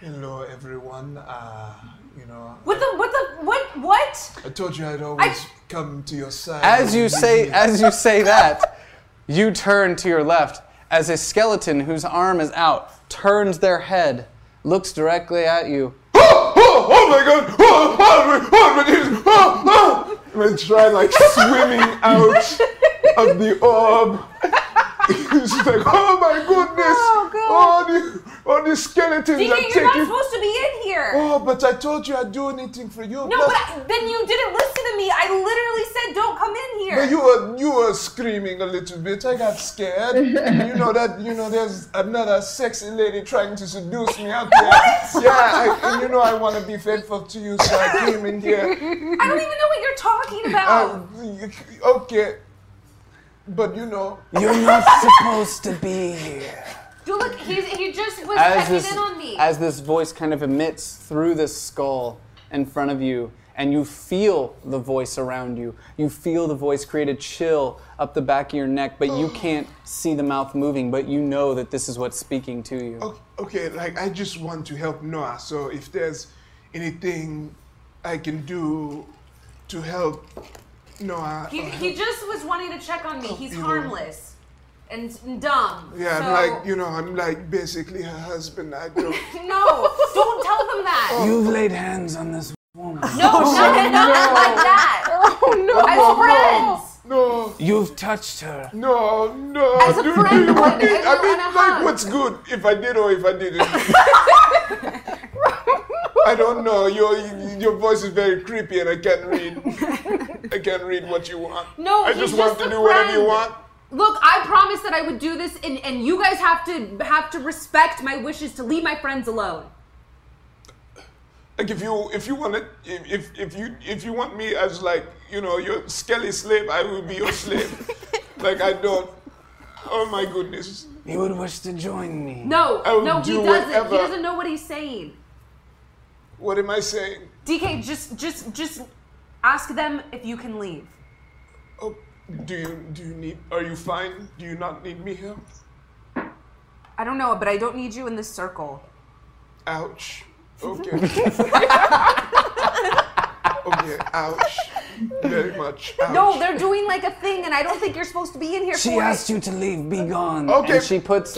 [SPEAKER 9] Hello, everyone. Uh, you know,
[SPEAKER 4] What the? What the? What? What?
[SPEAKER 9] I told you I'd always come to your side.
[SPEAKER 3] As you
[SPEAKER 9] and leave
[SPEAKER 3] say,
[SPEAKER 9] you.
[SPEAKER 3] as you say that, you turn to your left as a skeleton whose arm is out turns their head, looks directly at you.
[SPEAKER 9] oh, oh, oh my god! Oh, oh, my- oh, my Jesus! Oh, oh! I'm gonna try like swimming out of the orb. She's like, oh my goodness!
[SPEAKER 4] Oh, God.
[SPEAKER 9] All the, all the skeletons
[SPEAKER 4] DK,
[SPEAKER 9] are
[SPEAKER 4] you're not
[SPEAKER 9] taking.
[SPEAKER 4] supposed to be in here.
[SPEAKER 9] Oh, but I told you I'd do anything for you.
[SPEAKER 4] no,
[SPEAKER 9] Plus-
[SPEAKER 4] but I, then you didn't listen to me. I literally said don't come in here.
[SPEAKER 9] But you were you were screaming a little bit. I got scared. you know that you know there's another sexy lady trying to seduce me out there. Yeah, I, and you know I want to be faithful to you, so I came in here.
[SPEAKER 4] I don't even know what you're
[SPEAKER 3] Oh,
[SPEAKER 4] talking about.
[SPEAKER 9] Uh, okay, but you know
[SPEAKER 10] You're not supposed to be here.
[SPEAKER 4] Dude, look, he's, he just was
[SPEAKER 3] as
[SPEAKER 4] checking
[SPEAKER 3] this,
[SPEAKER 4] in on me.
[SPEAKER 3] as this voice kind of emits through this skull in front of you, and you feel the voice around you. You feel the voice create a chill up the back of your neck, but you can't see the mouth moving, but you know that this is what's speaking to you.
[SPEAKER 9] Okay, okay, like I just want to help Noah. So if there's anything I can do to help Noah, uh,
[SPEAKER 4] he,
[SPEAKER 9] or
[SPEAKER 4] he just was wanting to check on me. He's
[SPEAKER 9] you know.
[SPEAKER 4] harmless and and dumb.
[SPEAKER 9] yeah,
[SPEAKER 4] so,
[SPEAKER 9] I'm like you know I'm like basically her husband. I don't. Oh,
[SPEAKER 4] No, don't tell them that.
[SPEAKER 10] You've laid hands on this woman.
[SPEAKER 4] Oh.
[SPEAKER 10] Oh,
[SPEAKER 4] No, not, not like that.
[SPEAKER 7] Oh no!
[SPEAKER 4] As friends.
[SPEAKER 9] no.
[SPEAKER 10] You've touched her.
[SPEAKER 9] No, no.
[SPEAKER 4] As a
[SPEAKER 9] do- do
[SPEAKER 4] friend,
[SPEAKER 9] you want
[SPEAKER 4] and-
[SPEAKER 9] me-
[SPEAKER 4] and
[SPEAKER 9] I
[SPEAKER 4] you
[SPEAKER 9] mean,
[SPEAKER 4] wanna
[SPEAKER 9] like,
[SPEAKER 4] hug.
[SPEAKER 9] what's good if I did or if I didn't? I don't know. Your your voice is very creepy, and I can't read. I can't read what you want.
[SPEAKER 4] No,
[SPEAKER 9] I
[SPEAKER 4] he's
[SPEAKER 9] just want
[SPEAKER 4] just a
[SPEAKER 9] to do whatever you
[SPEAKER 4] friend.
[SPEAKER 9] want.
[SPEAKER 4] Look, I promised that I would do this, and, and you guys have to have to respect my wishes to leave my friends alone.
[SPEAKER 9] Like if you if you want to if, if if you if you want me as like you know your skelly slave, I will be your slave. like I don't. Oh my goodness.
[SPEAKER 10] You would wish to join me.
[SPEAKER 4] No,
[SPEAKER 9] I will
[SPEAKER 4] no, he
[SPEAKER 9] Oh, do
[SPEAKER 4] doesn't.
[SPEAKER 9] whatever-
[SPEAKER 4] He doesn't know what he's saying.
[SPEAKER 9] What am I saying?
[SPEAKER 4] DK, just just just ask them if you can leave.
[SPEAKER 9] Oh, do you do you need? Are you fine? Do you not need me here?
[SPEAKER 4] I don't know, but I don't need you in this circle.
[SPEAKER 9] Ouch. Okay. okay. Ouch. Very much. Ouch.
[SPEAKER 4] No, they're doing like a thing, and I don't think you're supposed to be in here.
[SPEAKER 10] She
[SPEAKER 4] for
[SPEAKER 10] asked
[SPEAKER 4] it.
[SPEAKER 10] you to leave. Be gone.
[SPEAKER 9] Okay.
[SPEAKER 3] And she puts.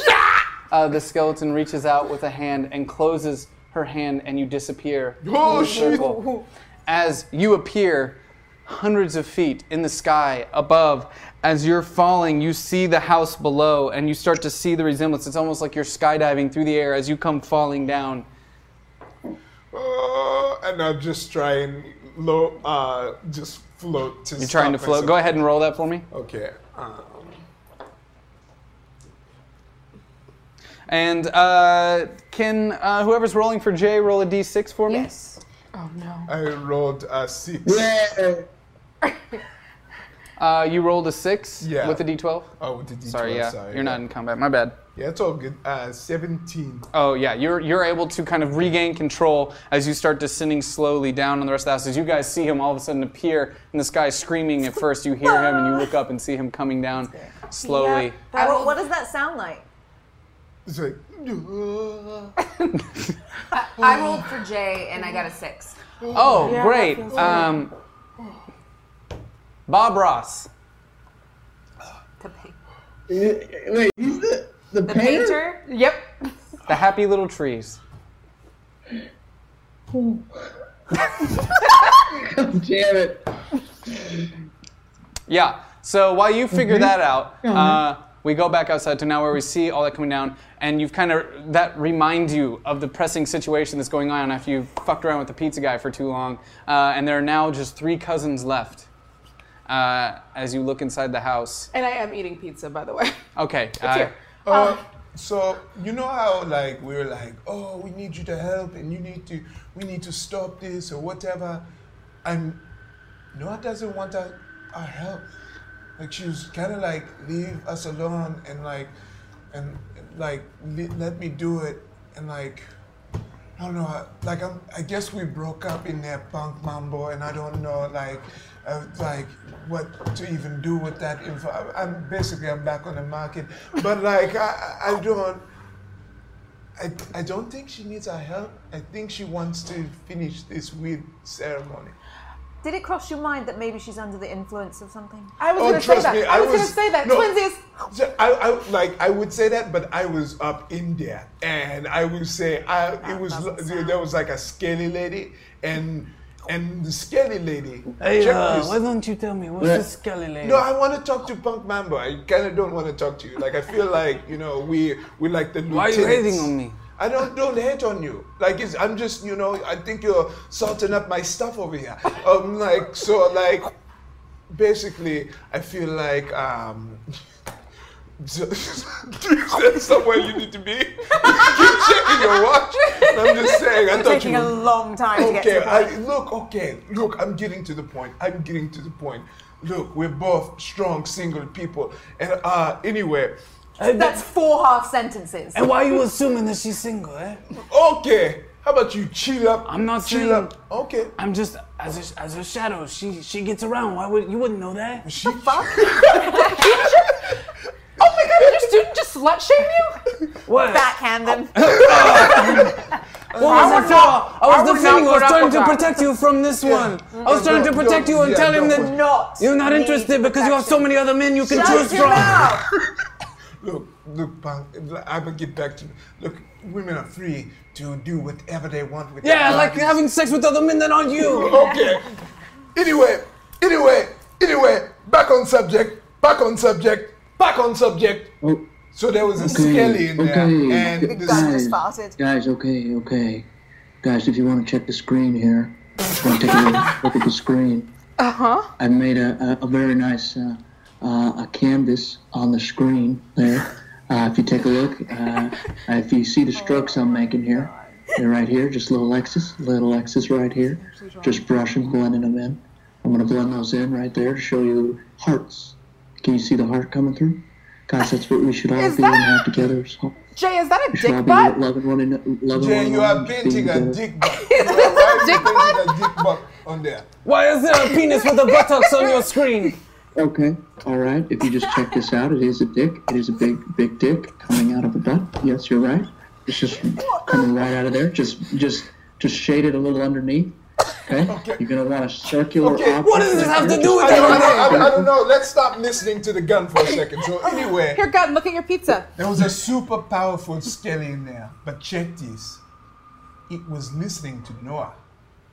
[SPEAKER 3] Uh, the skeleton reaches out with a hand and closes her hand, and you disappear.
[SPEAKER 9] Oh,
[SPEAKER 3] in the
[SPEAKER 9] shit.
[SPEAKER 3] circle. As you appear hundreds of feet in the sky above, as you're falling, you see the house below, and you start to see the resemblance. It's almost like you're skydiving through the air as you come falling down.
[SPEAKER 9] Oh, and I'll just try and low. Uh, just float to.
[SPEAKER 3] You're trying to float. Go ahead and roll that for me.
[SPEAKER 9] Okay. Um,
[SPEAKER 3] And uh, can uh, whoever's rolling for Jay roll a d6 for me?
[SPEAKER 4] Yes.
[SPEAKER 7] Oh no!
[SPEAKER 9] I rolled a six.
[SPEAKER 6] Yeah.
[SPEAKER 3] Uh, you rolled a six
[SPEAKER 9] Yeah.
[SPEAKER 3] with a d12.
[SPEAKER 9] Oh, with the D12,
[SPEAKER 3] sorry, yeah,
[SPEAKER 9] sorry.
[SPEAKER 3] you're not in combat. My bad.
[SPEAKER 9] Yeah, it's all good. Uh, seventeen.
[SPEAKER 3] Oh yeah, you're you're able to kind of regain control as you start descending slowly down on the rest of the house. As you guys see him all of a sudden appear in the sky, screaming at first. You hear him and you look up and see him coming down slowly.
[SPEAKER 5] I don't- what does that sound like?
[SPEAKER 9] It's like.
[SPEAKER 4] I rolled for Jay, and I got a six.
[SPEAKER 3] Oh great, um, Bob Ross.
[SPEAKER 4] The pa-
[SPEAKER 6] Wait, he's the the,
[SPEAKER 4] the
[SPEAKER 6] painter?
[SPEAKER 4] painter.
[SPEAKER 7] Yep.
[SPEAKER 3] The happy little trees.
[SPEAKER 6] God damn it!
[SPEAKER 3] Yeah. So while you figure that out, uh, we go back outside to now where we see all that coming down, and you've kind of that reminds you of the pressing situation that's going on after you fucked around with the pizza guy for too long, uh, and there are now just three cousins left. Uh, as you look inside the house.
[SPEAKER 7] And I am eating pizza, by the way.
[SPEAKER 3] Okay.
[SPEAKER 7] It's
[SPEAKER 3] Uh,
[SPEAKER 7] here. Um,
[SPEAKER 9] Uh, so you know how like we were like, oh, we need you to help, and you need to, we need to stop this or whatever. I'm. Noah doesn't want our, our help. Like she was kind of like leave us alone and like, and like le- let me do it and like. I don't know. I- Like I'm, I guess we broke up in that punk mambo, and I don't know like, uh, like what to even do with that info. I- I'm basically I'm back on the market, but like I, I- I don't. I, I don't think she needs our help. I think she wants to finish this weird ceremony.
[SPEAKER 5] Did it cross your mind that maybe she's under the influence of something?
[SPEAKER 7] I was
[SPEAKER 9] Oh,
[SPEAKER 7] gonna say
[SPEAKER 9] trust
[SPEAKER 7] that.
[SPEAKER 9] me,
[SPEAKER 7] I,
[SPEAKER 9] I
[SPEAKER 7] was, gonna
[SPEAKER 9] was-
[SPEAKER 7] say that.
[SPEAKER 9] no.
[SPEAKER 7] Twinsies.
[SPEAKER 9] So I, I like I would say that, but I was up in there, and I would say I it was lo- there there was like a scaly lady, and and the scaly lady.
[SPEAKER 10] Hey,
[SPEAKER 9] check
[SPEAKER 10] uh,
[SPEAKER 9] this.
[SPEAKER 10] why don't you tell me what's
[SPEAKER 6] Yeah.
[SPEAKER 10] this skelly lady?
[SPEAKER 9] No, I want to talk to Punk Mambo. I kind of don't want to talk to you. Like I feel like you know we we like the.
[SPEAKER 10] Why are you
[SPEAKER 9] lieutenants.
[SPEAKER 10] hating on me?
[SPEAKER 9] I don't don't hate on you. Like it's, I'm just you know I think you're salting up my stuff over here. Um, like so like basically I feel like um. Do you send somewhere you need to be? Keep checking your watch. I'm just saying. I thought you
[SPEAKER 5] Taking a
[SPEAKER 9] were-
[SPEAKER 5] long time to get to
[SPEAKER 9] Okay,
[SPEAKER 5] the point.
[SPEAKER 9] I, look, okay, look, I'm getting to the point. I'm getting to the point. Look, we're both strong, single people. And uh, anyway,
[SPEAKER 5] That's four half sentences.
[SPEAKER 10] And why are you assuming that she's single, eh?
[SPEAKER 9] okay, how about you chill up?
[SPEAKER 10] I'm not
[SPEAKER 9] chill
[SPEAKER 10] saying-
[SPEAKER 9] up. Okay.
[SPEAKER 10] I'm just as a, as a shadow. She she gets around. Why would you wouldn't know that?
[SPEAKER 9] She,
[SPEAKER 7] Oh my god, did your student just slut shame you?
[SPEAKER 10] What?
[SPEAKER 5] Backhand them.
[SPEAKER 10] What was I
[SPEAKER 7] would
[SPEAKER 10] for?
[SPEAKER 7] not-
[SPEAKER 10] I
[SPEAKER 7] I
[SPEAKER 10] was the
[SPEAKER 7] would not
[SPEAKER 10] thing. I
[SPEAKER 7] put
[SPEAKER 10] was
[SPEAKER 7] up
[SPEAKER 10] trying
[SPEAKER 7] with
[SPEAKER 10] to
[SPEAKER 7] that.
[SPEAKER 10] protect you from this one. I was
[SPEAKER 9] No,
[SPEAKER 10] trying to
[SPEAKER 9] don't-
[SPEAKER 10] protect you
[SPEAKER 9] don't-
[SPEAKER 10] and
[SPEAKER 9] yeah,
[SPEAKER 10] tell him
[SPEAKER 9] don't
[SPEAKER 10] that
[SPEAKER 9] put-
[SPEAKER 5] Not.
[SPEAKER 10] you're not
[SPEAKER 5] need
[SPEAKER 10] interested because you have so many other men you can
[SPEAKER 5] protection.
[SPEAKER 10] choose
[SPEAKER 5] Shut your
[SPEAKER 10] from.
[SPEAKER 5] mouth.
[SPEAKER 9] look, look, punk, I'm gonna get back to Look, women are free to do whatever they want with
[SPEAKER 10] Yeah,
[SPEAKER 9] their
[SPEAKER 10] like
[SPEAKER 9] bodies.
[SPEAKER 10] having sex with other men that aren't you.
[SPEAKER 9] Okay. Anyway, anyway, anyway, back on subject, back on subject, back on subject.
[SPEAKER 6] Oh,
[SPEAKER 9] So there was a
[SPEAKER 6] okay,
[SPEAKER 9] skelly in there,
[SPEAKER 6] okay.
[SPEAKER 9] and
[SPEAKER 5] guy
[SPEAKER 9] this,
[SPEAKER 5] just farted.
[SPEAKER 6] guys, okay, okay. Guys, if you want to check the screen here, want to take a look, look at the screen.
[SPEAKER 7] Uh-huh.
[SPEAKER 6] Uh huh. I made a, a, a very nice uh, uh, a canvas on the screen there. Uh, if you take a look, uh, if you see the strokes I'm making here, they're right here. Just little X's, little X's right here. Just brushing, blending them in. I'm gonna blend those in right there to show you hearts. Can you see the heart coming through? Guys, that's what we should all
[SPEAKER 7] Is
[SPEAKER 6] be and
[SPEAKER 7] that-
[SPEAKER 6] have together. is heart.
[SPEAKER 7] Jay, is that a
[SPEAKER 6] Should I
[SPEAKER 7] dick
[SPEAKER 6] be
[SPEAKER 7] butt?
[SPEAKER 6] loving one another? Loving
[SPEAKER 9] Jay,
[SPEAKER 6] one
[SPEAKER 9] you
[SPEAKER 6] another,
[SPEAKER 9] are
[SPEAKER 6] being
[SPEAKER 9] painting a
[SPEAKER 6] together?
[SPEAKER 9] dick butt. You are- Why are you
[SPEAKER 7] Dick
[SPEAKER 9] painting a dick butt on there?
[SPEAKER 10] Why is there a penis with a buttocks on your screen?
[SPEAKER 6] Okay, all right. If you just check this out, it is a dick. It is a big, big dick coming out of a butt. Yes, you're right. It's just coming right out of there. Just, just, just shade it a little underneath. Okay. You're gonna want a circular.
[SPEAKER 9] Okay,
[SPEAKER 6] object
[SPEAKER 10] What does this
[SPEAKER 6] right
[SPEAKER 10] have to
[SPEAKER 6] there.
[SPEAKER 10] do with
[SPEAKER 9] I don't know. I, I
[SPEAKER 10] anything?
[SPEAKER 9] don't know. Let's stop listening to the gun for a second. So anyway,
[SPEAKER 7] Here, God, look at your pizza.
[SPEAKER 9] there was a super powerful skelly in there, but check this. It was listening to Noah,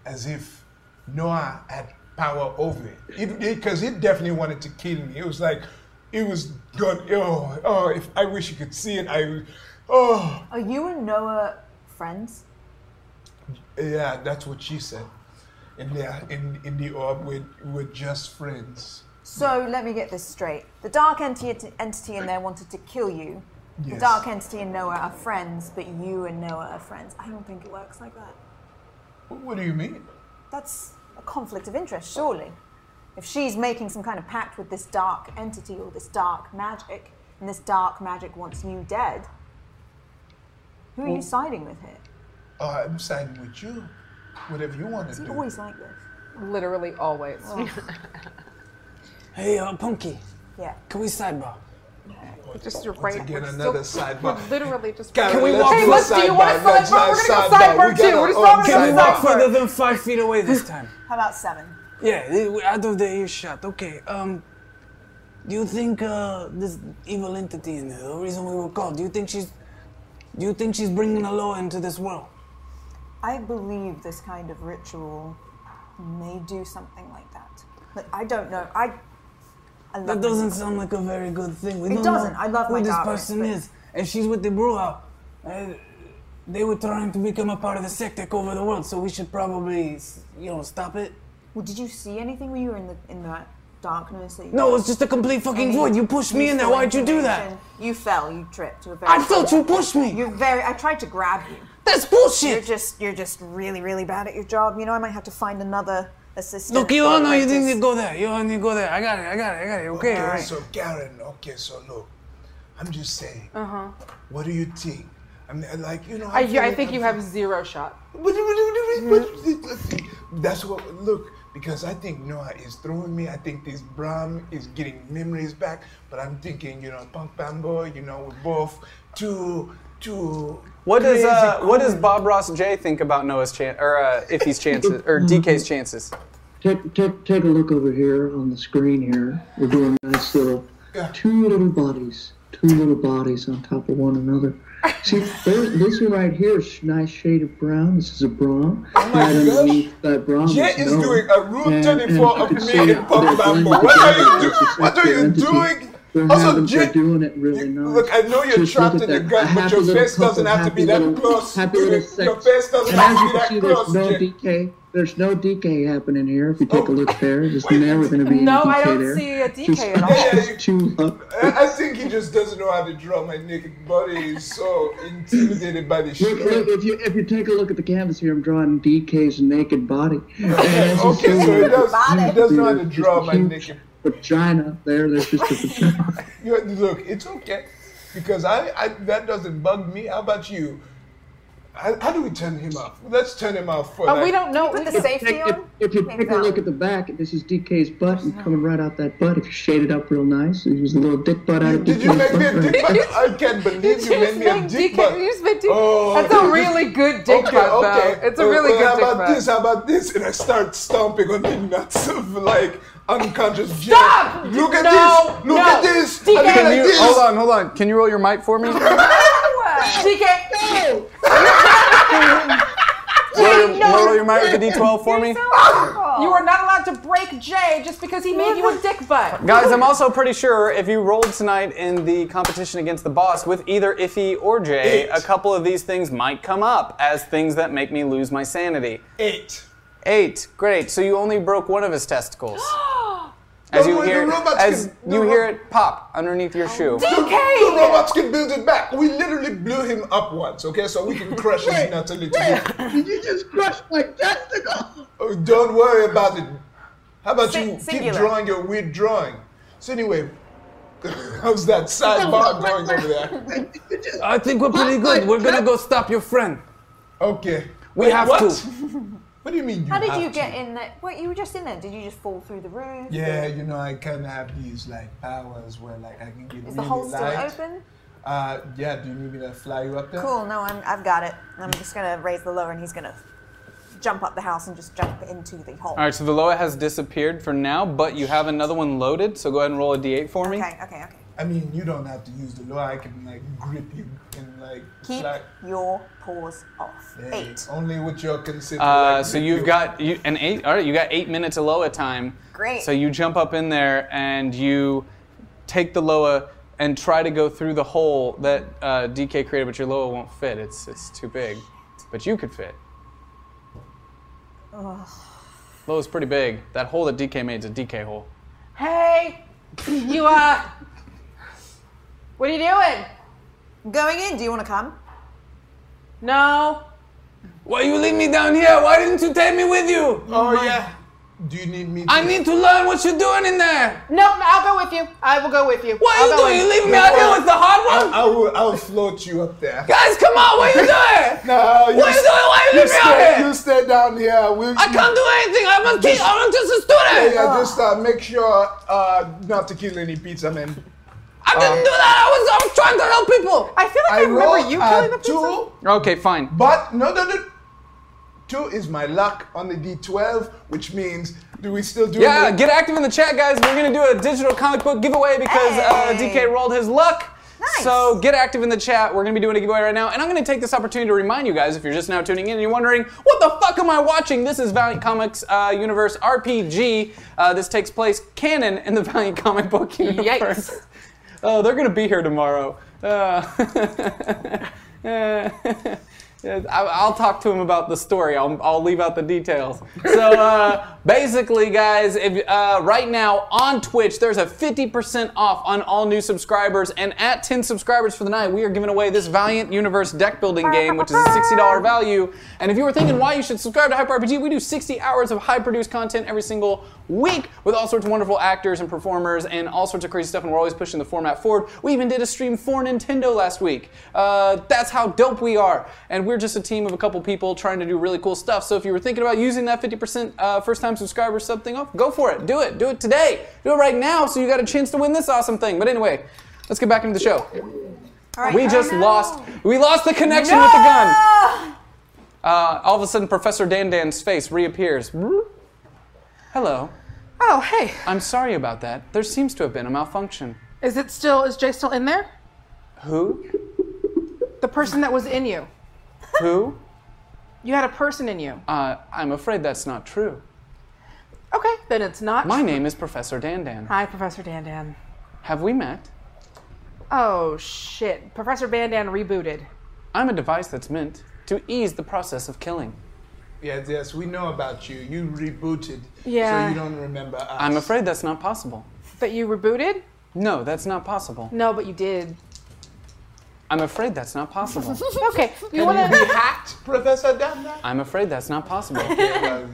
[SPEAKER 9] as if Noah had power over it. It because it, definitely wanted to kill me. It was like, it was gone. Oh, oh! If I wish you could see it, I. would- Oh,
[SPEAKER 5] Are you and Noah friends?
[SPEAKER 9] Yeah, that's what she said. In the in in the orb, we're, we're just friends.
[SPEAKER 5] So let me get this straight. The dark entity, entity in there wanted to kill you. The
[SPEAKER 9] Yes.
[SPEAKER 5] dark entity and Noah are friends, but you and Noah are friends. I don't think it works like that.
[SPEAKER 9] What do you mean?
[SPEAKER 5] That's a conflict of interest, surely. If she's making some kind of pact with this dark entity or this dark magic, and this dark magic wants you dead, who are you siding with here?
[SPEAKER 9] Oh, I'm siding with you. Whatever you want to
[SPEAKER 5] It's
[SPEAKER 9] do.
[SPEAKER 5] always like this.
[SPEAKER 7] Literally always.
[SPEAKER 5] Oh.
[SPEAKER 10] Hey, uh, Punky,
[SPEAKER 5] Yeah.
[SPEAKER 10] can we sidebar?
[SPEAKER 7] just your brain.
[SPEAKER 9] Again,
[SPEAKER 7] we're
[SPEAKER 9] another
[SPEAKER 7] still-
[SPEAKER 9] sidebar.
[SPEAKER 7] we're Literally just.
[SPEAKER 9] Karen,
[SPEAKER 10] Can we
[SPEAKER 9] let's
[SPEAKER 10] walk
[SPEAKER 9] do
[SPEAKER 10] Hey,
[SPEAKER 9] a
[SPEAKER 10] let's-
[SPEAKER 7] do you want a
[SPEAKER 9] sidebar. Let's
[SPEAKER 7] sidebar?
[SPEAKER 9] do
[SPEAKER 7] We're
[SPEAKER 9] a
[SPEAKER 7] gonna
[SPEAKER 9] sidebar.
[SPEAKER 7] sidebar
[SPEAKER 9] We
[SPEAKER 7] too.
[SPEAKER 9] got
[SPEAKER 7] We're
[SPEAKER 9] our
[SPEAKER 7] just
[SPEAKER 9] own
[SPEAKER 7] talking
[SPEAKER 10] Can we
[SPEAKER 7] Sidebar.
[SPEAKER 10] walk further than five feet away this time?
[SPEAKER 5] How about seven?
[SPEAKER 10] Yeah, they- we're out of the earshot. Okay. Um, do you think uh, this evil entity in there, the reason we were called, do you think she's, do you think she's bringing a law into this world?
[SPEAKER 5] I believe this kind of ritual may do something like that. But I don't know. I, I love
[SPEAKER 10] That doesn't sound like a very good thing. We
[SPEAKER 5] It
[SPEAKER 10] don't
[SPEAKER 5] doesn't.
[SPEAKER 10] Know
[SPEAKER 5] I love
[SPEAKER 10] who
[SPEAKER 5] my
[SPEAKER 10] this
[SPEAKER 5] daughter,
[SPEAKER 10] person
[SPEAKER 5] but-
[SPEAKER 10] is, and she's with the Bruja. Uh, they were trying to become a part of the sect, take over the world. So we should probably, s- you know, stop it.
[SPEAKER 5] Well, did you see anything when you were in the in that darkness? That you
[SPEAKER 10] No, it's just a complete fucking void. You pushed me in there. Why'd you do that?
[SPEAKER 5] You fell. You tripped. You were very
[SPEAKER 10] I felt you pushed me.
[SPEAKER 5] You're very. I tried to grab you.
[SPEAKER 10] That's
[SPEAKER 5] You're
[SPEAKER 10] bullshit.
[SPEAKER 5] just. You're just really, really bad at your job. You know, I might have to find another assistant.
[SPEAKER 6] Look, you all know you
[SPEAKER 5] Like
[SPEAKER 6] didn't
[SPEAKER 5] this-
[SPEAKER 6] need to go there. You all need to go there. I got it. I got it. I got it. Okay.
[SPEAKER 9] Okay,
[SPEAKER 6] all right.
[SPEAKER 9] so Karen, okay, so look, I'm just saying. Uh huh. What do you think? I'm like, you know.
[SPEAKER 7] Uh-huh. I,
[SPEAKER 9] feel
[SPEAKER 7] I
[SPEAKER 9] like
[SPEAKER 7] think
[SPEAKER 9] I'm
[SPEAKER 7] you have zero shot.
[SPEAKER 9] But, but, but, but, but that's what look because I think Noah is throwing me. I think this Brahm is getting memories back. But I'm thinking, you know, Punk Bambo. You know, we're both too too.
[SPEAKER 8] What does
[SPEAKER 9] crazy
[SPEAKER 8] uh, what does
[SPEAKER 9] cool.
[SPEAKER 8] Bob Ross J think about Noah's chance or uh, if he's chances or DK's chances?
[SPEAKER 13] Take, take, take a look over here on the screen here. We're doing a nice little two little bodies, two little bodies on top of one another. See, there, this one right here is a nice shade of brown. This is a brown. Oh
[SPEAKER 9] my
[SPEAKER 13] right
[SPEAKER 9] gosh.
[SPEAKER 13] underneath that brown
[SPEAKER 9] Jay
[SPEAKER 13] is
[SPEAKER 9] is
[SPEAKER 13] Noah.
[SPEAKER 9] doing a Route
[SPEAKER 13] And-
[SPEAKER 9] 24
[SPEAKER 13] and you
[SPEAKER 9] of
[SPEAKER 13] can
[SPEAKER 9] me
[SPEAKER 13] see
[SPEAKER 9] and
[SPEAKER 13] that
[SPEAKER 9] Punk
[SPEAKER 13] they're
[SPEAKER 9] Bambo.
[SPEAKER 13] blended
[SPEAKER 9] What are
[SPEAKER 13] together.
[SPEAKER 9] you doing?
[SPEAKER 13] It's a
[SPEAKER 9] What are you
[SPEAKER 13] entity.
[SPEAKER 9] doing?
[SPEAKER 13] They're,
[SPEAKER 9] Also,
[SPEAKER 13] having-
[SPEAKER 9] Jay-
[SPEAKER 13] they're doing it really nice.
[SPEAKER 9] Look, I know you're
[SPEAKER 13] Just
[SPEAKER 9] trapped
[SPEAKER 13] look
[SPEAKER 9] in
[SPEAKER 13] at
[SPEAKER 9] the
[SPEAKER 13] that. A
[SPEAKER 9] gut, but
[SPEAKER 13] happy
[SPEAKER 9] your
[SPEAKER 13] little
[SPEAKER 9] face doesn't
[SPEAKER 13] couple,
[SPEAKER 9] have to be
[SPEAKER 13] happy
[SPEAKER 9] that
[SPEAKER 13] little-
[SPEAKER 9] close.
[SPEAKER 13] Happy
[SPEAKER 9] Your
[SPEAKER 13] little
[SPEAKER 9] face
[SPEAKER 13] sex.
[SPEAKER 9] doesn't
[SPEAKER 13] Can I
[SPEAKER 9] have to be
[SPEAKER 13] just
[SPEAKER 9] that
[SPEAKER 13] you
[SPEAKER 9] close,
[SPEAKER 13] There's no
[SPEAKER 9] Jay.
[SPEAKER 13] DK. There's no DK happening here. If you take a
[SPEAKER 9] Oh.
[SPEAKER 13] look there, there's never going to be any
[SPEAKER 7] No,
[SPEAKER 13] DK
[SPEAKER 7] I don't
[SPEAKER 13] there.
[SPEAKER 7] see a
[SPEAKER 13] Just-
[SPEAKER 7] DK at all.
[SPEAKER 9] Yeah, yeah,
[SPEAKER 13] Just two up.
[SPEAKER 9] I I think he just doesn't know how to draw. My naked body is so intimidated by the
[SPEAKER 13] Look, look,
[SPEAKER 9] shit.
[SPEAKER 13] if you if you take a look at the canvas here, I'm drawing DK's naked body. And it's just
[SPEAKER 9] Okay, so he
[SPEAKER 13] a-
[SPEAKER 9] does, he
[SPEAKER 5] Body.
[SPEAKER 9] does know how to
[SPEAKER 13] Just
[SPEAKER 9] draw
[SPEAKER 13] a
[SPEAKER 9] my
[SPEAKER 13] huge
[SPEAKER 9] naked.
[SPEAKER 13] Vagina there. There's just a vagina.
[SPEAKER 9] You, look, it's okay because I, I that doesn't bug me. How about you? How, how do we turn him off? Let's turn him off for
[SPEAKER 7] But
[SPEAKER 9] like,
[SPEAKER 7] Oh, we don't know.
[SPEAKER 5] Put
[SPEAKER 7] We
[SPEAKER 5] the
[SPEAKER 7] can-
[SPEAKER 5] safety
[SPEAKER 13] If,
[SPEAKER 5] on.
[SPEAKER 13] if you
[SPEAKER 5] Make
[SPEAKER 13] take a look
[SPEAKER 5] that-
[SPEAKER 13] at the back, this is DK's butt and coming right out that butt. If you shade it up real nice, it was a little dick butt out of
[SPEAKER 9] Did you
[SPEAKER 13] DK's
[SPEAKER 9] make me a
[SPEAKER 13] butt.
[SPEAKER 9] dick butt? I can't believe you made
[SPEAKER 7] just
[SPEAKER 9] me a
[SPEAKER 7] made
[SPEAKER 9] dick
[SPEAKER 7] DK
[SPEAKER 9] butt.
[SPEAKER 7] you just made dick-
[SPEAKER 9] Oh,
[SPEAKER 7] That's
[SPEAKER 9] okay.
[SPEAKER 7] a really good dick butt, though. It's a
[SPEAKER 9] Well,
[SPEAKER 7] really
[SPEAKER 9] well,
[SPEAKER 7] good
[SPEAKER 9] how
[SPEAKER 7] dick
[SPEAKER 9] about
[SPEAKER 7] butt.
[SPEAKER 9] this? How about this? And I start stomping on the nuts of like unconscious. Jay.
[SPEAKER 7] Stop!
[SPEAKER 9] Look at
[SPEAKER 7] No,
[SPEAKER 9] this! Look
[SPEAKER 7] no.
[SPEAKER 9] at this!
[SPEAKER 7] DK,
[SPEAKER 9] I
[SPEAKER 7] Can
[SPEAKER 9] mean, like
[SPEAKER 8] Can you,
[SPEAKER 9] this.
[SPEAKER 8] hold on, hold on. Can you roll your mic for me?
[SPEAKER 9] Uh,
[SPEAKER 7] DK,
[SPEAKER 8] roll, roll your mic with a D12 for me.
[SPEAKER 7] you are not allowed to break Jay just because he made you a dick butt.
[SPEAKER 8] Guys, I'm also pretty sure if you rolled tonight in the competition against the boss with either Iffy or Jay,
[SPEAKER 9] Eight.
[SPEAKER 8] a couple of these things might come up as things that make me lose my sanity.
[SPEAKER 9] Eight.
[SPEAKER 8] Eight. Great. So you only broke one of his testicles. As you
[SPEAKER 9] Don't worry,
[SPEAKER 8] hear,
[SPEAKER 9] the robots
[SPEAKER 8] as
[SPEAKER 9] can- the
[SPEAKER 8] you hear
[SPEAKER 9] ro-
[SPEAKER 8] it pop underneath your shoe.
[SPEAKER 9] The robots can build it back. We literally blew him up once, okay? So we can crush his nuts a little bit.
[SPEAKER 13] Did you just crush my testicle?
[SPEAKER 9] Oh, Don't worry about it. How about
[SPEAKER 5] Sing-
[SPEAKER 9] you keep
[SPEAKER 5] singular.
[SPEAKER 9] drawing your weird drawing? So anyway, how's that sidebar going over there?
[SPEAKER 6] I think we're pretty good. We're gonna go stop your friend.
[SPEAKER 9] Okay.
[SPEAKER 6] We
[SPEAKER 9] Wait,
[SPEAKER 6] have
[SPEAKER 9] what?
[SPEAKER 6] to.
[SPEAKER 9] What do you mean you
[SPEAKER 5] How did
[SPEAKER 9] have
[SPEAKER 5] you
[SPEAKER 9] to?
[SPEAKER 5] get in there? Wait, you were just in there. Did you just fall through the roof?
[SPEAKER 9] Yeah, you know, I kind of have these like powers where like I can get
[SPEAKER 5] Is
[SPEAKER 9] really
[SPEAKER 5] the hole still
[SPEAKER 9] light.
[SPEAKER 5] open?
[SPEAKER 9] Uh, yeah. Do you need me to fly you up there?
[SPEAKER 5] Cool. No, I'm, I've got it. I'm just gonna raise the lower, and he's gonna jump up the house and just jump into the hole.
[SPEAKER 8] All right, so the Loa has disappeared for now, but you have another one loaded. So go ahead and roll a D8 for me.
[SPEAKER 5] Okay. Okay. Okay.
[SPEAKER 9] I mean, you don't have to use the law. I can like grip you and like
[SPEAKER 5] Keep
[SPEAKER 9] fly-
[SPEAKER 5] your paws off.
[SPEAKER 9] Yeah,
[SPEAKER 5] Eight.
[SPEAKER 9] Only with your consent.
[SPEAKER 8] Uh,
[SPEAKER 9] like,
[SPEAKER 8] so
[SPEAKER 9] grip
[SPEAKER 8] you've
[SPEAKER 9] you.
[SPEAKER 8] got you, an eight. All right, you got eight minutes of Loa time.
[SPEAKER 5] Great.
[SPEAKER 8] So you jump up in there and you take the Loa and try to go through the hole that uh, DK created, but your Loa won't fit. It's it's too big, but you could fit. Loa's pretty big. That hole that DK made is a DK hole.
[SPEAKER 7] Hey, you uh, what are you doing?
[SPEAKER 5] Going in. Do you want to come?
[SPEAKER 7] No,
[SPEAKER 6] Why you leave me down here? Why didn't you take me with you?
[SPEAKER 9] Oh yeah. Do you need me? To
[SPEAKER 6] I need to learn what you're doing in there.
[SPEAKER 7] no, I'll go with you. I will go with you.
[SPEAKER 6] What are
[SPEAKER 7] I'll
[SPEAKER 6] you
[SPEAKER 7] go
[SPEAKER 6] doing? You
[SPEAKER 7] with
[SPEAKER 6] leaving me out here with the hard one?
[SPEAKER 9] I will. I'll float you up there.
[SPEAKER 6] Guys, come on. What are you doing?
[SPEAKER 9] No, you
[SPEAKER 6] What are you
[SPEAKER 9] s-
[SPEAKER 6] doing? Why you
[SPEAKER 9] you
[SPEAKER 6] leave me
[SPEAKER 9] stay,
[SPEAKER 6] out
[SPEAKER 9] you
[SPEAKER 6] here?
[SPEAKER 9] stay down here. We'll,
[SPEAKER 6] I can't do anything. I'm a kid. I'm just a
[SPEAKER 9] Yeah,
[SPEAKER 6] student.
[SPEAKER 9] yeah, just uh, make sure uh, not to kill any pizza men.
[SPEAKER 6] I didn't do that. I was, I was trying to help people.
[SPEAKER 7] I feel like I,
[SPEAKER 9] I
[SPEAKER 7] remember
[SPEAKER 9] rolled
[SPEAKER 7] you
[SPEAKER 9] a
[SPEAKER 7] killing the pizza.
[SPEAKER 9] two,
[SPEAKER 8] Okay, fine.
[SPEAKER 9] but no, no, no. Two is my luck on the D12, which means do we still do?
[SPEAKER 8] Yeah,
[SPEAKER 9] the-
[SPEAKER 8] get active in the chat, guys. We're gonna do a digital comic book giveaway because uh,
[SPEAKER 5] Hey.
[SPEAKER 8] DK rolled his luck.
[SPEAKER 5] Nice.
[SPEAKER 8] So get active in the chat. We're gonna be doing a giveaway right now, and I'm gonna take this opportunity to remind you guys, if you're just now tuning in and you're wondering what the fuck am I watching, this is Valiant Comics uh, Universe RPG. Uh, this takes place canon in the Valiant comic book universe.
[SPEAKER 7] Yikes.
[SPEAKER 8] Uh, Oh, they're gonna be here tomorrow. Uh,
[SPEAKER 3] Yeah, I, I'll talk to him about the story. I'll, I'll leave out the details. So uh, basically, guys, if, uh, right now on Twitch, there's a 50% off on all new subscribers. And at 10 subscribers for the night, we are giving away this Valiant Universe deck building game, which is a $60 value. And if you were thinking why you should subscribe to HyperRPG, we do 60 hours of high produced content every single week with all sorts of wonderful actors and performers and all sorts of crazy stuff. And we're always pushing the format forward. We even did a stream for Nintendo last week. Uh, that's how dope we are. And we're just a team of a couple people trying to do really cool stuff. So if you were thinking about using that 50% uh, first time subscriber sub thing off, go for it. Do it. Do it today. Do it right now so you got a chance to win this awesome thing. But anyway, let's get back into the show. we just lost. We lost the connection with the gun. Uh, all of a sudden, Professor Dan Dan's face reappears. Hello.
[SPEAKER 7] Oh, hey.
[SPEAKER 3] I'm sorry about that. There seems to have been a malfunction.
[SPEAKER 7] Is it still? Is Jay still in there?
[SPEAKER 3] Who?
[SPEAKER 7] The person that was in you.
[SPEAKER 3] Who?
[SPEAKER 7] You had a person in you.
[SPEAKER 3] Uh, I'm afraid that's not true.
[SPEAKER 7] Okay, then it's not.
[SPEAKER 3] My name is Professor Dan Dan.
[SPEAKER 7] Hi, Professor Dandan.
[SPEAKER 3] Have we met?
[SPEAKER 7] Oh shit, Professor Bandan rebooted.
[SPEAKER 3] I'm a device that's meant to ease the process of killing.
[SPEAKER 9] Yes, yes, we know about you. You rebooted,
[SPEAKER 7] Yeah.
[SPEAKER 9] so you don't remember us.
[SPEAKER 3] I'm afraid that's not possible.
[SPEAKER 7] But you rebooted?
[SPEAKER 3] No, that's not possible.
[SPEAKER 7] No, but you did.
[SPEAKER 3] I'm afraid that's not possible.
[SPEAKER 7] Okay, you wanna?
[SPEAKER 9] hacked, Professor Danda.
[SPEAKER 3] I'm afraid that's not possible.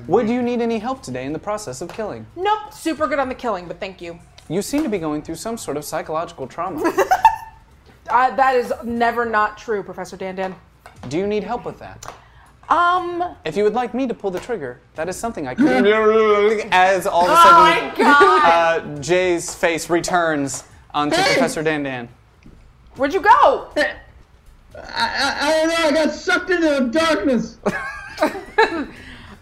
[SPEAKER 3] Would you need any help today in the process of killing?
[SPEAKER 7] Nope, super good on the killing, but thank you.
[SPEAKER 3] You seem to be going through some sort of psychological trauma.
[SPEAKER 7] Uh, that is never not true, Professor Dandan.
[SPEAKER 3] Do you need help with that?
[SPEAKER 7] Um,
[SPEAKER 3] If you would like me to pull the trigger, that is something I can. As all of a sudden, uh, Jay's face returns onto Professor Dandan.
[SPEAKER 7] where'd you go?
[SPEAKER 6] I, I don't know. I got sucked into the darkness.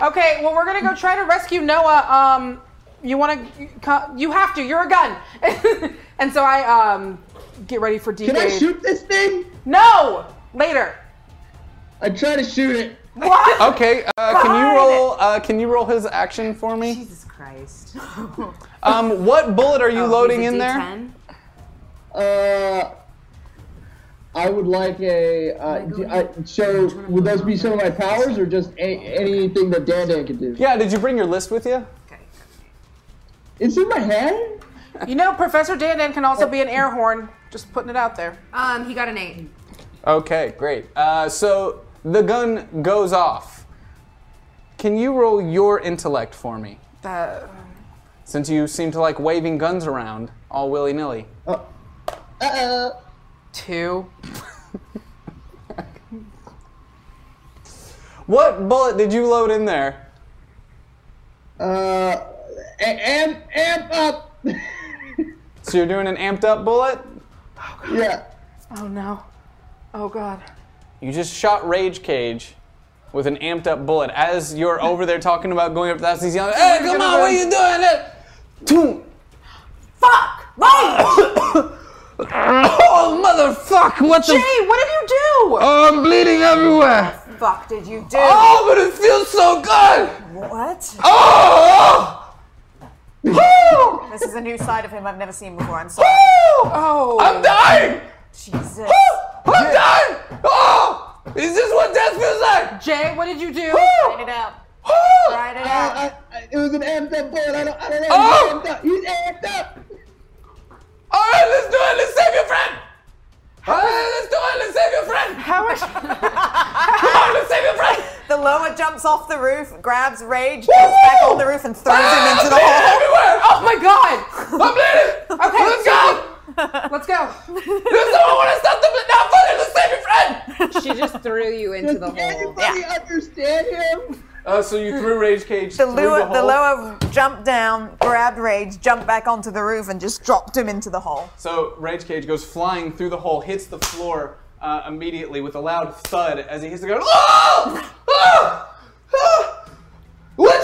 [SPEAKER 7] Okay, well we're gonna go try to rescue Noah. Um, you wanna? co- You have to. You're a gun. and so I um get ready for DK.
[SPEAKER 6] Can I shoot this thing?
[SPEAKER 7] No, later.
[SPEAKER 6] I try to shoot it.
[SPEAKER 7] What?
[SPEAKER 3] Okay, uh, can you roll? Uh, can you roll his action for me?
[SPEAKER 12] Jesus Christ.
[SPEAKER 3] Um, what bullet
[SPEAKER 4] Oh,
[SPEAKER 3] are you loading
[SPEAKER 12] Oh, He's a
[SPEAKER 3] in there?
[SPEAKER 12] D10.
[SPEAKER 6] Uh, I would like a. Uh, d- I, so, would those be some of my powers, or just a- anything that Dan Dan can do?
[SPEAKER 3] Yeah. Did you bring your list with you?
[SPEAKER 12] Okay.
[SPEAKER 6] It's in my head.
[SPEAKER 7] You know, Professor Dandan can also be an air horn. Just putting it out there.
[SPEAKER 4] Um, he got an eight.
[SPEAKER 3] Okay, great. Uh, so the gun goes off. Can you roll your intellect for me?
[SPEAKER 7] Uh,
[SPEAKER 3] Since you seem to like waving guns around all willy nilly.
[SPEAKER 6] Uh oh.
[SPEAKER 7] two.
[SPEAKER 3] What bullet did you load in there?
[SPEAKER 6] Uh, a- amp, amp up.
[SPEAKER 3] So you're doing an amped up bullet?
[SPEAKER 6] yeah.
[SPEAKER 7] Oh no. Oh god.
[SPEAKER 3] You just shot Rage Cage with an amped up bullet. As you're over there talking about going up to the house, he's yelling, Hey, come on, what are you doing? Toom.
[SPEAKER 7] Fuck!
[SPEAKER 3] Oh, motherfuck, what the?
[SPEAKER 7] Jay, what did you do?
[SPEAKER 3] oh, I'm bleeding everywhere.
[SPEAKER 12] Fuck did you do?
[SPEAKER 3] Oh, but it feels so good.
[SPEAKER 5] What?
[SPEAKER 3] Oh! oh!
[SPEAKER 5] This is a new side of him I've never seen before. I'm sorry.
[SPEAKER 7] oh.
[SPEAKER 3] I'm dying!
[SPEAKER 5] Jesus.
[SPEAKER 3] I'm dying! Oh! Is this what death feels like?
[SPEAKER 7] Jay, what did you do?
[SPEAKER 5] Write it out.
[SPEAKER 3] Oh!
[SPEAKER 5] Write it out.
[SPEAKER 6] I, I, it was an amped up bullet. I don't, I don't know.
[SPEAKER 3] Oh!
[SPEAKER 6] He's amped up. He's amped up.
[SPEAKER 3] All right, let's do it. Let's save your friend. All right, let's do it. Let's save your friend.
[SPEAKER 7] How was?
[SPEAKER 3] Come on, let's save your friend.
[SPEAKER 5] The Loa jumps off the roof, grabs Rage, jumps back on the roof, and throws him into
[SPEAKER 3] Bleeding
[SPEAKER 5] the hole.
[SPEAKER 3] Ah! everywhere.
[SPEAKER 7] Oh my god!
[SPEAKER 3] I'm bleeding.
[SPEAKER 7] Okay,
[SPEAKER 3] let's go.
[SPEAKER 7] Let's go.
[SPEAKER 3] Does someone want to stop the bleed? Now, fuck it. Let's save your friend.
[SPEAKER 12] She just threw you into the
[SPEAKER 6] Does
[SPEAKER 12] hole.
[SPEAKER 6] anybody understand him?
[SPEAKER 3] Uh, so you threw Rage Cage
[SPEAKER 5] The, Lua, the Loa jumped down, grabbed Rage, jumped back onto the roof, and just dropped him into the hole.
[SPEAKER 3] So Rage Cage goes flying through the hole, hits the floor uh, immediately with a loud thud as he hits the ground. Oh! Oh! Oh! Witches!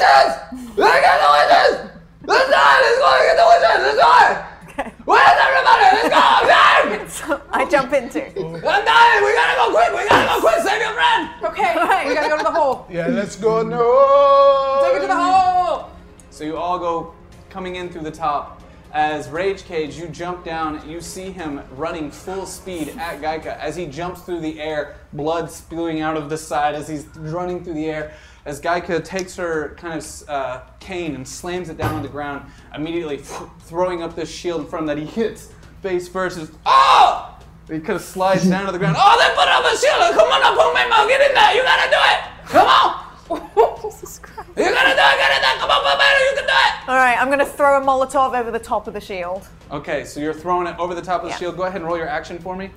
[SPEAKER 3] Look at the witches! Let's die! Let's go get the witches! Let's die! Where's everybody? Let's go! I'm dying!
[SPEAKER 5] I jump into.
[SPEAKER 3] I'm dying! We gotta go quick! We gotta go quick! Save your friend!
[SPEAKER 7] Okay, we gotta go to the hole.
[SPEAKER 9] Yeah, let's go. No.
[SPEAKER 7] Take it to the hole.
[SPEAKER 3] So you all go coming in through the top. As Rage Cage, you jump down, you see him running full speed at Gaika as he jumps through the air, blood spewing out of the side as he's running through the air. As Gaika takes her kind of uh, cane and slams it down on the ground, immediately throwing up this shield in front of him that he hits face first. Is, oh! He kind of slides down to the ground. Oh, they put up a shield! Come on up, Pumemo, get in there! You gotta do it! Come on!
[SPEAKER 5] Jesus Christ.
[SPEAKER 3] You gotta do it! Get in there! Come on, Pumemo, you can do it!
[SPEAKER 5] All right, I'm gonna throw a Molotov over the top of the shield.
[SPEAKER 3] Okay, so you're throwing it over the top of the
[SPEAKER 5] Yeah.
[SPEAKER 3] shield. Go ahead and roll your action for me.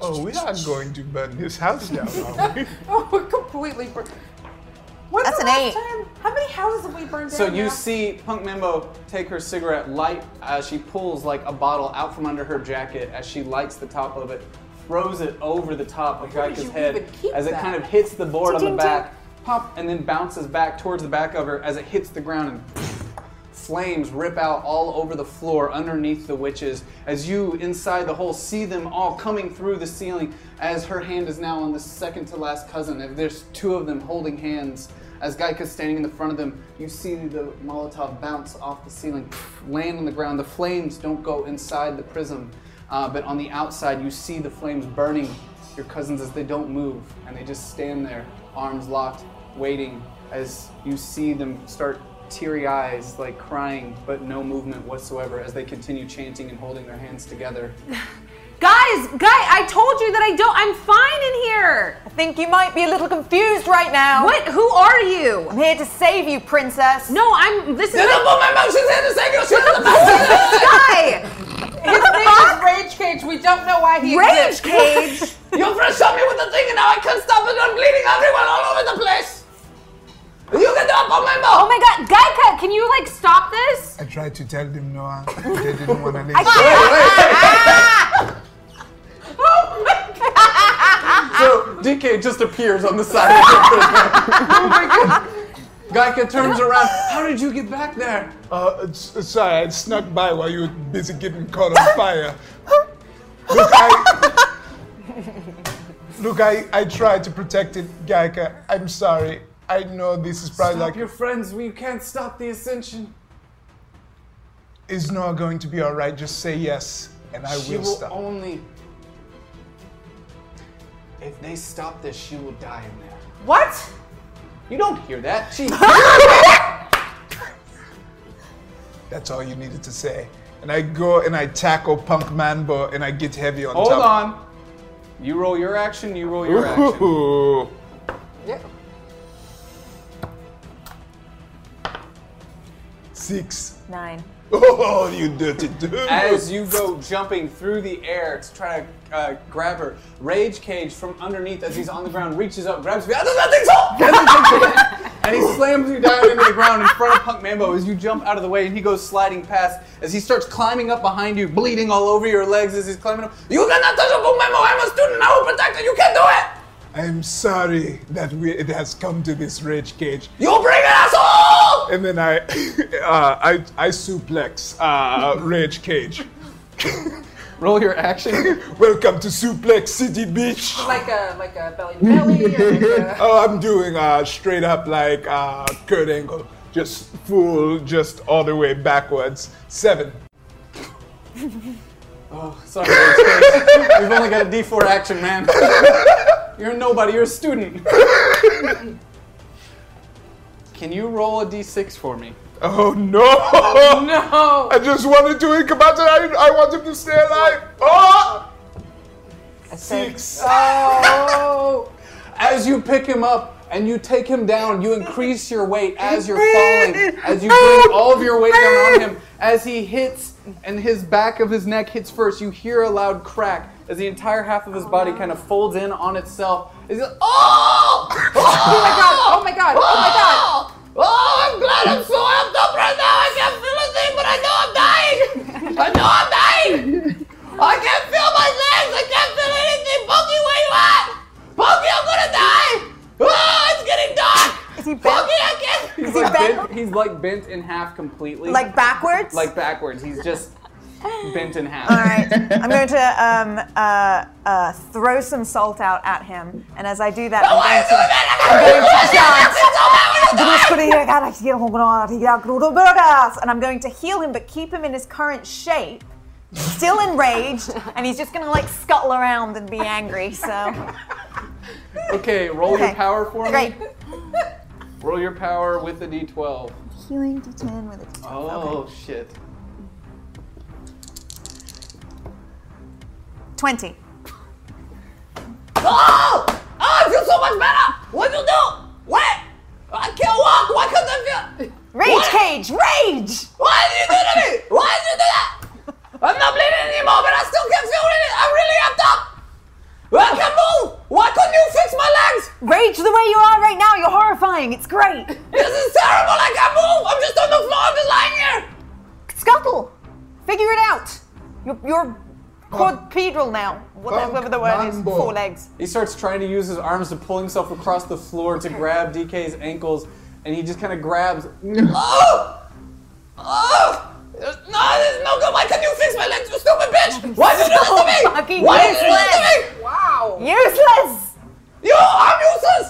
[SPEAKER 9] Oh, we are going to burn his house down, are we?
[SPEAKER 7] Oh, we're completely. Bur- When's
[SPEAKER 5] That's
[SPEAKER 7] the
[SPEAKER 5] an
[SPEAKER 7] last
[SPEAKER 5] eight.
[SPEAKER 7] Time? How many houses have we burned
[SPEAKER 3] So
[SPEAKER 7] down?
[SPEAKER 3] you
[SPEAKER 7] now?
[SPEAKER 3] see Punk Mimbo take her cigarette, light as she pulls like a bottle out from under her jacket as she lights the top of it, throws it over the top of
[SPEAKER 7] did
[SPEAKER 3] Gaika's
[SPEAKER 7] you
[SPEAKER 3] head
[SPEAKER 7] even keep
[SPEAKER 3] as it
[SPEAKER 7] that?
[SPEAKER 3] kind of hits the board on the
[SPEAKER 5] Ding, ding,
[SPEAKER 3] back, pop, and then bounces back towards the back of her as it hits the ground and flames rip out all over the floor underneath the witches as you inside the hole see them all coming through the ceiling as her hand is now on the second to last cousin and there's two of them holding hands as Gaika's standing in the front of them you see the molotov bounce off the ceiling land on the ground the flames don't go inside the prism uh, but on the outside you see the flames burning your cousins as they don't move and they just stand there arms locked waiting as you see them start teary eyes, like crying, but no movement whatsoever as they continue chanting and holding their hands together.
[SPEAKER 4] Guys, guy, I told you that I don't. I'm fine in here.
[SPEAKER 5] I think you might be a little confused right now.
[SPEAKER 4] What? Who are you?
[SPEAKER 5] I'm here to save you, princess.
[SPEAKER 4] No, I'm. This is. guy.
[SPEAKER 7] His name is Rage Cage. We don't know why he
[SPEAKER 4] Rage
[SPEAKER 7] exists.
[SPEAKER 4] cage.
[SPEAKER 10] Your friend shot me with the thing and now I can't stop it. I'm bleeding everyone all over the place. You can do it,
[SPEAKER 4] Oh my God, Gaika, can you like stop this?
[SPEAKER 9] I tried to tell them, Noah. They didn't want to listen.
[SPEAKER 10] Oh
[SPEAKER 7] Ah!
[SPEAKER 3] So DK just appears on the side of the Gaika turns around. How did you get back there?
[SPEAKER 9] Uh, it's- uh, sorry, I snuck by while you were busy getting caught on fire. Look, I. Look, I, I tried to protect it, Gaika. I'm sorry. I know this is probably
[SPEAKER 10] Stop
[SPEAKER 9] like.
[SPEAKER 10] your friends. We can't stop the ascension.
[SPEAKER 9] Is Noah going to be alright? Just say yes, and I
[SPEAKER 10] she
[SPEAKER 9] will
[SPEAKER 10] will
[SPEAKER 9] stop.
[SPEAKER 10] only. If they stop this, she will die in there.
[SPEAKER 7] What?
[SPEAKER 3] You don't hear that. She
[SPEAKER 9] That's all you needed to say. And I go and I tackle Punk Manbo and I get heavy on
[SPEAKER 3] Hold
[SPEAKER 9] top.
[SPEAKER 3] on. You roll your action, you roll your action.
[SPEAKER 9] Ooh. Six.
[SPEAKER 5] Nine.
[SPEAKER 9] Oh, you dirty dude.
[SPEAKER 3] As you go jumping through the air to try to uh, grab her, Rage Cage from underneath as he's on the ground reaches up, grabs you. I don't think so! and he slams you down into the ground in front of Punk Mambo as you jump out of the way and he goes sliding past as he starts climbing up behind you, bleeding all over your legs as he's climbing up. You cannot touch
[SPEAKER 10] oh,
[SPEAKER 3] Punk Mambo! I'm a student! I will protect you! You can't do it!
[SPEAKER 9] I'm sorry that we, it has come to this rage cage.
[SPEAKER 3] You bring an asshole!
[SPEAKER 9] And then I, uh, I, I suplex uh, rage cage.
[SPEAKER 3] Roll your action.
[SPEAKER 9] Welcome to Suplex City Beach.
[SPEAKER 7] Like a like a belly to belly. or like a-
[SPEAKER 9] Oh, I'm doing uh, straight up like uh, Kurt Angle, just full, just all the way backwards. Seven.
[SPEAKER 3] Oh, Sorry, Rage Cage. You've only got a D4 action, man. You're nobody, you're a student. Can you roll a D6 for me?
[SPEAKER 9] Oh no!
[SPEAKER 7] no.
[SPEAKER 9] I just wanted to incapacitate. I, I want him to stay alive. Oh! Six.
[SPEAKER 3] ah.
[SPEAKER 7] Oh.
[SPEAKER 3] As you pick him up and you take him down, you increase your weight as you're falling, as you bring all of your weight down on him. As he hits and his back of his neck hits first, you hear a loud crack as the entire half of his body kind of folds in on itself. Is it, oh!
[SPEAKER 7] Oh my god. Oh my god.
[SPEAKER 3] Oh, I'm glad I'm so amped up right now. I can't feel a thing, but I know I'm dying. I know I'm dying. I can't feel my legs. I can't feel anything. Pokey, where you at? Pokey, I'm gonna die. Oh, it's getting dark.
[SPEAKER 5] Is he bent?
[SPEAKER 3] Pokey, I can't. He's
[SPEAKER 5] he like bent? bent-
[SPEAKER 3] he's like bent in half completely.
[SPEAKER 5] Like backwards?
[SPEAKER 3] like backwards. He's just bent in half.
[SPEAKER 5] All right, I'm going to um, uh, uh, throw some salt out at him, and as I do that, I'm going to. I'm going to oh, shout, and I'm going to heal him, but keep him in his current shape. Still enraged, and he's just gonna like scuttle around and be angry. So
[SPEAKER 3] Okay, roll your
[SPEAKER 5] Okay.
[SPEAKER 3] power for
[SPEAKER 5] great,
[SPEAKER 3] me. Roll your power with the d12.
[SPEAKER 5] healing D10 with a D10.
[SPEAKER 3] Oh shit.
[SPEAKER 5] Twenty.
[SPEAKER 8] Oh! Oh, I feel so much better! What you do? What? I can't walk! Why can't I feel?
[SPEAKER 5] Rage cage, rage!
[SPEAKER 8] Why did you do to me? Why did you do that? I'm not bleeding anymore, but I still can't feel it. I'm really amped up. I can't move. Why couldn't you fix my legs?
[SPEAKER 5] Rage the way you are right now. You're horrifying. It's great.
[SPEAKER 8] This is terrible. I can't move. I'm just on the floor. I'm just lying here.
[SPEAKER 5] Scuttle, figure it out. You're, you're quadrupedal now. Whatever the word is,
[SPEAKER 9] Mambo.
[SPEAKER 5] four legs.
[SPEAKER 3] He starts trying to use his arms to pull himself across the floor to grab DK's ankles, and he just kind of grabs. Ah!
[SPEAKER 8] Oh! Oh! No, this is no good. Why can't you fix my legs, you stupid bitch? Why did you do this to me?
[SPEAKER 5] Fucking
[SPEAKER 8] Why did you do this to me?
[SPEAKER 12] Wow.
[SPEAKER 5] Useless.
[SPEAKER 8] You, I'm useless.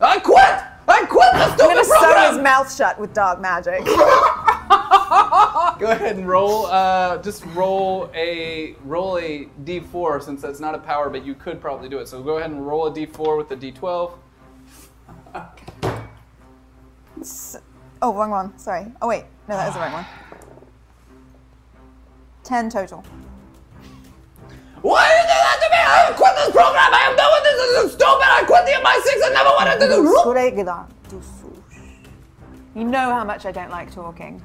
[SPEAKER 8] I quit. I quit the
[SPEAKER 5] I'm gonna
[SPEAKER 8] stupid
[SPEAKER 5] sew his
[SPEAKER 8] program.
[SPEAKER 5] mouth shut with dog magic.
[SPEAKER 3] Go ahead and roll. Uh, just roll a roll a d4 since that's not a power, but you could probably do it. So go ahead and roll a d4 with the d12.
[SPEAKER 5] oh, wrong one. Sorry. Oh wait, no, that is the right one. Ten total.
[SPEAKER 8] Why did you do that to me? I quit this program. I am done with this. This is stupid. I quit the MI6. I never wanted to do this.
[SPEAKER 5] You know how much I don't like talking.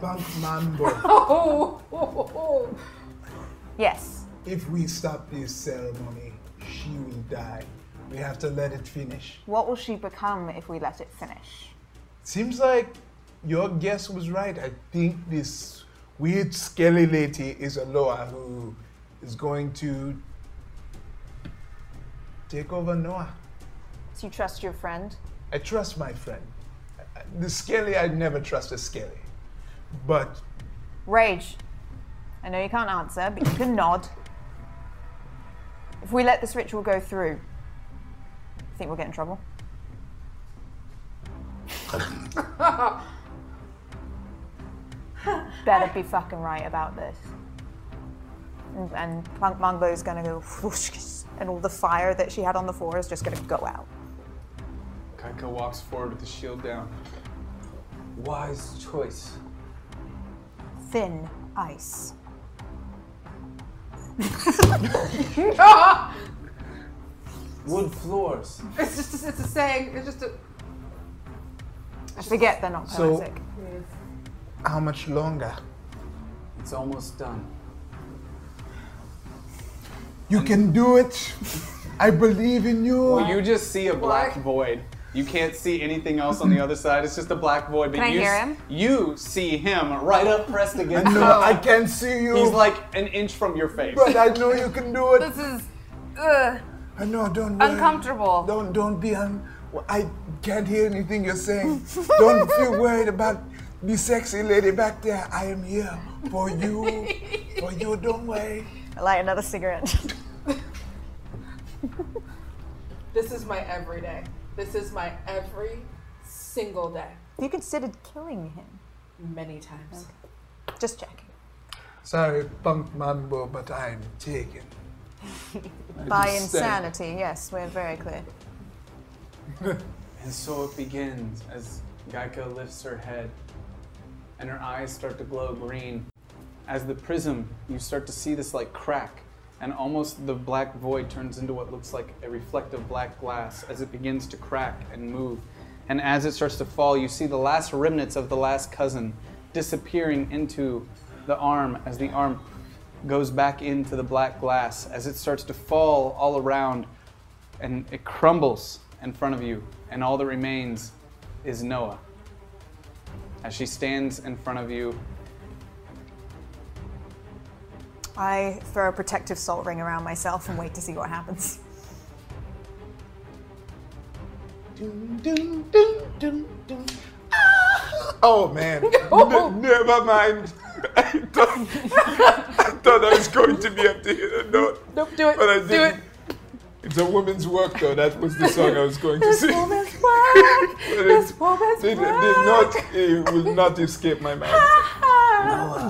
[SPEAKER 9] Bump Mambo,
[SPEAKER 12] Oh.
[SPEAKER 5] Yes.
[SPEAKER 9] if we stop this ceremony, she will die. We have to let it finish.
[SPEAKER 5] What will she become if we let it finish?
[SPEAKER 9] Seems like your guess was right. I think this weird skelly lady is Aloha who is going to take over Noah.
[SPEAKER 5] Do you trust your friend?
[SPEAKER 9] I trust my friend. I- I- The skelly, I never trust a skelly. But
[SPEAKER 5] Rage. I know you can't answer, but you can nod. If we let this ritual go through, I think we'll get in trouble. Better be fucking right about this. And, and Punk Mangbo's gonna go whoosh, and all the fire that she had on the floor is just gonna go out.
[SPEAKER 3] Kaika walks forward with the shield down. Wise choice.
[SPEAKER 5] Thin ice.
[SPEAKER 10] Wood floors.
[SPEAKER 12] It's just it's a saying. It's just a.
[SPEAKER 5] I forget they're not
[SPEAKER 9] So-
[SPEAKER 5] poetic.
[SPEAKER 9] how much longer?
[SPEAKER 10] It's almost done.
[SPEAKER 9] You can do it. I believe in you.
[SPEAKER 3] You just see a black void. You can't see anything else on the other side. It's just a black void. But
[SPEAKER 4] Can I
[SPEAKER 3] you
[SPEAKER 4] hear
[SPEAKER 3] s-
[SPEAKER 4] him?
[SPEAKER 3] You see him right up pressed against.
[SPEAKER 9] no,
[SPEAKER 3] you.
[SPEAKER 9] I can see you.
[SPEAKER 3] He's like an inch from your face.
[SPEAKER 9] but I know you can do it.
[SPEAKER 4] This is ugh,
[SPEAKER 9] I know. Don't worry.
[SPEAKER 4] uncomfortable.
[SPEAKER 9] Don't don't be un. I can't hear anything you're saying. don't feel worried about the sexy lady back there. I am here for you. for you. Don't worry.
[SPEAKER 5] I light another cigarette.
[SPEAKER 7] This is my everyday. This is my every single day.
[SPEAKER 5] you considered killing him.
[SPEAKER 7] Many times.
[SPEAKER 5] Just checking.
[SPEAKER 9] Sorry, punk mambo, but I'm taken.
[SPEAKER 5] By
[SPEAKER 3] Just saying.
[SPEAKER 5] insanity, yes, we're very clear.
[SPEAKER 3] And so it begins as Gaika lifts her head and her eyes start to glow green. As the prism, you start to see this like crack, and almost the black void turns into what looks like a reflective black glass as it begins to crack and move. And as it starts to fall, you see the last remnants of the last cousin disappearing into the arm as the arm goes back into the black glass as it starts to fall all around and it crumbles in front of you, and all that remains is Noah. As she stands in front of you,
[SPEAKER 5] I throw a protective salt ring around myself and wait to see what happens.
[SPEAKER 9] Oh man. Ne- never mind. I thought I was going to be able to hit a note.
[SPEAKER 7] Nope, do it.
[SPEAKER 9] But I
[SPEAKER 7] do
[SPEAKER 9] didn't.
[SPEAKER 7] it.
[SPEAKER 9] It's a woman's work, though. That was the song I was going to
[SPEAKER 7] This
[SPEAKER 9] sing.
[SPEAKER 7] woman's work.
[SPEAKER 9] But
[SPEAKER 7] this
[SPEAKER 9] it-
[SPEAKER 7] woman's
[SPEAKER 9] It, it did
[SPEAKER 7] work.
[SPEAKER 9] not. It will not escape my mind.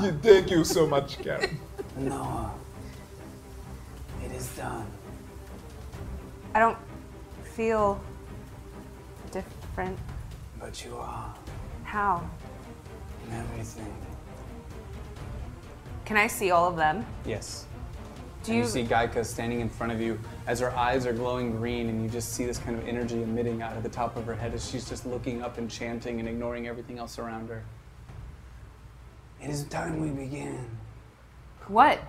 [SPEAKER 9] You- Thank you so much, Karen.
[SPEAKER 10] Noah, it is done.
[SPEAKER 4] I don't feel different.
[SPEAKER 10] But you are
[SPEAKER 4] How?
[SPEAKER 10] in everything.
[SPEAKER 4] Can I see all of them?
[SPEAKER 3] Yes.
[SPEAKER 4] Do
[SPEAKER 3] and you
[SPEAKER 4] you-
[SPEAKER 3] see Gaika standing in front of you as her eyes are glowing green, and you just see this kind of energy emitting out of the top of her head as she's just looking up and chanting and ignoring everything else around her.
[SPEAKER 10] It is time we begin.
[SPEAKER 4] What?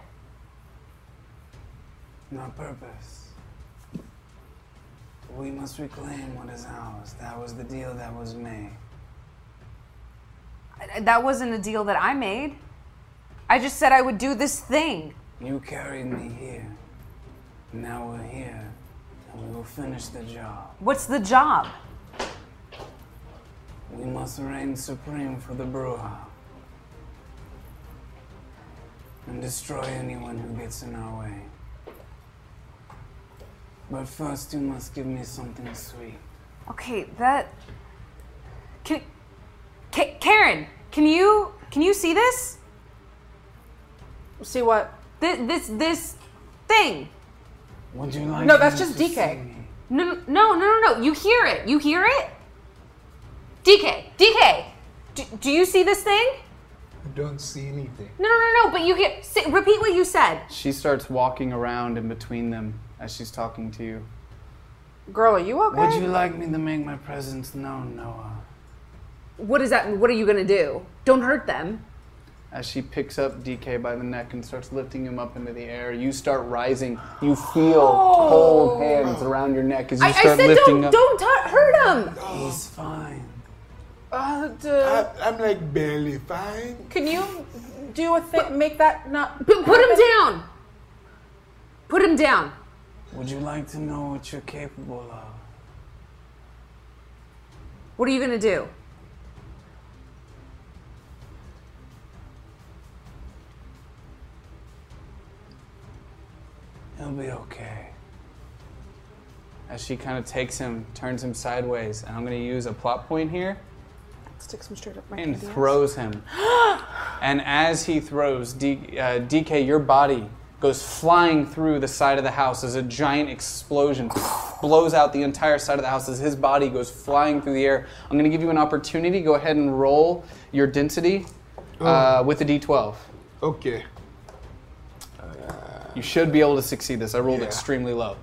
[SPEAKER 10] Not purpose. We must reclaim what is ours. That was the deal that was made.
[SPEAKER 4] I- That wasn't a deal that I made. I just said I would do this thing.
[SPEAKER 10] You carried me here. Now we're here, and we will finish the job.
[SPEAKER 4] What's the job?
[SPEAKER 10] We must reign supreme for the Bruja. And destroy anyone who gets in our way. But first, you must give me something sweet.
[SPEAKER 4] Okay, that. Can, Ka- Karen, can you can you see this?
[SPEAKER 7] See what?
[SPEAKER 4] This this this thing.
[SPEAKER 10] Would you like
[SPEAKER 7] No, that's
[SPEAKER 10] me
[SPEAKER 7] just
[SPEAKER 10] to
[SPEAKER 7] DK.
[SPEAKER 4] No no no no no. no. You hear it? You hear it? DK DK, do, do you see this thing?
[SPEAKER 9] I don't see anything.
[SPEAKER 4] No no no no. But you hear. Say, repeat what you said.
[SPEAKER 3] She starts walking around in between them as she's talking to you.
[SPEAKER 7] Girl, are you okay?
[SPEAKER 10] Would you like me to make my presence known, Noah?
[SPEAKER 4] What is that? What are you gonna do? Don't hurt them.
[SPEAKER 3] As she picks up DK by the neck and starts lifting him up into the air, you start rising. You feel cold hands around your neck as you
[SPEAKER 4] Oh. I, I
[SPEAKER 3] start
[SPEAKER 4] said
[SPEAKER 3] lifting
[SPEAKER 4] don't
[SPEAKER 3] up.
[SPEAKER 4] don't t- hurt them.
[SPEAKER 10] He's fine.
[SPEAKER 7] Uh, d-
[SPEAKER 9] I, I'm like barely fine.
[SPEAKER 7] can you do a thing? Make that not.
[SPEAKER 4] Put, put him down. Put him down.
[SPEAKER 10] Would you like to know what you're capable of?
[SPEAKER 4] What are you gonna do?
[SPEAKER 10] He'll be okay.
[SPEAKER 3] As she kind of takes him, turns him sideways, and I'm going to use a plot point here.
[SPEAKER 7] Stick some straight up my
[SPEAKER 3] and
[SPEAKER 7] candy.
[SPEAKER 3] throws him. and as he throws, D- uh, DK, your body goes flying through the side of the house as a giant explosion blows out the entire side of the house as his body goes flying through the air. I'm going to give you an opportunity. Go ahead and roll your density uh, with a d12.
[SPEAKER 9] Oh. Okay.
[SPEAKER 3] You should be able to succeed this. I rolled
[SPEAKER 9] Yeah.
[SPEAKER 3] extremely low.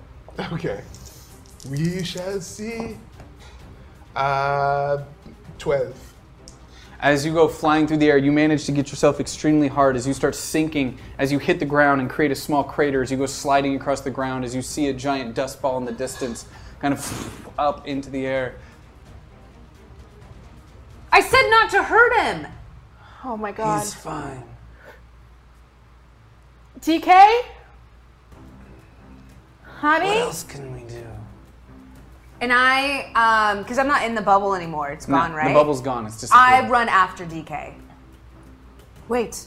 [SPEAKER 9] Okay. We shall see. Uh, 12.
[SPEAKER 3] As you go flying through the air, you manage to get yourself extremely hard as you start sinking, as you hit the ground and create a small crater, as you go sliding across the ground, as you see a giant dust ball in the distance, kind of up into the air.
[SPEAKER 4] I said not to hurt him.
[SPEAKER 7] Oh my god.
[SPEAKER 10] He's fine.
[SPEAKER 7] TK?
[SPEAKER 10] What
[SPEAKER 7] Honey?
[SPEAKER 10] else can we do?
[SPEAKER 4] And I, um, because I'm not in the bubble anymore. It's gone, right?
[SPEAKER 3] The bubble's gone. It's just.
[SPEAKER 4] I run after DK.
[SPEAKER 5] Wait.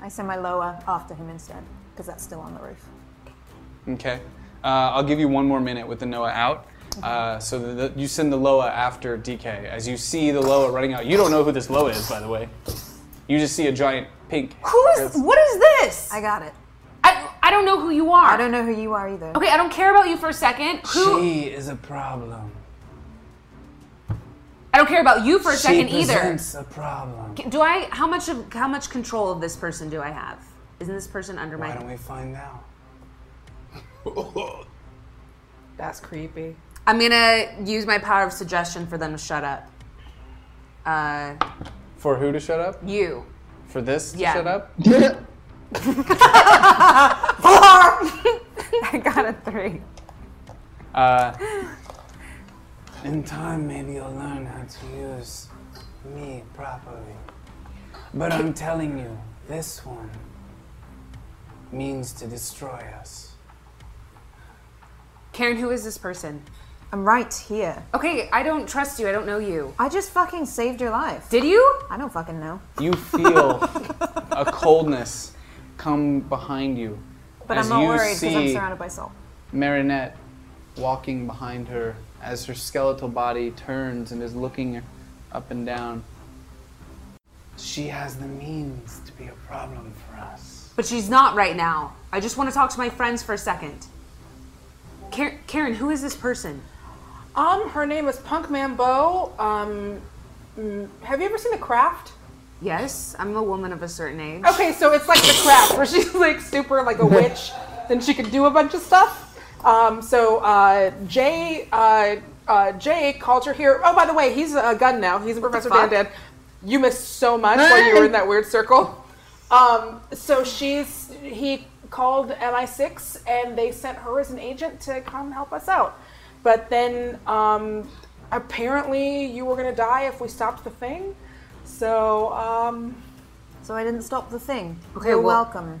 [SPEAKER 5] I send my lower after him instead, because that's still on the roof.
[SPEAKER 3] Okay. Uh, I'll give you one more minute with the Noah out. Uh, so the, the, you send the Loa after DK. As you see the Loa running out, you don't know who this Loa is, by the way. You just see a giant pink.
[SPEAKER 4] Who is? What is this?
[SPEAKER 5] I
[SPEAKER 4] I,
[SPEAKER 5] got it.
[SPEAKER 4] I, don't know who you are.
[SPEAKER 5] I don't know who you are either.
[SPEAKER 4] Okay, I don't care about you for a second. Who?
[SPEAKER 10] She is a problem.
[SPEAKER 4] I don't care about Oh, you for a second
[SPEAKER 10] she
[SPEAKER 4] either.
[SPEAKER 10] presents a problem.
[SPEAKER 4] Do I? How much of? How much control of this person do I have? Isn't this person under
[SPEAKER 10] Why
[SPEAKER 4] my?
[SPEAKER 10] don't we find out?
[SPEAKER 7] That's creepy.
[SPEAKER 4] I'm gonna use my power of suggestion for them to shut up. Uh,
[SPEAKER 3] For who to shut up?
[SPEAKER 4] you.
[SPEAKER 3] For this to
[SPEAKER 4] Yeah.
[SPEAKER 3] shut up?
[SPEAKER 4] I got a three.
[SPEAKER 3] Uh,
[SPEAKER 10] In time, maybe you'll learn how to use me properly. But I'm telling you, this one means to destroy us.
[SPEAKER 4] Karen, who is this person?
[SPEAKER 5] I'm right here.
[SPEAKER 4] Okay, I don't trust you. I don't know you.
[SPEAKER 5] I just fucking saved your life.
[SPEAKER 4] Did you?
[SPEAKER 5] I don't fucking know.
[SPEAKER 3] You feel a coldness come behind you.
[SPEAKER 5] But
[SPEAKER 3] as
[SPEAKER 5] I'm not
[SPEAKER 3] you
[SPEAKER 5] worried because I'm
[SPEAKER 3] see
[SPEAKER 5] surrounded by salt.
[SPEAKER 3] Marinette walking behind her as her skeletal body turns and is looking up and down. She has the means to be a problem for us.
[SPEAKER 4] But she's not right now. I just want to talk to my friends for a second. Karen, Karen who is this person?
[SPEAKER 7] Um, her name is Punk Mambo. Um, mm, have you ever seen The Craft?
[SPEAKER 4] Yes, I'm a woman of a certain
[SPEAKER 5] Oh,
[SPEAKER 4] age.
[SPEAKER 7] Okay, so it's like The Craft, where she's like super like a witch, then she can do a bunch of stuff. Um, so uh, Jay, uh, uh, Jay called her here. Oh, by the way, he's a gun now. He's a Professor
[SPEAKER 4] fuck?
[SPEAKER 7] Dandad. You missed so much while you were in that weird circle. Um, so she's he called MI6 and they sent her as an agent to come help us out. But then um, apparently you were gonna die if we stopped the thing. So um,
[SPEAKER 5] So I didn't stop the thing.
[SPEAKER 4] Okay,
[SPEAKER 5] You're
[SPEAKER 4] well-
[SPEAKER 5] welcome.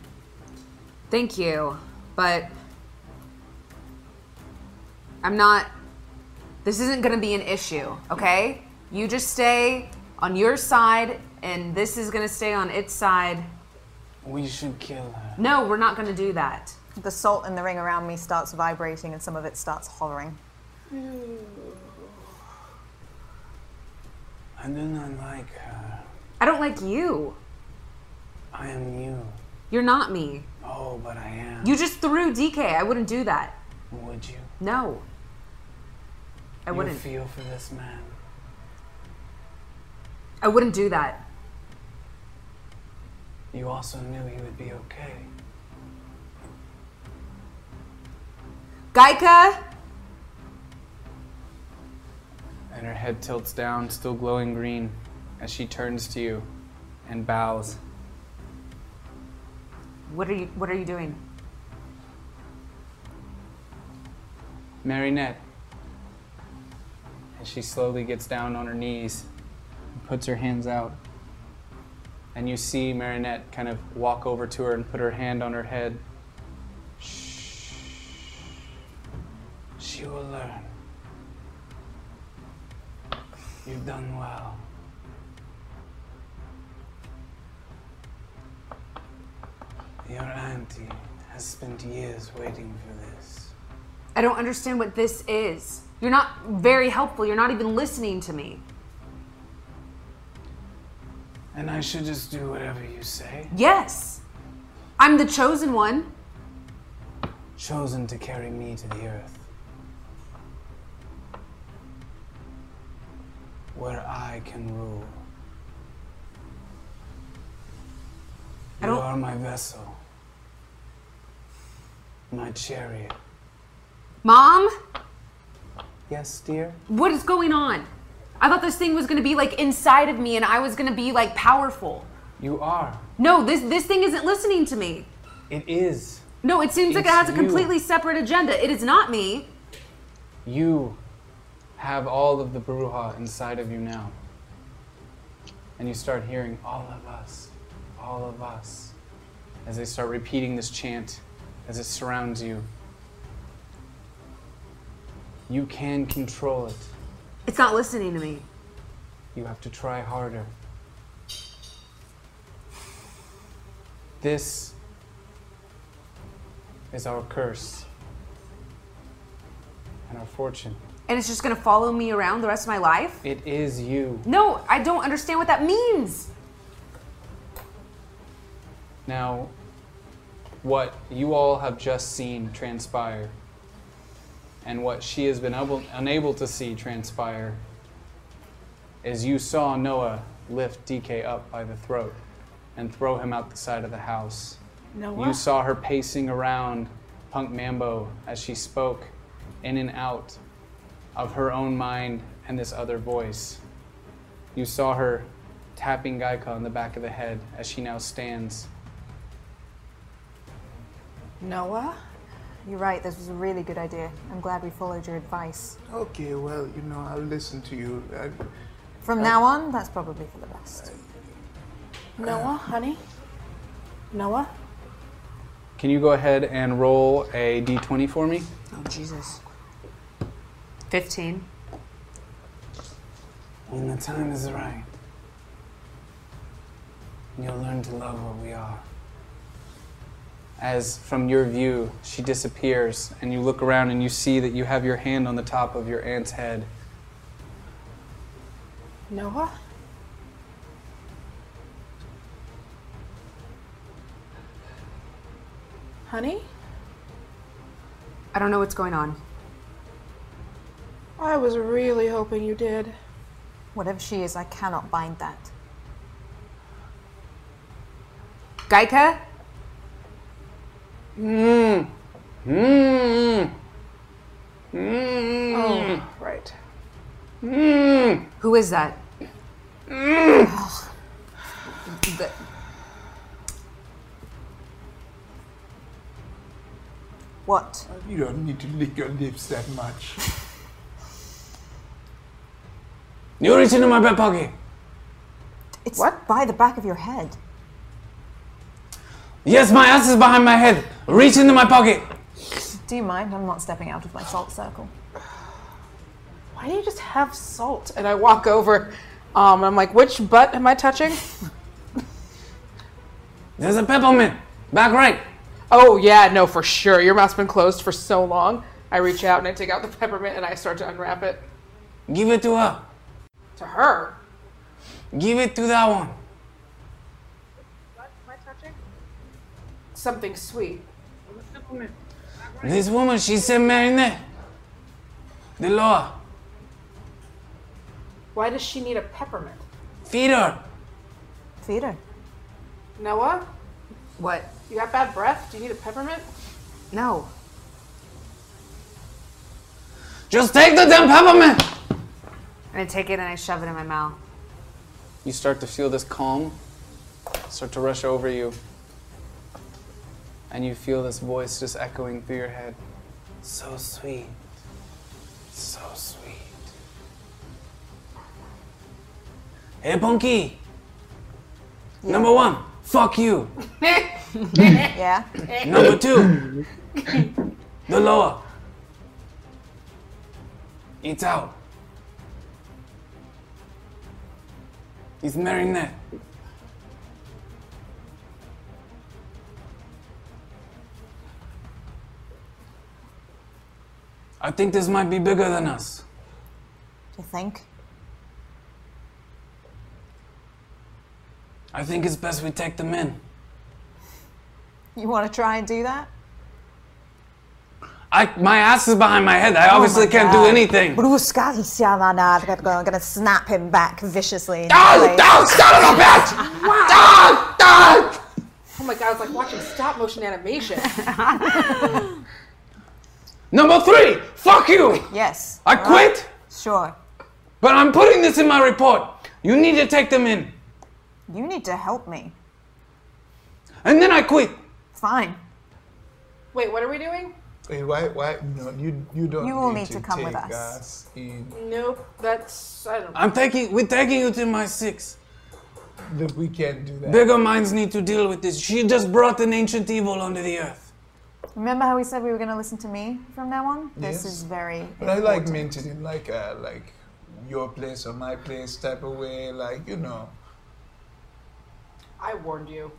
[SPEAKER 4] Thank you, but I'm not. This isn't going to be an issue, okay? You just stay on your side, and this is going to stay on its side.
[SPEAKER 10] We should kill her.
[SPEAKER 4] No, we're not going to do that.
[SPEAKER 5] The salt in the ring around me starts vibrating and some of it starts hovering.
[SPEAKER 10] I do not like her.
[SPEAKER 4] I don't like you.
[SPEAKER 10] I am you.
[SPEAKER 4] You're not me.
[SPEAKER 10] Oh, but I am.
[SPEAKER 4] You just threw DK. I wouldn't do that.
[SPEAKER 10] Would you?
[SPEAKER 4] No. I
[SPEAKER 10] you
[SPEAKER 4] wouldn't.
[SPEAKER 10] feel for this man.
[SPEAKER 4] I wouldn't do that.
[SPEAKER 10] You also knew he would be okay.
[SPEAKER 4] Gaika,
[SPEAKER 3] And her head tilts down, still glowing green, as she turns to you and bows.
[SPEAKER 4] what are you what are you doing?
[SPEAKER 3] Marinette. And she slowly gets down on her knees and puts her hands out. And you see Marinette kind of walk over to her and put her hand on her head.
[SPEAKER 10] She will learn. You've done well. Your auntie has spent years waiting for this.
[SPEAKER 4] I don't understand what this is. You're not very helpful. You're not even listening to me.
[SPEAKER 10] And I should just do whatever you say.
[SPEAKER 4] Yes. I'm the chosen one.
[SPEAKER 10] Chosen to carry me to the earth. Where I can rule.
[SPEAKER 4] I
[SPEAKER 10] You
[SPEAKER 4] don't-
[SPEAKER 10] are my vessel. My chariot.
[SPEAKER 4] Mom,
[SPEAKER 10] Yes, dear?
[SPEAKER 4] what is going on? I thought this thing was going to be like inside of me and I was going to be like powerful.
[SPEAKER 10] You are.
[SPEAKER 4] No, this this thing isn't listening to me.
[SPEAKER 10] It is.
[SPEAKER 4] No, it seems like it
[SPEAKER 3] It's
[SPEAKER 4] has a
[SPEAKER 3] you.
[SPEAKER 4] completely separate agenda. It is not me.
[SPEAKER 3] You have all of the Bruja inside of you now. And you start hearing all of us, all of us, as they start repeating this chant as it surrounds you. You can control it.
[SPEAKER 4] It's not listening to me.
[SPEAKER 3] You have to try harder. This is our curse and our fortune.
[SPEAKER 4] And it's just going to follow me around the rest of my life?
[SPEAKER 3] It is you.
[SPEAKER 4] No, I don't understand what that means.
[SPEAKER 3] Now, what you all have just seen transpire, and what she has been able, unable to see transpire, is you saw Noah lift DK up by the throat and throw him out the side of the house. You saw her pacing around Punk Mambo as she spoke in and out of her own mind and this other voice. You saw her tapping Gaika on the back of the head as she now stands
[SPEAKER 7] Noah.
[SPEAKER 5] You're right, this was a really good idea. I'm glad we followed your advice.
[SPEAKER 9] Okay, well, you know, I'll listen to you. I,
[SPEAKER 5] From now on, that's probably for the best. Uh.
[SPEAKER 7] Noah, honey. Noah.
[SPEAKER 3] Can you go ahead and roll a d20 for me?
[SPEAKER 4] Oh Jesus. 15.
[SPEAKER 10] When the time is right, you'll learn to love what we are.
[SPEAKER 3] As from your view, she disappears, and you look around and you see that you have your hand on the top of your aunt's head.
[SPEAKER 7] Noah? Honey?
[SPEAKER 4] I don't know what's going on.
[SPEAKER 7] I was really hoping you did.
[SPEAKER 5] Whatever she is, I cannot bind that.
[SPEAKER 4] Geica?
[SPEAKER 10] Mmm. Mmm.
[SPEAKER 7] Oh, right.
[SPEAKER 10] Mm.
[SPEAKER 4] Mmm. Who is that? Mmm.
[SPEAKER 5] What?
[SPEAKER 9] You don't need to lick your lips that much.
[SPEAKER 10] You reach into my back pocket.
[SPEAKER 5] It's what? by the back of your head.
[SPEAKER 10] Yes, my ass is behind my head. Reach into my pocket.
[SPEAKER 5] Do you mind? I'm not stepping out of my salt circle.
[SPEAKER 7] Why do you just have salt? And I walk over. Um, and I'm like, which butt am I touching?
[SPEAKER 10] There's a peppermint. Back right.
[SPEAKER 7] Oh, yeah, no, for sure. Your mouth's been closed for so long. I reach out and I take out the peppermint and I start to unwrap it.
[SPEAKER 10] Give it to her.
[SPEAKER 7] To her?
[SPEAKER 10] Give it to that one.
[SPEAKER 7] What am I touching? Something sweet. Peppermint.
[SPEAKER 10] This woman, she said marinate. The law.
[SPEAKER 7] Why does she need a peppermint?
[SPEAKER 10] Feed her.
[SPEAKER 5] Feed her.
[SPEAKER 7] Noah?
[SPEAKER 4] What?
[SPEAKER 7] You got bad breath? Do you need a peppermint?
[SPEAKER 4] No.
[SPEAKER 10] Just take the damn peppermint.
[SPEAKER 4] And I take it and I shove it in my mouth.
[SPEAKER 3] You start to feel this calm start to rush over you, and you feel this voice just echoing through your head.
[SPEAKER 10] So sweet. So sweet. Hey, Punky. Number one, fuck you.
[SPEAKER 5] yeah.
[SPEAKER 10] Number two, the lower. It's out. It's marinette. I think this might be bigger than us.
[SPEAKER 5] You think?
[SPEAKER 10] I think it's best we take them in.
[SPEAKER 5] You want to try and do that?
[SPEAKER 10] I, my ass is behind my head. I
[SPEAKER 5] Oh
[SPEAKER 10] obviously
[SPEAKER 5] my
[SPEAKER 10] can't
[SPEAKER 5] God.
[SPEAKER 10] do anything.
[SPEAKER 5] Bruska, he's yeah, nah, nah, I'm gonna- gonna snap him back viciously.
[SPEAKER 10] Oh, don't son of a bitch!
[SPEAKER 7] Wow! Oh my god, I was like watching stop motion animation.
[SPEAKER 10] Number three, fuck you!
[SPEAKER 5] Yes.
[SPEAKER 10] I quit,
[SPEAKER 5] Sure.
[SPEAKER 10] but I'm putting this in my report. You need to take them in.
[SPEAKER 5] You need to help me.
[SPEAKER 10] And then I quit.
[SPEAKER 5] Fine.
[SPEAKER 7] Wait, what are we doing?
[SPEAKER 9] Wait, why? Why? No, you you don't.
[SPEAKER 7] You will
[SPEAKER 9] need,
[SPEAKER 7] need
[SPEAKER 9] to,
[SPEAKER 7] to come
[SPEAKER 9] take
[SPEAKER 7] with us.
[SPEAKER 9] in.
[SPEAKER 7] Nope, that's. I don't know.
[SPEAKER 10] I'm taking, we're taking you to my six.
[SPEAKER 9] Look, we can't do that.
[SPEAKER 10] Bigger minds need to deal with this. She just brought an ancient evil onto the earth.
[SPEAKER 5] Remember how we said we were gonna listen to me from now on? This
[SPEAKER 9] Yes.
[SPEAKER 5] is very.
[SPEAKER 9] But I like meant it in like a like your place or my place type of way. Like you know.
[SPEAKER 7] I warned you.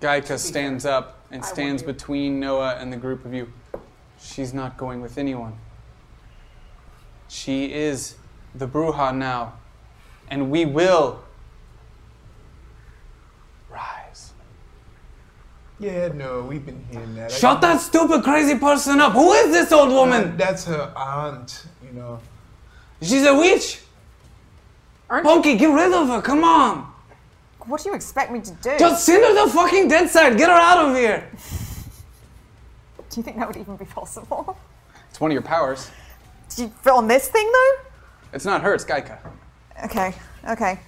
[SPEAKER 3] Gaika stands up and
[SPEAKER 7] I want
[SPEAKER 3] stands
[SPEAKER 7] you.
[SPEAKER 3] between Noah and the group of you. She's not going with anyone. She is the Bruja now, and we will rise.
[SPEAKER 9] Yeah, no, we've been hearing that.
[SPEAKER 10] Shut that stupid crazy person up. Who is this old woman?
[SPEAKER 9] That's her aunt, you know.
[SPEAKER 10] She's a witch. Punky, get rid of her. Come on.
[SPEAKER 5] What do you expect me to do?
[SPEAKER 10] Just send her the fucking dead side. Get her out of here.
[SPEAKER 5] Do you think that would even be possible?
[SPEAKER 3] It's one of your powers.
[SPEAKER 5] Did you fit on this thing though?
[SPEAKER 3] It's not her, it's Gaika.
[SPEAKER 5] Okay. Okay.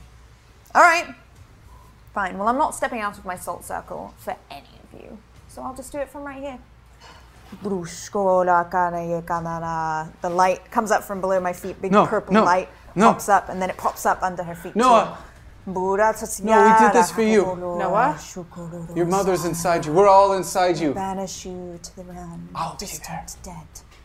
[SPEAKER 5] All right. Fine. Well, I'm not stepping out of my salt circle for any of you, so I'll just do it from right here. Brushkolakanayekanara. The light comes up from below my feet. Big
[SPEAKER 3] No,
[SPEAKER 5] purple
[SPEAKER 3] no,
[SPEAKER 5] light
[SPEAKER 3] no.
[SPEAKER 5] pops up, and then it pops up under her feet.
[SPEAKER 10] uh,
[SPEAKER 3] Noah.
[SPEAKER 5] too.
[SPEAKER 3] No, we did this for you.
[SPEAKER 5] Noah.
[SPEAKER 3] Your mother's inside you. We're all inside you.
[SPEAKER 5] Banish you to the realm.
[SPEAKER 10] I'll be
[SPEAKER 5] distant dead.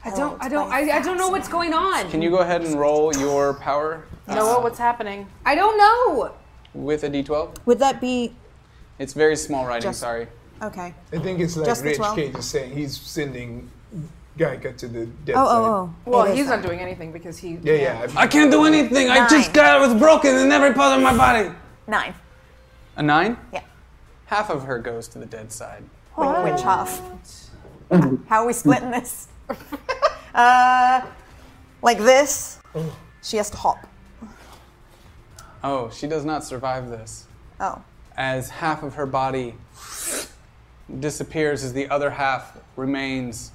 [SPEAKER 4] I don't. I don't. I, I don't know what's going on.
[SPEAKER 3] Can you go ahead and roll your power uh,
[SPEAKER 7] Noah, what's happening?
[SPEAKER 4] I don't know.
[SPEAKER 3] with a d12?
[SPEAKER 5] Would that be
[SPEAKER 3] It's very small writing,
[SPEAKER 5] Just-
[SPEAKER 3] sorry.
[SPEAKER 5] okay?
[SPEAKER 9] I think it's like
[SPEAKER 5] Just the
[SPEAKER 9] Rage
[SPEAKER 5] 12?
[SPEAKER 9] Cage is saying he's sending Gaika to the death
[SPEAKER 5] Oh,
[SPEAKER 9] side.
[SPEAKER 5] oh, oh.
[SPEAKER 7] Well,
[SPEAKER 5] It is
[SPEAKER 7] he's not
[SPEAKER 5] that.
[SPEAKER 7] doing anything because he.
[SPEAKER 9] Yeah, yeah.
[SPEAKER 10] I can't do anything. I just got it was broken in every part of my body.
[SPEAKER 5] nine.
[SPEAKER 3] A nine?
[SPEAKER 5] Yeah.
[SPEAKER 3] Half of her goes to the dead side.
[SPEAKER 5] Wait, Which half? How are we splitting this? uh, like this. She has to hop.
[SPEAKER 3] Oh, she does not survive this.
[SPEAKER 5] Oh.
[SPEAKER 3] As half of her body disappears, as the other half remains,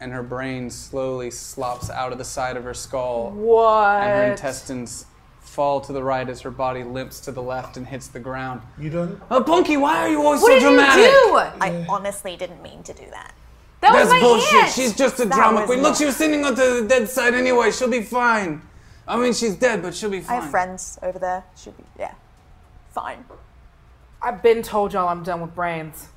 [SPEAKER 3] and her brain slowly slops out of the side of her skull. And her
[SPEAKER 7] What?
[SPEAKER 3] intestines fall to the right as her body limps to the left and hits the ground. Oh,
[SPEAKER 9] You don't?
[SPEAKER 10] Uh, Punky, why are you
[SPEAKER 7] Oh,
[SPEAKER 10] always
[SPEAKER 4] What
[SPEAKER 10] so
[SPEAKER 4] did
[SPEAKER 10] dramatic?
[SPEAKER 4] you do?
[SPEAKER 5] I honestly didn't mean to do that.
[SPEAKER 4] That was
[SPEAKER 10] That's
[SPEAKER 4] my
[SPEAKER 10] bullshit.
[SPEAKER 4] aunt.
[SPEAKER 10] She's just a drama
[SPEAKER 5] was
[SPEAKER 10] queen.
[SPEAKER 5] not-
[SPEAKER 10] Look, she was sending her to the dead side anyway. She'll be fine. I mean, she's dead, but she'll be
[SPEAKER 5] I
[SPEAKER 10] fine.
[SPEAKER 5] have friends over there. Should be yeah. Fine.
[SPEAKER 7] I've been told y'all I'm done with brains.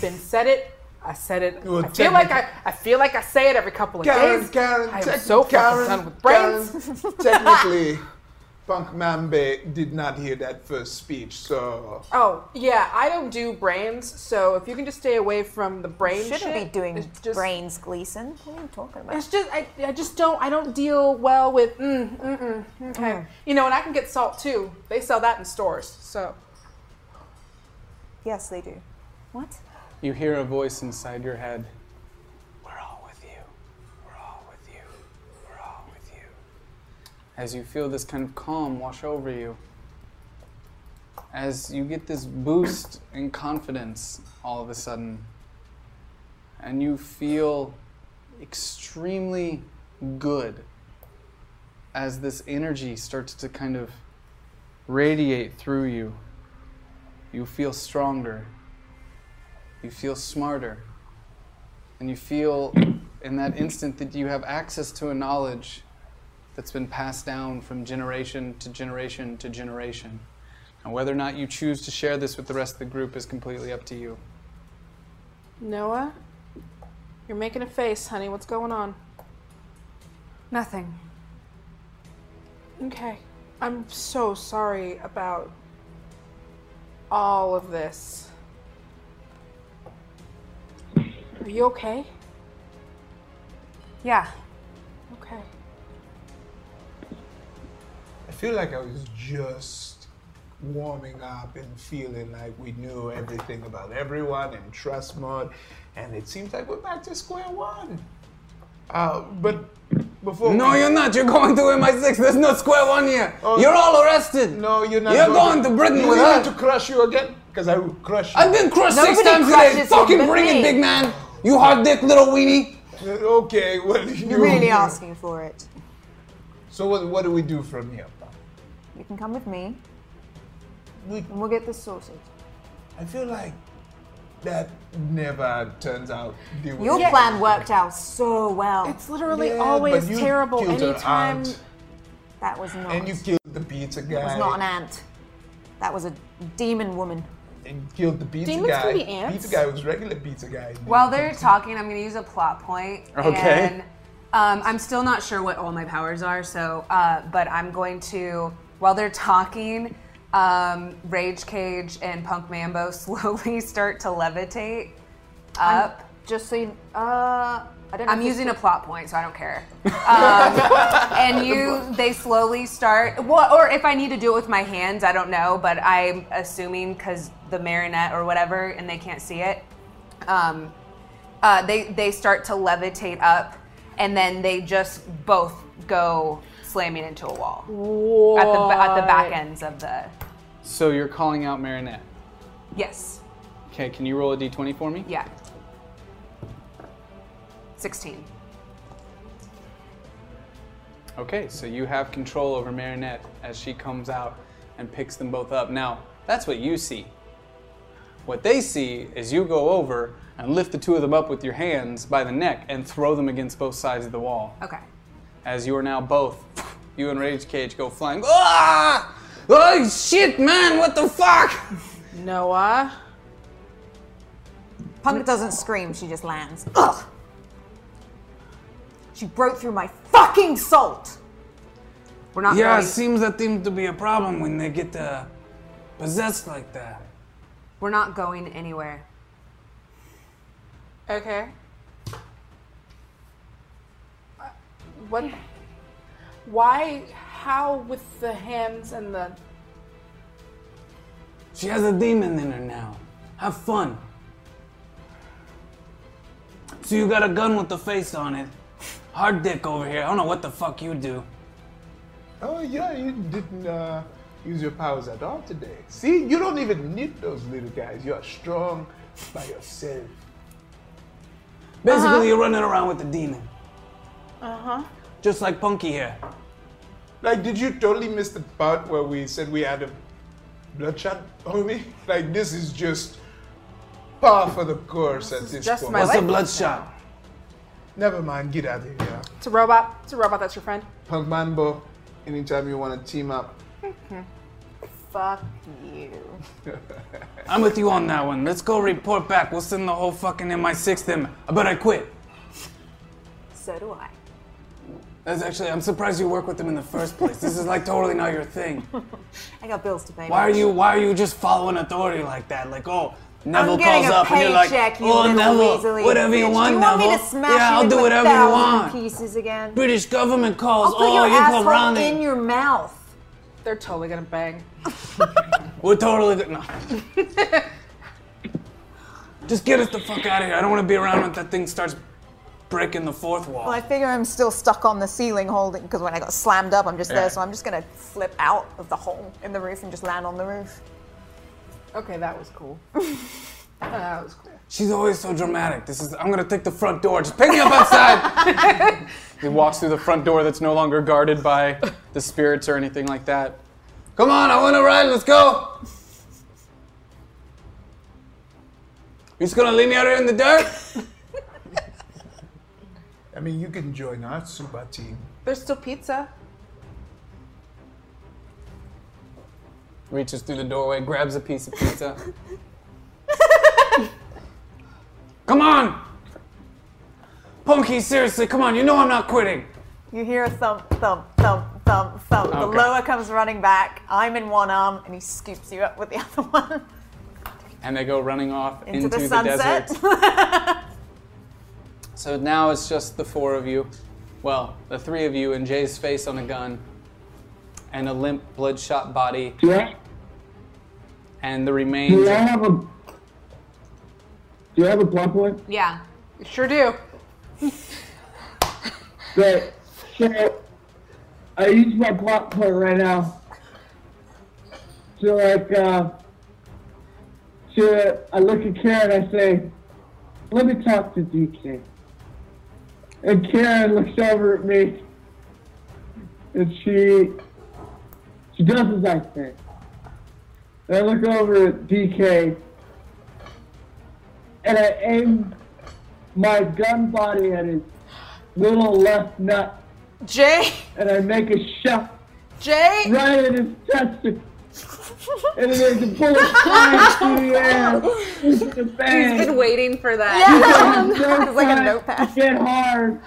[SPEAKER 7] Been said it. I said it.
[SPEAKER 9] Well,
[SPEAKER 7] I feel like I,
[SPEAKER 9] technically-
[SPEAKER 7] I feel like I say it every couple of
[SPEAKER 9] Karen,
[SPEAKER 7] days.
[SPEAKER 9] Karen,
[SPEAKER 7] I am
[SPEAKER 9] tec-
[SPEAKER 7] so fucking
[SPEAKER 9] Karen,
[SPEAKER 7] done with brains.
[SPEAKER 9] Karen, technically, Punk Mambe did not hear that first speech, so
[SPEAKER 7] Oh yeah, I don't do brains, so if you can just stay away from the brain
[SPEAKER 5] Shouldn't
[SPEAKER 7] shit,
[SPEAKER 5] be doing
[SPEAKER 7] it's just-
[SPEAKER 5] brains, Gleason. What are you talking about?
[SPEAKER 7] It's just I, I just don't I don't deal well with mm mm mm. Okay, you know, and I can get salt too. They sell that in stores, so
[SPEAKER 5] Yes, they do. What?
[SPEAKER 3] You hear a voice inside your head. We're all with you. We're all with you. We're all with you. As you feel this kind of calm wash over you, as you get this boost in confidence all of a sudden, and you feel extremely good as this energy starts to kind of radiate through you. You feel stronger you feel smarter and you feel in that instant that you have access to a knowledge that's been passed down from generation to generation to generation and whether or not you choose to share this with the rest of the group is completely up to you
[SPEAKER 7] Noah, you're making a face, honey. What's going on?
[SPEAKER 4] Nothing.
[SPEAKER 7] Okay. I'm so sorry about all of this. Are you okay?
[SPEAKER 4] Yeah.
[SPEAKER 7] Okay.
[SPEAKER 9] I feel like I was just warming up and feeling like we knew everything about everyone in trust mode, and it seems like we're back to square one. Uh, but before
[SPEAKER 10] No,
[SPEAKER 9] we-
[SPEAKER 10] you're not. You're going to MI6. There's no square one here.
[SPEAKER 9] Oh,
[SPEAKER 10] you're all arrested.
[SPEAKER 9] No, you're not.
[SPEAKER 10] You're going to Britain
[SPEAKER 9] you
[SPEAKER 10] with
[SPEAKER 9] want
[SPEAKER 10] us.
[SPEAKER 9] me to crush you again? Because I will crush you.
[SPEAKER 10] I've been crushed six
[SPEAKER 7] Nobody
[SPEAKER 10] times today.
[SPEAKER 7] crushes
[SPEAKER 10] Fucking
[SPEAKER 7] him but
[SPEAKER 10] bring it,
[SPEAKER 7] me.
[SPEAKER 10] big man. You hard dick, little weenie.
[SPEAKER 9] Okay, well, you
[SPEAKER 5] You're really asking for it.
[SPEAKER 9] So what, what do we do from here?
[SPEAKER 5] You can come with me,
[SPEAKER 9] We,
[SPEAKER 5] and we'll get this sorted.
[SPEAKER 9] I feel like that never turns out the way.
[SPEAKER 5] Your plan worked out so well.
[SPEAKER 7] It's literally
[SPEAKER 9] Yeah,
[SPEAKER 7] always
[SPEAKER 9] but you
[SPEAKER 7] terrible
[SPEAKER 9] killed her
[SPEAKER 7] anytime.
[SPEAKER 9] aunt,
[SPEAKER 5] that was not.
[SPEAKER 9] and you killed the pizza guy.
[SPEAKER 5] It was not an ant. That was a demon woman.
[SPEAKER 9] and killed the pizza
[SPEAKER 7] Demons
[SPEAKER 9] guy.
[SPEAKER 7] can be ants.
[SPEAKER 9] Pizza guy was regular pizza guy.
[SPEAKER 4] While they're talking, I'm going to use a plot point.
[SPEAKER 3] Okay.
[SPEAKER 4] And, um, I'm still not sure what all my powers are, so, uh, but I'm going to, while they're talking, um, Rage Cage and Punk Mambo slowly start to levitate up.
[SPEAKER 5] Just so you, uh, I don't know.
[SPEAKER 4] I'm
[SPEAKER 5] if it's-
[SPEAKER 4] using a plot point, so I don't care. Um, and you, they slowly start. Well, or if I need to do it with my hands, I don't know. But I'm assuming because the marionette or whatever, and they can't see it. Um, uh, they they start to levitate up, and then they just both go slamming into a wall at the ba- at the back ends of the.
[SPEAKER 3] so you're calling out marionette
[SPEAKER 4] Yes.
[SPEAKER 3] okay can you roll a d20 for me
[SPEAKER 4] Yeah. Sixteen.
[SPEAKER 3] okay so you have control over marionette as she comes out and picks them both up now that's what you see what they see is you go over and lift the two of them up with your hands by the neck and throw them against both sides of the wall
[SPEAKER 4] Okay.
[SPEAKER 3] as you are now both, you and Rage Cage go flying.
[SPEAKER 10] Ah! Oh, shit, man. What the fuck?
[SPEAKER 7] Noah,
[SPEAKER 5] Punk doesn't scream, she just lands. Ugh. She broke through my fucking salt.
[SPEAKER 4] We're
[SPEAKER 10] yeah, it seems that seems to be a problem when they get uh, possessed like that.
[SPEAKER 4] We're not going anywhere.
[SPEAKER 7] Okay. Uh, What? Why? How with the hands and the?
[SPEAKER 10] She has a demon in her now. Have fun. So you got a gun with the face on it. Hard dick over here. I don't know what the fuck you do.
[SPEAKER 9] Oh yeah, you didn't uh, use your powers at all today. See, you don't even need those little guys. You are strong by yourself.
[SPEAKER 5] Uh-huh.
[SPEAKER 10] Basically, you're running around with a demon,
[SPEAKER 7] Uh huh.
[SPEAKER 10] just like Punky here.
[SPEAKER 9] Like, did you totally miss the part where we said we had a bloodshot homie? Like, this is just par for the course at this
[SPEAKER 7] just
[SPEAKER 9] point.
[SPEAKER 7] my What's a life
[SPEAKER 10] bloodshot?
[SPEAKER 9] Never mind, get out of here.
[SPEAKER 7] It's a robot. It's a robot. That's your friend.
[SPEAKER 9] Punk Mambo, anytime you want to team up.
[SPEAKER 7] Fuck you.
[SPEAKER 10] I'm with you on that one. Let's go report back. We'll send the whole fucking MI6 them. I bet I quit.
[SPEAKER 4] So do I.
[SPEAKER 10] That's actually, I'm surprised you work with them in the first place. This is like totally not your thing.
[SPEAKER 5] I got bills to pay.
[SPEAKER 10] Why are
[SPEAKER 5] bitch.
[SPEAKER 10] you why are you just following authority like that? Like, oh, Neville
[SPEAKER 5] getting
[SPEAKER 10] calls
[SPEAKER 5] a
[SPEAKER 10] up and you're like,
[SPEAKER 5] paycheck, you
[SPEAKER 10] oh,
[SPEAKER 5] little
[SPEAKER 10] Neville,
[SPEAKER 5] weaselly
[SPEAKER 10] whatever you
[SPEAKER 5] bitch.
[SPEAKER 10] want,
[SPEAKER 5] Do you want
[SPEAKER 10] Neville.
[SPEAKER 5] me to smash
[SPEAKER 10] yeah,
[SPEAKER 5] you
[SPEAKER 10] I'll
[SPEAKER 5] into
[SPEAKER 10] do
[SPEAKER 5] a
[SPEAKER 10] whatever you
[SPEAKER 5] thousand
[SPEAKER 10] want.
[SPEAKER 5] Pieces again.
[SPEAKER 10] British government calls.
[SPEAKER 5] I'll put
[SPEAKER 10] oh,
[SPEAKER 5] your
[SPEAKER 10] you go
[SPEAKER 5] asshole
[SPEAKER 10] running.
[SPEAKER 5] in your mouth.
[SPEAKER 7] They're totally gonna bang.
[SPEAKER 10] We're totally good. No. Just get us the fuck out of here. I don't want to be around when that thing starts breaking the fourth wall.
[SPEAKER 5] Well, I figure I'm still stuck on the ceiling holding because when I got slammed up, I'm just
[SPEAKER 10] Yeah.
[SPEAKER 5] there, so I'm just gonna flip out of the hole in the roof and just land on the roof.
[SPEAKER 7] Okay, that was cool. that was cool.
[SPEAKER 10] She's always so dramatic. This is. I'm gonna take the front door. Just pick me up outside.
[SPEAKER 3] He walks through the front door that's no longer guarded by the spirits or anything like that.
[SPEAKER 10] Come on, I want to ride. Let's go. You just gonna leave me out here in the dirt?
[SPEAKER 9] I mean, you can join our super team.
[SPEAKER 7] There's still pizza.
[SPEAKER 3] Reaches through the doorway, grabs a piece of pizza.
[SPEAKER 10] Come on. Punky, seriously, come on. You know I'm not quitting.
[SPEAKER 5] You hear a thump, thump, thump, thump, thump. The
[SPEAKER 10] Okay.
[SPEAKER 5] lower comes running back. I'm in one arm, and he scoops you up with the other one
[SPEAKER 3] And they go running off
[SPEAKER 5] into,
[SPEAKER 3] into,
[SPEAKER 5] the,
[SPEAKER 3] desert.
[SPEAKER 5] sunset.
[SPEAKER 3] So now it's just the four of you. Well, the three of you and Jay's face on a gun and a limp, bloodshot body
[SPEAKER 6] Do I,
[SPEAKER 3] and the remains.
[SPEAKER 6] do I
[SPEAKER 3] Of,
[SPEAKER 6] have a do you have a plot point?
[SPEAKER 4] Yeah.
[SPEAKER 7] You sure do.
[SPEAKER 6] Great. So I use my plot point right now to like uh to I look at Karen I say, Let me talk to DK. And Karen looks over at me and she she does as I say. And I look over at DK and I aim my gun body at his little left nut
[SPEAKER 7] Jay,
[SPEAKER 6] and I make a shot
[SPEAKER 7] Jay,
[SPEAKER 6] right at his testicle. and there's a bullet flying through the air into the bag.
[SPEAKER 4] He's been waiting for that.
[SPEAKER 6] He's so
[SPEAKER 5] like a
[SPEAKER 6] trying
[SPEAKER 5] notepad.
[SPEAKER 6] to Get hard.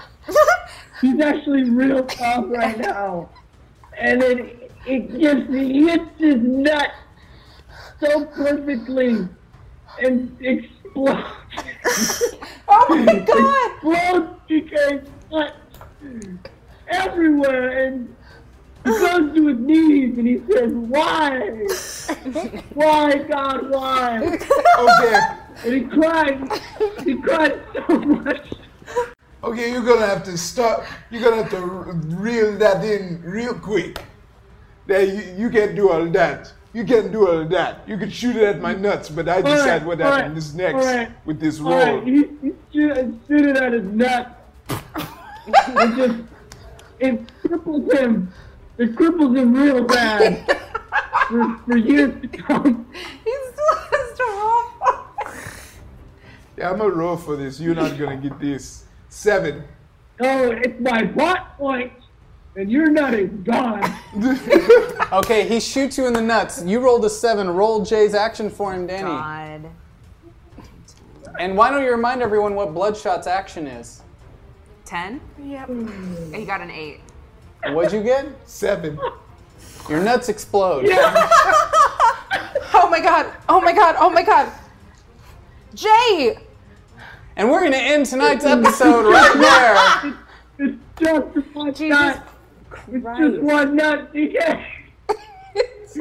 [SPEAKER 6] He's actually real tough right now. And then it just hits his nut so perfectly and explodes.
[SPEAKER 7] Oh my god!
[SPEAKER 6] Explodes DK's nut everywhere and he goes to his knees and he says, Why? why, God, why?
[SPEAKER 9] Okay,
[SPEAKER 6] And he cried. He cried so much.
[SPEAKER 9] okay, you're gonna have to stop. You're gonna have to r- reel that in real quick. That you, you can't do all that. You can't do all that. You could shoot it at my nuts, but I
[SPEAKER 6] right,
[SPEAKER 9] decide what
[SPEAKER 6] all right,
[SPEAKER 9] happens next
[SPEAKER 6] all right,
[SPEAKER 9] with this roll.
[SPEAKER 6] All right, he, he shoot, shoot it at his nut. it just it cripples him. It cripples him real bad for, for years to come.
[SPEAKER 7] He's still has to roll.
[SPEAKER 9] Yeah, I'm a roll for this. You're not gonna get this. Seven.
[SPEAKER 6] Oh, it's my plot point, and your nut is gone.
[SPEAKER 3] okay, he shoots you in the nuts. You rolled a seven. Roll Jay's action for him, Danny.
[SPEAKER 4] God.
[SPEAKER 3] And why don't you remind everyone what Bloodshot's action is?
[SPEAKER 4] Ten?
[SPEAKER 7] Yep.
[SPEAKER 4] He got an eight.
[SPEAKER 8] What'd you get?
[SPEAKER 9] Seven.
[SPEAKER 8] Your nuts explode.
[SPEAKER 7] oh my god. Oh my god. Oh my god. Jay.
[SPEAKER 8] And we're gonna end tonight's episode right there.
[SPEAKER 6] It's just one nut. It's just one nut, DK.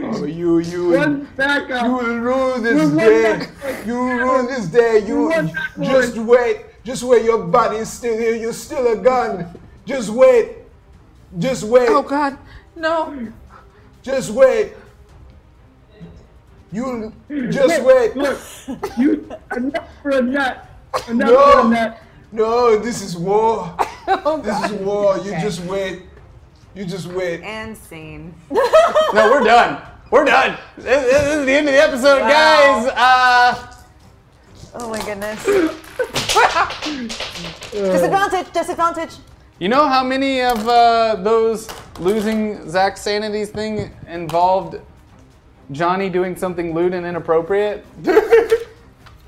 [SPEAKER 9] Oh, you, you,
[SPEAKER 6] One backup.
[SPEAKER 9] you will rule this
[SPEAKER 6] One
[SPEAKER 9] day.
[SPEAKER 6] backup.
[SPEAKER 9] You will rule this day. You
[SPEAKER 6] One backup.
[SPEAKER 9] just wait. Just wait. Your body is still here. You're still a gun. Just wait. Just wait.
[SPEAKER 7] Oh god. No.
[SPEAKER 9] Just wait. You just wait.
[SPEAKER 6] Look, Look, you enough for a nut. Enough for
[SPEAKER 9] No.
[SPEAKER 6] a nut.
[SPEAKER 9] No, this is war.
[SPEAKER 7] Oh,
[SPEAKER 9] This is war. You just wait. You just wait.
[SPEAKER 4] And scene.
[SPEAKER 8] No, we're done. We're done. This, this is the end of the episode, guys. Uh,
[SPEAKER 5] Oh my goodness. disadvantage, disadvantage.
[SPEAKER 8] you know how many of uh, those losing Zach's sanity thing involved Johnny doing something lewd and inappropriate? that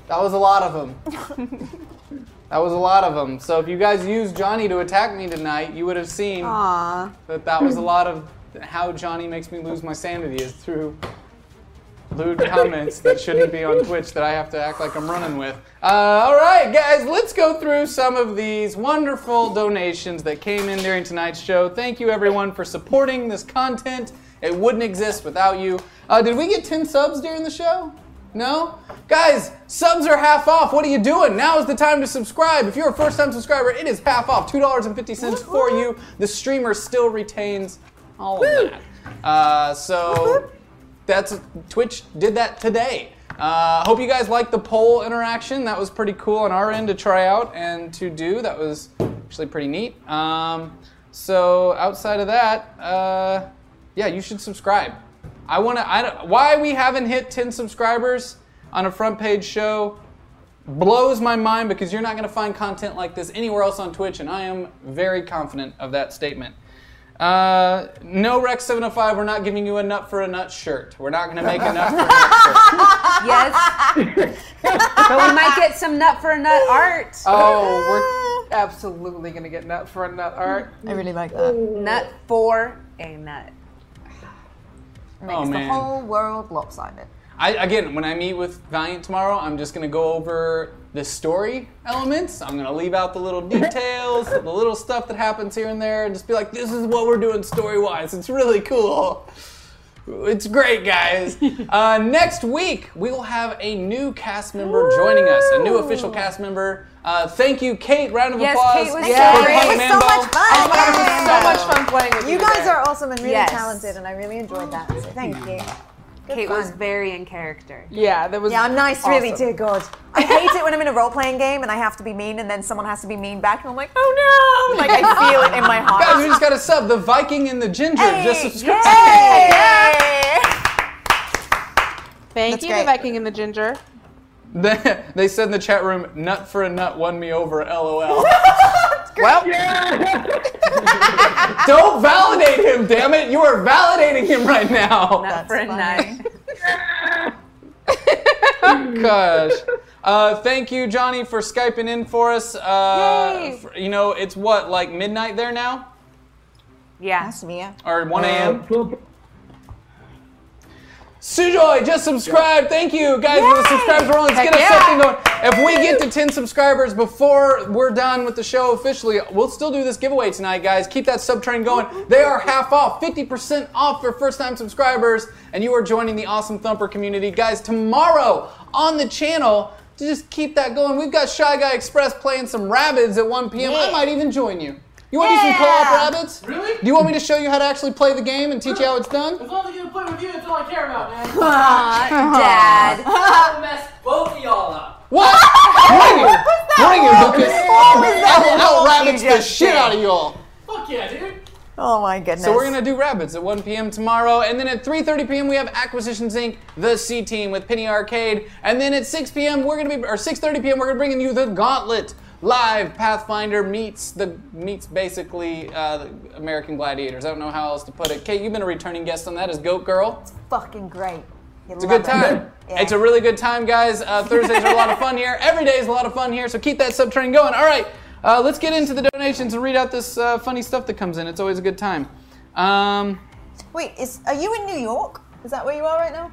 [SPEAKER 8] was a lot of them. that was a lot of them. So if you guys used Johnny to attack me tonight, you would have seen
[SPEAKER 4] Aw.
[SPEAKER 8] that that was a lot of how Johnny makes me lose my sanity is through lewd comments that shouldn't be on Twitch that I have to act like I'm running with. Uh, all right, guys, let's go through some of these wonderful donations that came in during tonight's show. Thank you, everyone, for supporting this content. It wouldn't exist without you. Uh, did we get 10 subs during the show? No? Guys, subs are half off. What are you doing? Now is the time to subscribe. If you're a first time subscriber, it is half off $2.50 for you. The streamer still retains all of that. Uh, so that's Twitch did that today. Uh, hope you guys liked the poll interaction. That was pretty cool on our end to try out and to do. That was actually pretty neat. Um, so outside of that, uh, yeah, you should subscribe. I want to. I don't, why we haven't hit 10 subscribers on a front page show blows my mind because you're not going to find content like this anywhere else on Twitch, and I am very confident of that statement. Uh, no Rex 705, we're not giving you a nut for a nut shirt. We're not going to make a nut for a nut shirt.
[SPEAKER 4] Yes. but we might get some nut for a nut art.
[SPEAKER 7] Oh, we're absolutely gonna get nut for a nut art.
[SPEAKER 5] I really like that.
[SPEAKER 4] Nut for a nut.
[SPEAKER 5] Makes
[SPEAKER 8] man.
[SPEAKER 5] the whole world lopsided.
[SPEAKER 8] I, again, when I meet with Valiant tomorrow, I'm just going to go over the story elements. I'm going to leave out the little details, the little stuff that happens here and there, and just be like, this is what we're doing story wise. It's really cool. It's great, guys. Uh, next week, we will have a new cast member joining us, a new official cast member. Uh, thank you, Kate. Round of
[SPEAKER 4] Yes,
[SPEAKER 8] applause.
[SPEAKER 4] Kate was
[SPEAKER 8] for
[SPEAKER 4] so great.
[SPEAKER 8] playing
[SPEAKER 5] It was so
[SPEAKER 8] Mambo.
[SPEAKER 5] much fun.
[SPEAKER 8] I thought it was
[SPEAKER 5] Yay.
[SPEAKER 8] so much
[SPEAKER 7] It's fun playing with you.
[SPEAKER 5] You guys are awesome and really
[SPEAKER 4] Yes.
[SPEAKER 5] talented, and I really enjoyed that. So thank you. Good
[SPEAKER 4] Kate
[SPEAKER 5] fun.
[SPEAKER 4] was very in character.
[SPEAKER 7] Yeah, that was.
[SPEAKER 5] Yeah, I'm nice, really,
[SPEAKER 7] awesome.
[SPEAKER 5] dear God. I hate it when I'm in a role playing game and I have to be mean and then someone has to be mean back and I'm like, oh no! Like, I feel it in my
[SPEAKER 8] Guys, we
[SPEAKER 5] heart.
[SPEAKER 8] just got a sub, the Viking and the Ginger. just subscribe.
[SPEAKER 5] Hey, yay!
[SPEAKER 7] Thank
[SPEAKER 5] That's
[SPEAKER 7] you, the
[SPEAKER 5] great.
[SPEAKER 7] Viking and the Ginger.
[SPEAKER 8] They, they said in the chat room, nut for a nut won me over, lol. well, don't validate him, damn it. You are validating him right now.
[SPEAKER 4] Nut for a
[SPEAKER 5] funny.
[SPEAKER 4] nut.
[SPEAKER 8] Gosh. Uh, thank you, Johnny, for Skyping in for us. Uh,
[SPEAKER 4] Yay.
[SPEAKER 8] f- you know, it's what, like midnight there now?
[SPEAKER 4] Yeah.
[SPEAKER 5] Mia.
[SPEAKER 8] Or 1 a.m.?
[SPEAKER 6] Purple.
[SPEAKER 8] Sujoy just subscribed. Thank you, guys. With the subscribers rolling, let's get us something going. If we get to 10 subscribers before we're done with the show officially, we'll still do this giveaway tonight, guys. Keep that sub train going. They are half off, 50% off for first-time subscribers, and you are joining the awesome Thumper community, guys. Tomorrow on the channel. To just keep that going. We've got Shy Guy Express playing some rabbits at 1 p.m. I might even join you. You want to do some co-op rabbits? Really? Do you want me to show you how to actually play the game and teach you how it's done?
[SPEAKER 14] I'm only gonna play with you, that's all I care about, man.
[SPEAKER 4] Aw, Dad.
[SPEAKER 14] I'll mess both of y'all up.
[SPEAKER 8] What? Bring it! Bring it, Lucas! I will out rabbits the shit out of y'all.
[SPEAKER 14] Fuck yeah, dude.
[SPEAKER 5] Oh my goodness.
[SPEAKER 8] So we're gonna do rabbits at 1 p.m. tomorrow, and then at 3:30 p.m. we have Acquisitions Inc. The C Team with Penny Arcade, and then at 6 p.m. we're gonna be or 6:30 p.m. we're gonna bring you the Gauntlet live. Pathfinder meets the meets basically uh, the American Gladiators. I don't know how else to put it. Kate, you've been a returning guest on that as Goat Girl.
[SPEAKER 5] fucking great.
[SPEAKER 8] It's a good time. It's a really good time, guys. Uh, Thursdays are a lot of fun here. Every day is a lot of fun here, so keep that sub train going. All right. Uh, let's get into the donations and read out this uh, funny stuff that comes in. It's always a good time. Um,
[SPEAKER 5] Wait, is are you in New York? Is that where you are right now?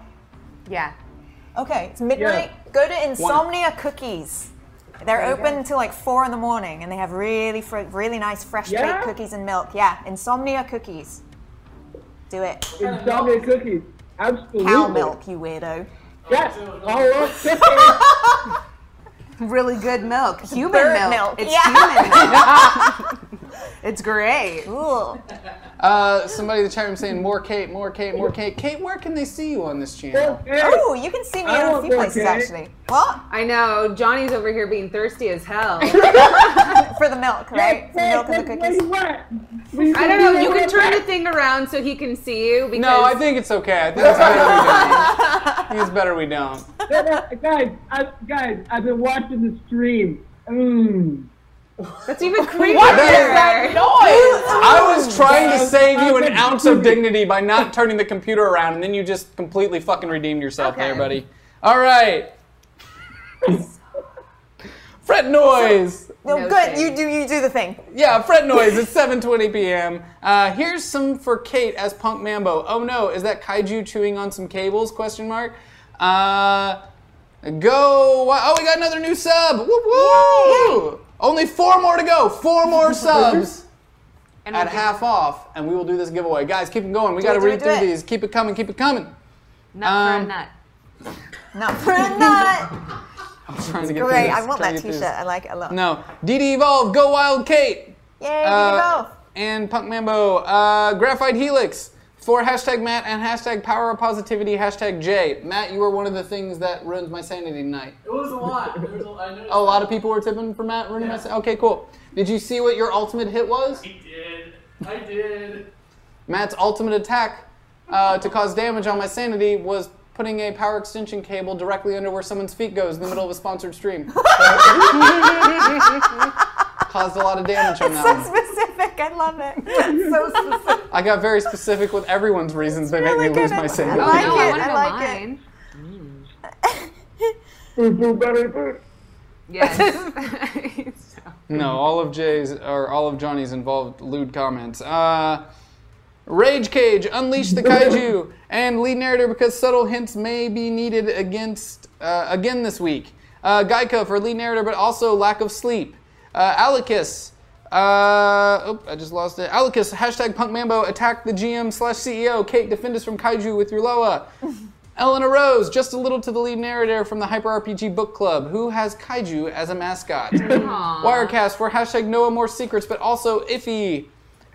[SPEAKER 4] Yeah.
[SPEAKER 5] Okay, it's midnight. Go to Insomnia Cookies. They're
[SPEAKER 4] There you
[SPEAKER 5] open
[SPEAKER 4] go.
[SPEAKER 5] until like four in the morning, and they have really, fr- really nice fresh
[SPEAKER 6] Yeah?
[SPEAKER 5] baked cookies and milk. Yeah, Insomnia Cookies. Do it.
[SPEAKER 6] Insomnia cookies. Absolutely.
[SPEAKER 5] Cow milk, you weirdo.
[SPEAKER 6] Yes. All
[SPEAKER 14] Oh,
[SPEAKER 6] up.
[SPEAKER 4] Really good milk. Human
[SPEAKER 5] bird
[SPEAKER 4] milk.
[SPEAKER 5] milk.
[SPEAKER 4] It's
[SPEAKER 5] Yeah.
[SPEAKER 4] human milk. it's great.
[SPEAKER 5] Cool.
[SPEAKER 8] uh, somebody in the chat room saying more Kate, more Kate, more Kate. Kate, where can they see you on this channel?
[SPEAKER 5] Oh, you can see me
[SPEAKER 6] I
[SPEAKER 5] in a
[SPEAKER 6] want
[SPEAKER 5] few
[SPEAKER 6] more
[SPEAKER 5] places
[SPEAKER 6] cake.
[SPEAKER 5] actually. What?
[SPEAKER 4] I know. Johnny's over here being thirsty as hell.
[SPEAKER 5] For the milk, right? For the milk and the cookies.
[SPEAKER 4] I don't know. You can turn the thing around so he can see you. Because
[SPEAKER 8] No, I think it's okay. I think it's better we don't. I think it's better we don't.
[SPEAKER 6] Oh, guys, I, guys, I've been watching the stream. Mmm.
[SPEAKER 4] that's even creepier.
[SPEAKER 8] I was trying to save you an ounce of dignity by not turning the computer around, and then you just completely fucking redeemed yourself there,
[SPEAKER 4] Okay.
[SPEAKER 8] buddy. All right. Fret noise.
[SPEAKER 5] No,
[SPEAKER 4] No
[SPEAKER 5] good.
[SPEAKER 4] shame.
[SPEAKER 5] You do. You do the thing.
[SPEAKER 8] Yeah, fret noise. It's 7:20 p.m. Uh, here's some for Kate as Punk Mambo. Oh no, is that kaiju chewing on some cables? Question mark. Uh, go. Oh, we got another new sub. Woo woo. Only four more to go. Four more subs
[SPEAKER 4] And
[SPEAKER 8] at
[SPEAKER 4] we'll be
[SPEAKER 8] half off, and we will do this giveaway. Guys, keep them going. We got to
[SPEAKER 5] it, do it,
[SPEAKER 8] read
[SPEAKER 5] do
[SPEAKER 8] through
[SPEAKER 5] it.
[SPEAKER 8] these. Keep it coming. Keep it coming.
[SPEAKER 4] nut for
[SPEAKER 8] um,
[SPEAKER 4] a nut.
[SPEAKER 5] Not for a nut.
[SPEAKER 8] I'm trying to get through
[SPEAKER 5] Great.
[SPEAKER 8] this.
[SPEAKER 5] I want
[SPEAKER 8] Trying
[SPEAKER 5] that
[SPEAKER 8] to get through
[SPEAKER 5] T-shirt. I like it a lot.
[SPEAKER 8] this. No. DD Evolve. Go Wild, Kate.
[SPEAKER 5] Yay,
[SPEAKER 8] Uh,
[SPEAKER 5] we both.
[SPEAKER 8] and Punk Mambo, uh, Graphite Helix for hashtag Matt and hashtag Power of Positivity hashtag J. Matt, you were one of the things that ruined my sanity tonight.
[SPEAKER 3] It was a lot. There was a, I
[SPEAKER 5] Oh.
[SPEAKER 3] noticed
[SPEAKER 8] A lot of people were tipping for Matt ruining my sanity. Okay, cool. Did you see what your ultimate hit was?
[SPEAKER 3] I did. I did.
[SPEAKER 8] Matt's ultimate attack uh, to cause damage on my sanity was putting a power extension cable directly under where someone's feet goes in the middle of a sponsored stream. Caused a lot of damage on that
[SPEAKER 5] So
[SPEAKER 8] one.
[SPEAKER 5] specific. I love it. So specific.
[SPEAKER 8] I got very specific with everyone's reasons they
[SPEAKER 5] really
[SPEAKER 8] make me lose
[SPEAKER 5] good.
[SPEAKER 8] my
[SPEAKER 5] I
[SPEAKER 8] sanity.
[SPEAKER 5] like
[SPEAKER 4] Oh, No, I
[SPEAKER 5] it,
[SPEAKER 4] want to
[SPEAKER 5] I
[SPEAKER 4] know
[SPEAKER 5] like it.
[SPEAKER 4] mine.
[SPEAKER 6] Boo-boo-ba-dee-boo.
[SPEAKER 4] Yes.
[SPEAKER 8] No, all of Jay's or all of Johnny's involved lewd comments. Uh, Rage Cage, unleash the kaiju, and lead narrator because subtle hints may be needed against uh, again this week. Uh, Geico for lead narrator, but also lack of sleep. Uh, Alicus, uh, oop, I just lost it. Alicus, hashtag Punk Mambo, attack the GM slash CEO. Kate, defend us from kaiju with your Loa. Eleanor Rose, just a little to the lead narrator from the Hyper RPG Book Club, who has kaiju as a mascot. Wirecast for hashtag Noah More Secrets, but also iffy.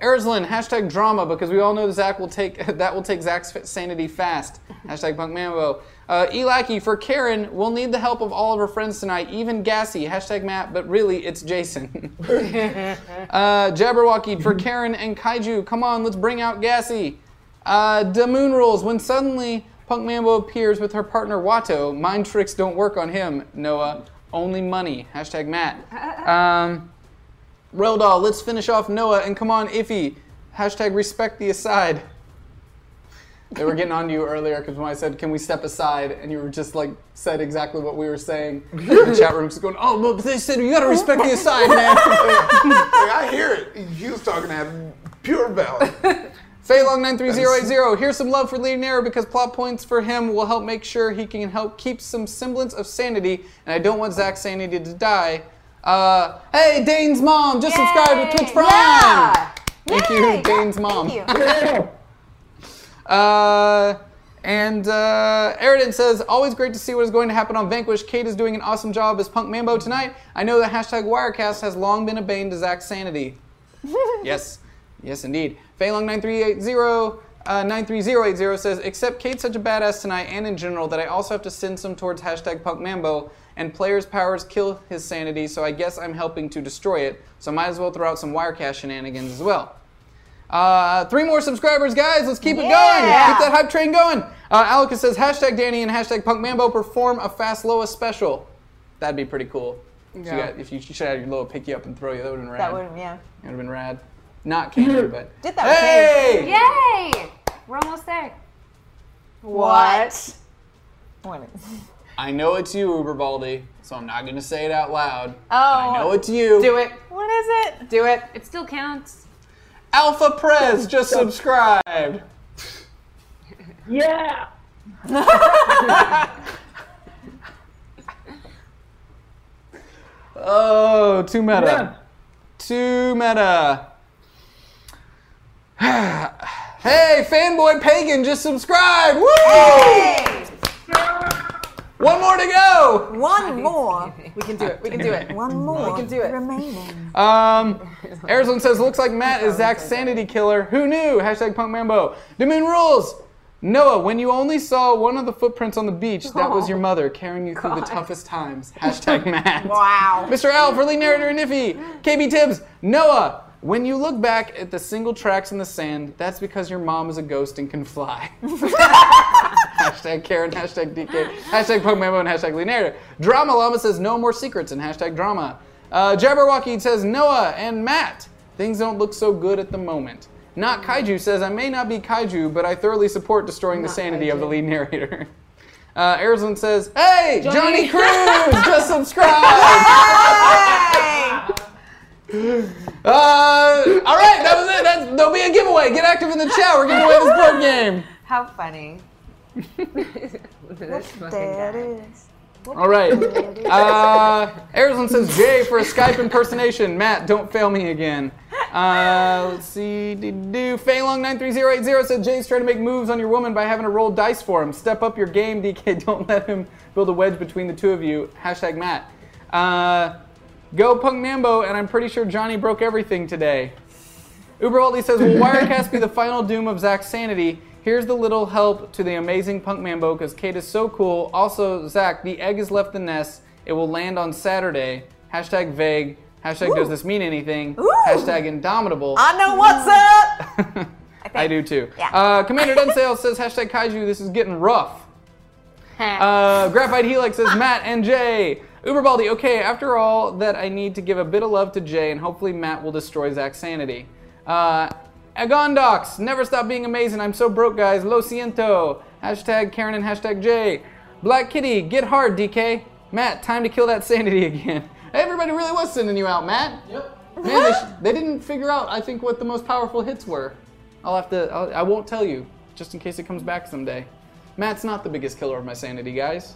[SPEAKER 8] Erzlin, hashtag drama, because we all know Zach will take that will take Zach's sanity fast. Hashtag punk mambo. Uh, Elaki for Karen, we'll need the help of all of her friends tonight, even Gassy. Hashtag Matt, but really it's Jason. uh, Jabberwocky for Karen and Kaiju. Come on, let's bring out Gassy. Uh, Damoon rules when suddenly Punk Mambo appears with her partner Watto. Mind tricks don't work on him, Noah. Only money. Hashtag Matt. Um, Reldahl, let's finish off Noah and come on, Iffy. Hashtag respect the aside. They were getting on to you earlier because when I said, can we step aside? And you were just like, said exactly what we were saying. And the chat room's going, oh, well, but they said, you gotta respect the aside, man.
[SPEAKER 9] Like, I hear it. He was talking out of pure valor.
[SPEAKER 8] Faylong93080, here's some love for Leonero because plot points for him will help make sure he can help keep some semblance of sanity, and I don't want Zach's sanity to die. Uh, hey, Dane's mom, just subscribe to Twitch Prime!
[SPEAKER 5] Yeah.
[SPEAKER 8] Thank you,
[SPEAKER 5] Yay.
[SPEAKER 8] Dane's mom.
[SPEAKER 5] Thank you.
[SPEAKER 8] Uh, and uh, Eridan says, always great to see what is going to happen on Vanquish. Kate is doing an awesome job as Punk Mambo tonight. I know the hashtag Wirecast has long been a bane to Zach's sanity. yes, yes indeed. Faylong9380 uh, 93080 says, except Kate's such a badass tonight and in general that I also have to send some towards hashtag Punk Mambo and players' powers kill his sanity, so I guess I'm helping to destroy it. So might as well throw out some Wirecast shenanigans as well. Uh, three more subscribers, guys. Let's keep it going.
[SPEAKER 5] Yeah.
[SPEAKER 8] Keep that hype train going. Uh, Alaka says hashtag Danny and hashtag Punk Mambo perform a fast Loa special. That'd be pretty cool. If you
[SPEAKER 15] Yeah.
[SPEAKER 8] got- if you, you should have your Loa pick you up and throw you, that would have been rad.
[SPEAKER 5] That would, yeah.
[SPEAKER 8] It would have been rad. Not candy, but
[SPEAKER 5] Did that
[SPEAKER 8] hey,
[SPEAKER 4] Yay! We're almost there.
[SPEAKER 5] What? What?
[SPEAKER 8] I know it's you, Uberbaldi, so I'm not gonna say it out loud.
[SPEAKER 4] Oh.
[SPEAKER 8] I know it's you.
[SPEAKER 6] Do it.
[SPEAKER 4] What is it?
[SPEAKER 6] Do it.
[SPEAKER 4] It still counts.
[SPEAKER 8] Alpha Prez just subscribed.
[SPEAKER 16] Yeah.
[SPEAKER 8] Oh, too meta. Too meta. hey, fanboy pagan just subscribed. Woo! One more to go.
[SPEAKER 5] One more.
[SPEAKER 6] We can do it. We can do it.
[SPEAKER 5] One more.
[SPEAKER 6] We can do it.
[SPEAKER 5] Remaining.
[SPEAKER 8] Um, Arizona says, looks like Matt is Zach's sanity killer. Who knew? Hashtag punk mambo. Demoon rules. Noah, when you only saw one of the footprints on the beach, that was your
[SPEAKER 6] Oh.
[SPEAKER 8] mother carrying you through the toughest times. Hashtag Matt.
[SPEAKER 5] Wow.
[SPEAKER 8] Mr. Al for lead narrator and Iffy. KB Tibbs, Noah, when you look back at the single tracks in the sand, that's because your mom is a ghost and can fly. hashtag Karen, hashtag DK, hashtag Pokemon, and hashtag lead narrator. Drama Llama says no more secrets and hashtag drama. Uh, Jabberwocky says Noah and Matt, things don't look so good at the moment. Not Kaiju says, I may not be Kaiju, but I thoroughly support destroying the sanity of the lead narrator. Uh, Arizona says, Hey, Johnny, Cruz just subscribed. uh, all right, that was it. That's, there'll be a giveaway. Get active in the chat. We're giving away this board game.
[SPEAKER 4] How funny. This fucking
[SPEAKER 5] There it
[SPEAKER 4] guy.
[SPEAKER 5] is.
[SPEAKER 8] All right. Uh, Arizona says Jay for a Skype impersonation. Matt, don't fail me again. Uh, let's see. Do, do. Failong93080 said Jay's trying to make moves on your woman by having to roll dice for him. Step up your game, DK. Don't let him build a wedge between the two of you. Hashtag Matt. Uh, go Punk Mambo, and I'm pretty sure Johnny broke everything today. Uber Altley says, Will Wirecast be the final doom of Zach's sanity? Here's the little help to the amazing Punk Mambo because Kate is so cool. Also, Zach, the egg has left the nest. It will land on Saturday. Hashtag vague. Hashtag does this mean anything? Hashtag indomitable.
[SPEAKER 5] I know what's up.
[SPEAKER 8] I do too.
[SPEAKER 5] Yeah.
[SPEAKER 8] Uh, Commander Dunsale says, hashtag kaiju, this is getting rough. Uh, Graphite Helix says, Matt and Jay. Uberbaldi, okay, after all that, I need to give a bit of love to Jay, and hopefully Matt will destroy Zach's sanity. Uh, Agondox, never stop being amazing. I'm so broke, guys. Lo siento. Hashtag Karen and hashtag Jay. Black Kitty, get hard, DK. Matt, time to kill that sanity again. Everybody really was sending you out, Matt. Yep. Man, they, sh- they didn't figure out, I think, what the most powerful hits were. I'll have to, I'll, I won't tell you, just in case it comes back someday. Matt's not the biggest killer of my sanity, guys.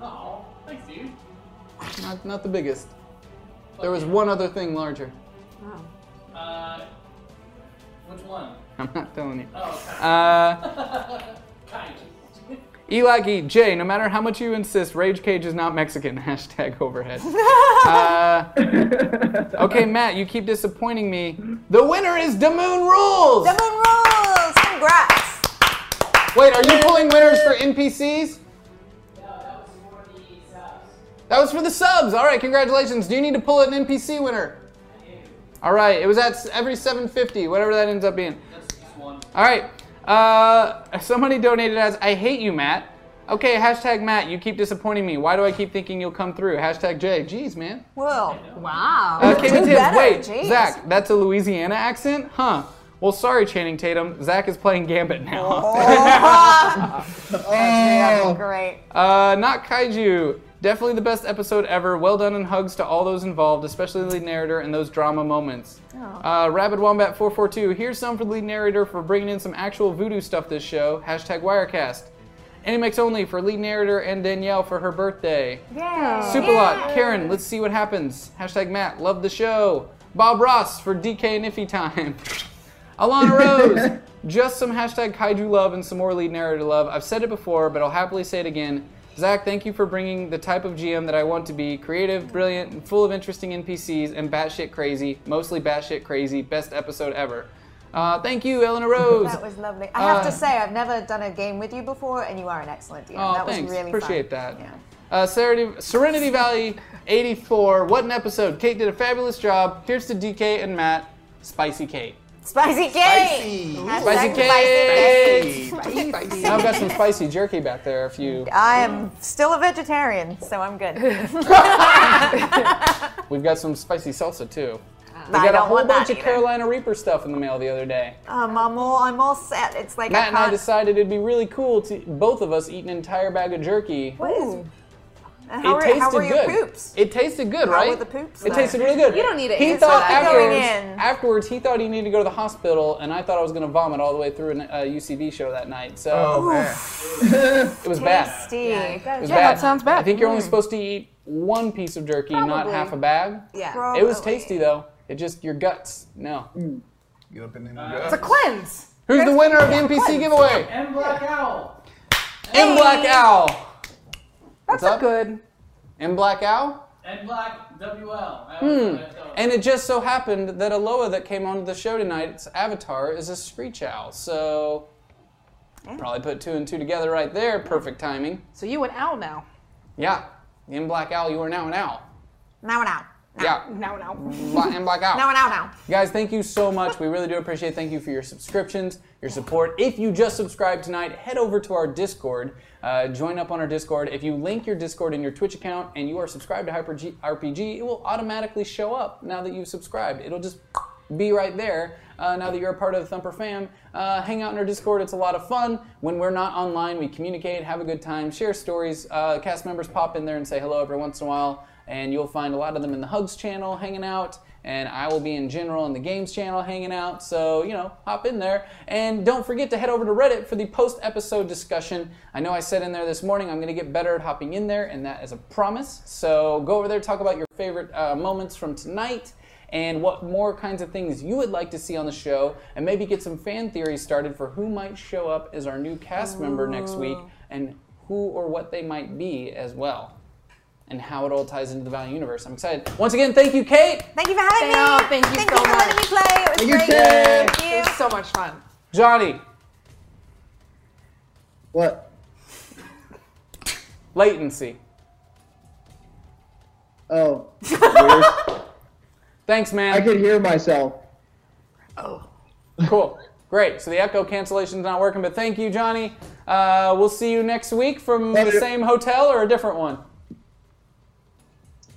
[SPEAKER 8] Oh, thanks, dude. Not, not the biggest. There was one other thing larger. I'm not telling you. Uh, Elagi, Jay, no matter how much you insist, Rage Cage is not Mexican. Hashtag overhead. Uh, okay, Matt, you keep disappointing me. The winner is Damoon Rules!
[SPEAKER 5] The moon rules. Congrats.
[SPEAKER 8] Wait, are you pulling winners for NPCs? That was for the subs. All right, congratulations. Do you need to pull an NPC winner? All right, it was at s- every 750, whatever that ends up being. All right, uh, somebody donated as I hate you, Matt. Okay, hashtag Matt, you keep disappointing me. Why do I keep thinking you'll come through? Hashtag Jay. Jeez, man.
[SPEAKER 5] Well,
[SPEAKER 4] Wow.
[SPEAKER 8] Uh, Katie Tibbs,
[SPEAKER 5] better,
[SPEAKER 8] wait,
[SPEAKER 5] jeez.
[SPEAKER 8] Zach, that's a Louisiana accent? Huh. Well, sorry, Channing Tatum. Zach is playing Gambit now.
[SPEAKER 5] Oh. that's great.
[SPEAKER 8] Uh, not kaiju. Definitely the best episode ever. Well done and hugs to all those involved, especially the lead narrator and those drama moments.
[SPEAKER 5] Oh.
[SPEAKER 8] Uh, Rabid Wombat 442. Here's some for the lead narrator for bringing in some actual voodoo stuff this show. Hashtag Wirecast. Animex only for lead narrator and Danielle for her birthday.
[SPEAKER 4] Yeah.
[SPEAKER 8] Superlot, Karen, let's see what happens. Hashtag Matt, love the show. Bob Ross for DK and Iffy time. Alana Rose, just some hashtag kaiju love and some more lead narrator love. I've said it before, but I'll happily say it again. Zach, thank you for bringing the type of GM that I want to be creative, brilliant, and full of interesting NPCs and batshit crazy, mostly batshit crazy. Best episode ever. Uh, thank you, Eleanor Rose.
[SPEAKER 5] That was lovely. I have
[SPEAKER 8] Uh,
[SPEAKER 5] to say, I've never done a game with you before, and you are an excellent DM.
[SPEAKER 8] Oh,
[SPEAKER 5] that
[SPEAKER 8] thanks.
[SPEAKER 5] was really
[SPEAKER 8] Appreciate
[SPEAKER 5] fun.
[SPEAKER 8] that. Uh, Serenity, Serenity Valley 84. What an episode. Kate did a fabulous job. Here's to DK and Matt. Spicy Kate.
[SPEAKER 5] Spicy cake. Hashtag
[SPEAKER 8] Spicy
[SPEAKER 5] spicy
[SPEAKER 8] Kate!
[SPEAKER 5] cake.
[SPEAKER 8] Now I've got some spicy jerky back there if you.
[SPEAKER 5] I am still a vegetarian, so I'm good.
[SPEAKER 8] We've got some spicy salsa too. We
[SPEAKER 5] Uh, I
[SPEAKER 8] got a
[SPEAKER 5] don't
[SPEAKER 8] whole
[SPEAKER 5] want
[SPEAKER 8] bunch
[SPEAKER 5] that
[SPEAKER 8] of
[SPEAKER 5] either.
[SPEAKER 8] Carolina Reaper stuff in the mail the other day.
[SPEAKER 5] Um, I'm all, I'm all set. It's like
[SPEAKER 8] Matt and
[SPEAKER 5] I
[SPEAKER 8] I
[SPEAKER 5] can't.
[SPEAKER 8] decided it'd be really cool to both of us eat an entire bag of jerky.
[SPEAKER 5] what is And how
[SPEAKER 8] it
[SPEAKER 5] were-
[SPEAKER 8] tasted
[SPEAKER 5] how were your
[SPEAKER 8] good.
[SPEAKER 5] poops?
[SPEAKER 8] It tasted good,
[SPEAKER 5] How
[SPEAKER 8] right?
[SPEAKER 5] were the poops
[SPEAKER 8] It
[SPEAKER 5] there?
[SPEAKER 8] tasted really good.
[SPEAKER 5] You don't need to
[SPEAKER 8] he
[SPEAKER 5] answer
[SPEAKER 8] thought
[SPEAKER 5] that.
[SPEAKER 8] Afterwards,
[SPEAKER 5] Going in.
[SPEAKER 8] afterwards, he thought he needed to go to the hospital, and I thought I was going to vomit all the way through a UCB show that night. So
[SPEAKER 9] Oh, man.
[SPEAKER 8] it was bad.
[SPEAKER 4] Tasty.
[SPEAKER 8] It
[SPEAKER 4] Yeah,
[SPEAKER 8] was
[SPEAKER 7] that sounds bad.
[SPEAKER 8] I think you're only
[SPEAKER 7] Mm.
[SPEAKER 8] supposed to eat one piece of jerky, not
[SPEAKER 7] Probably.
[SPEAKER 8] half a bag.
[SPEAKER 4] Yeah.
[SPEAKER 8] It was tasty though. It just your guts. No.
[SPEAKER 9] Get up in them
[SPEAKER 7] It's a
[SPEAKER 9] guts.
[SPEAKER 7] cleanse.
[SPEAKER 8] Who's the winner of the NPC giveaway?
[SPEAKER 12] And Black Owl.
[SPEAKER 8] M Black Owl. What's
[SPEAKER 7] That's a
[SPEAKER 8] up?
[SPEAKER 7] good.
[SPEAKER 8] M Black Owl.
[SPEAKER 12] And Black WL.
[SPEAKER 8] Hmm. And it just so happened that Aloha that came onto the show tonight's avatar is a screech owl. So probably put two and two together right there. Perfect timing.
[SPEAKER 7] So you an owl now.
[SPEAKER 8] Yeah. M Black Owl, you are now an owl.
[SPEAKER 5] Now and out.
[SPEAKER 8] Yeah.
[SPEAKER 7] Now an owl.
[SPEAKER 8] Bla- M Black Owl.
[SPEAKER 5] Now and out now.
[SPEAKER 8] Guys, thank you so much. We really do appreciate. it. Thank you for your subscriptions, your support. If you just subscribed tonight, head over to our Discord. Uh, join up on our Discord. If you link your Discord in your Twitch account and you are subscribed to Hyper G- RPG, it will automatically show up now that you've subscribed. It'll just be right there uh, now that you're a part of the Thumper fam. Uh, hang out in our Discord. It's a lot of fun. When we're not online, we communicate, have a good time, share stories. Uh, cast members pop in there and say hello every once in a while and you'll find a lot of them in the Hugs channel hanging out, and I will be in general in the Games channel hanging out. So, you know, hop in there. And don't forget to head over to Reddit for the post episode discussion. I know I said in there this morning I'm going to get better at hopping in there, and that is a promise. So, go over there, talk about your favorite uh, moments from tonight. And what more kinds of things you would like to see on the show, and maybe get some fan theories started for who might show up as our new cast member next week, and who or what they might be as well and how it all ties into the Valiant universe. I'm excited. Once again, thank you, Kate.
[SPEAKER 5] Thank you for having
[SPEAKER 7] Thank
[SPEAKER 5] me.
[SPEAKER 7] you. Thank you
[SPEAKER 5] Thank
[SPEAKER 7] so
[SPEAKER 5] you for letting me
[SPEAKER 7] much.
[SPEAKER 5] play. It was
[SPEAKER 6] Thank you,
[SPEAKER 5] great.
[SPEAKER 6] Ted.
[SPEAKER 5] Thank you.
[SPEAKER 7] It's so much fun.
[SPEAKER 8] Johnny,
[SPEAKER 6] What?
[SPEAKER 8] latency.
[SPEAKER 6] Oh, weird.
[SPEAKER 8] Thanks,
[SPEAKER 6] I
[SPEAKER 8] man.
[SPEAKER 6] could hear myself.
[SPEAKER 8] Oh. Cool. Great. So the echo cancellation's not working, but thank you, Johnny. Uh, we'll see you next week from the
[SPEAKER 6] Later.
[SPEAKER 8] same hotel or a different one.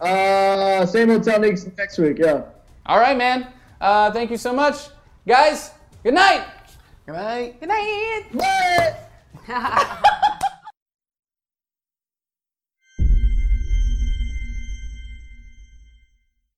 [SPEAKER 6] Uh, same hotel next next week. Yeah.
[SPEAKER 8] All right, man. Uh, thank you so much. Guys, good night.
[SPEAKER 7] Good night.
[SPEAKER 6] What?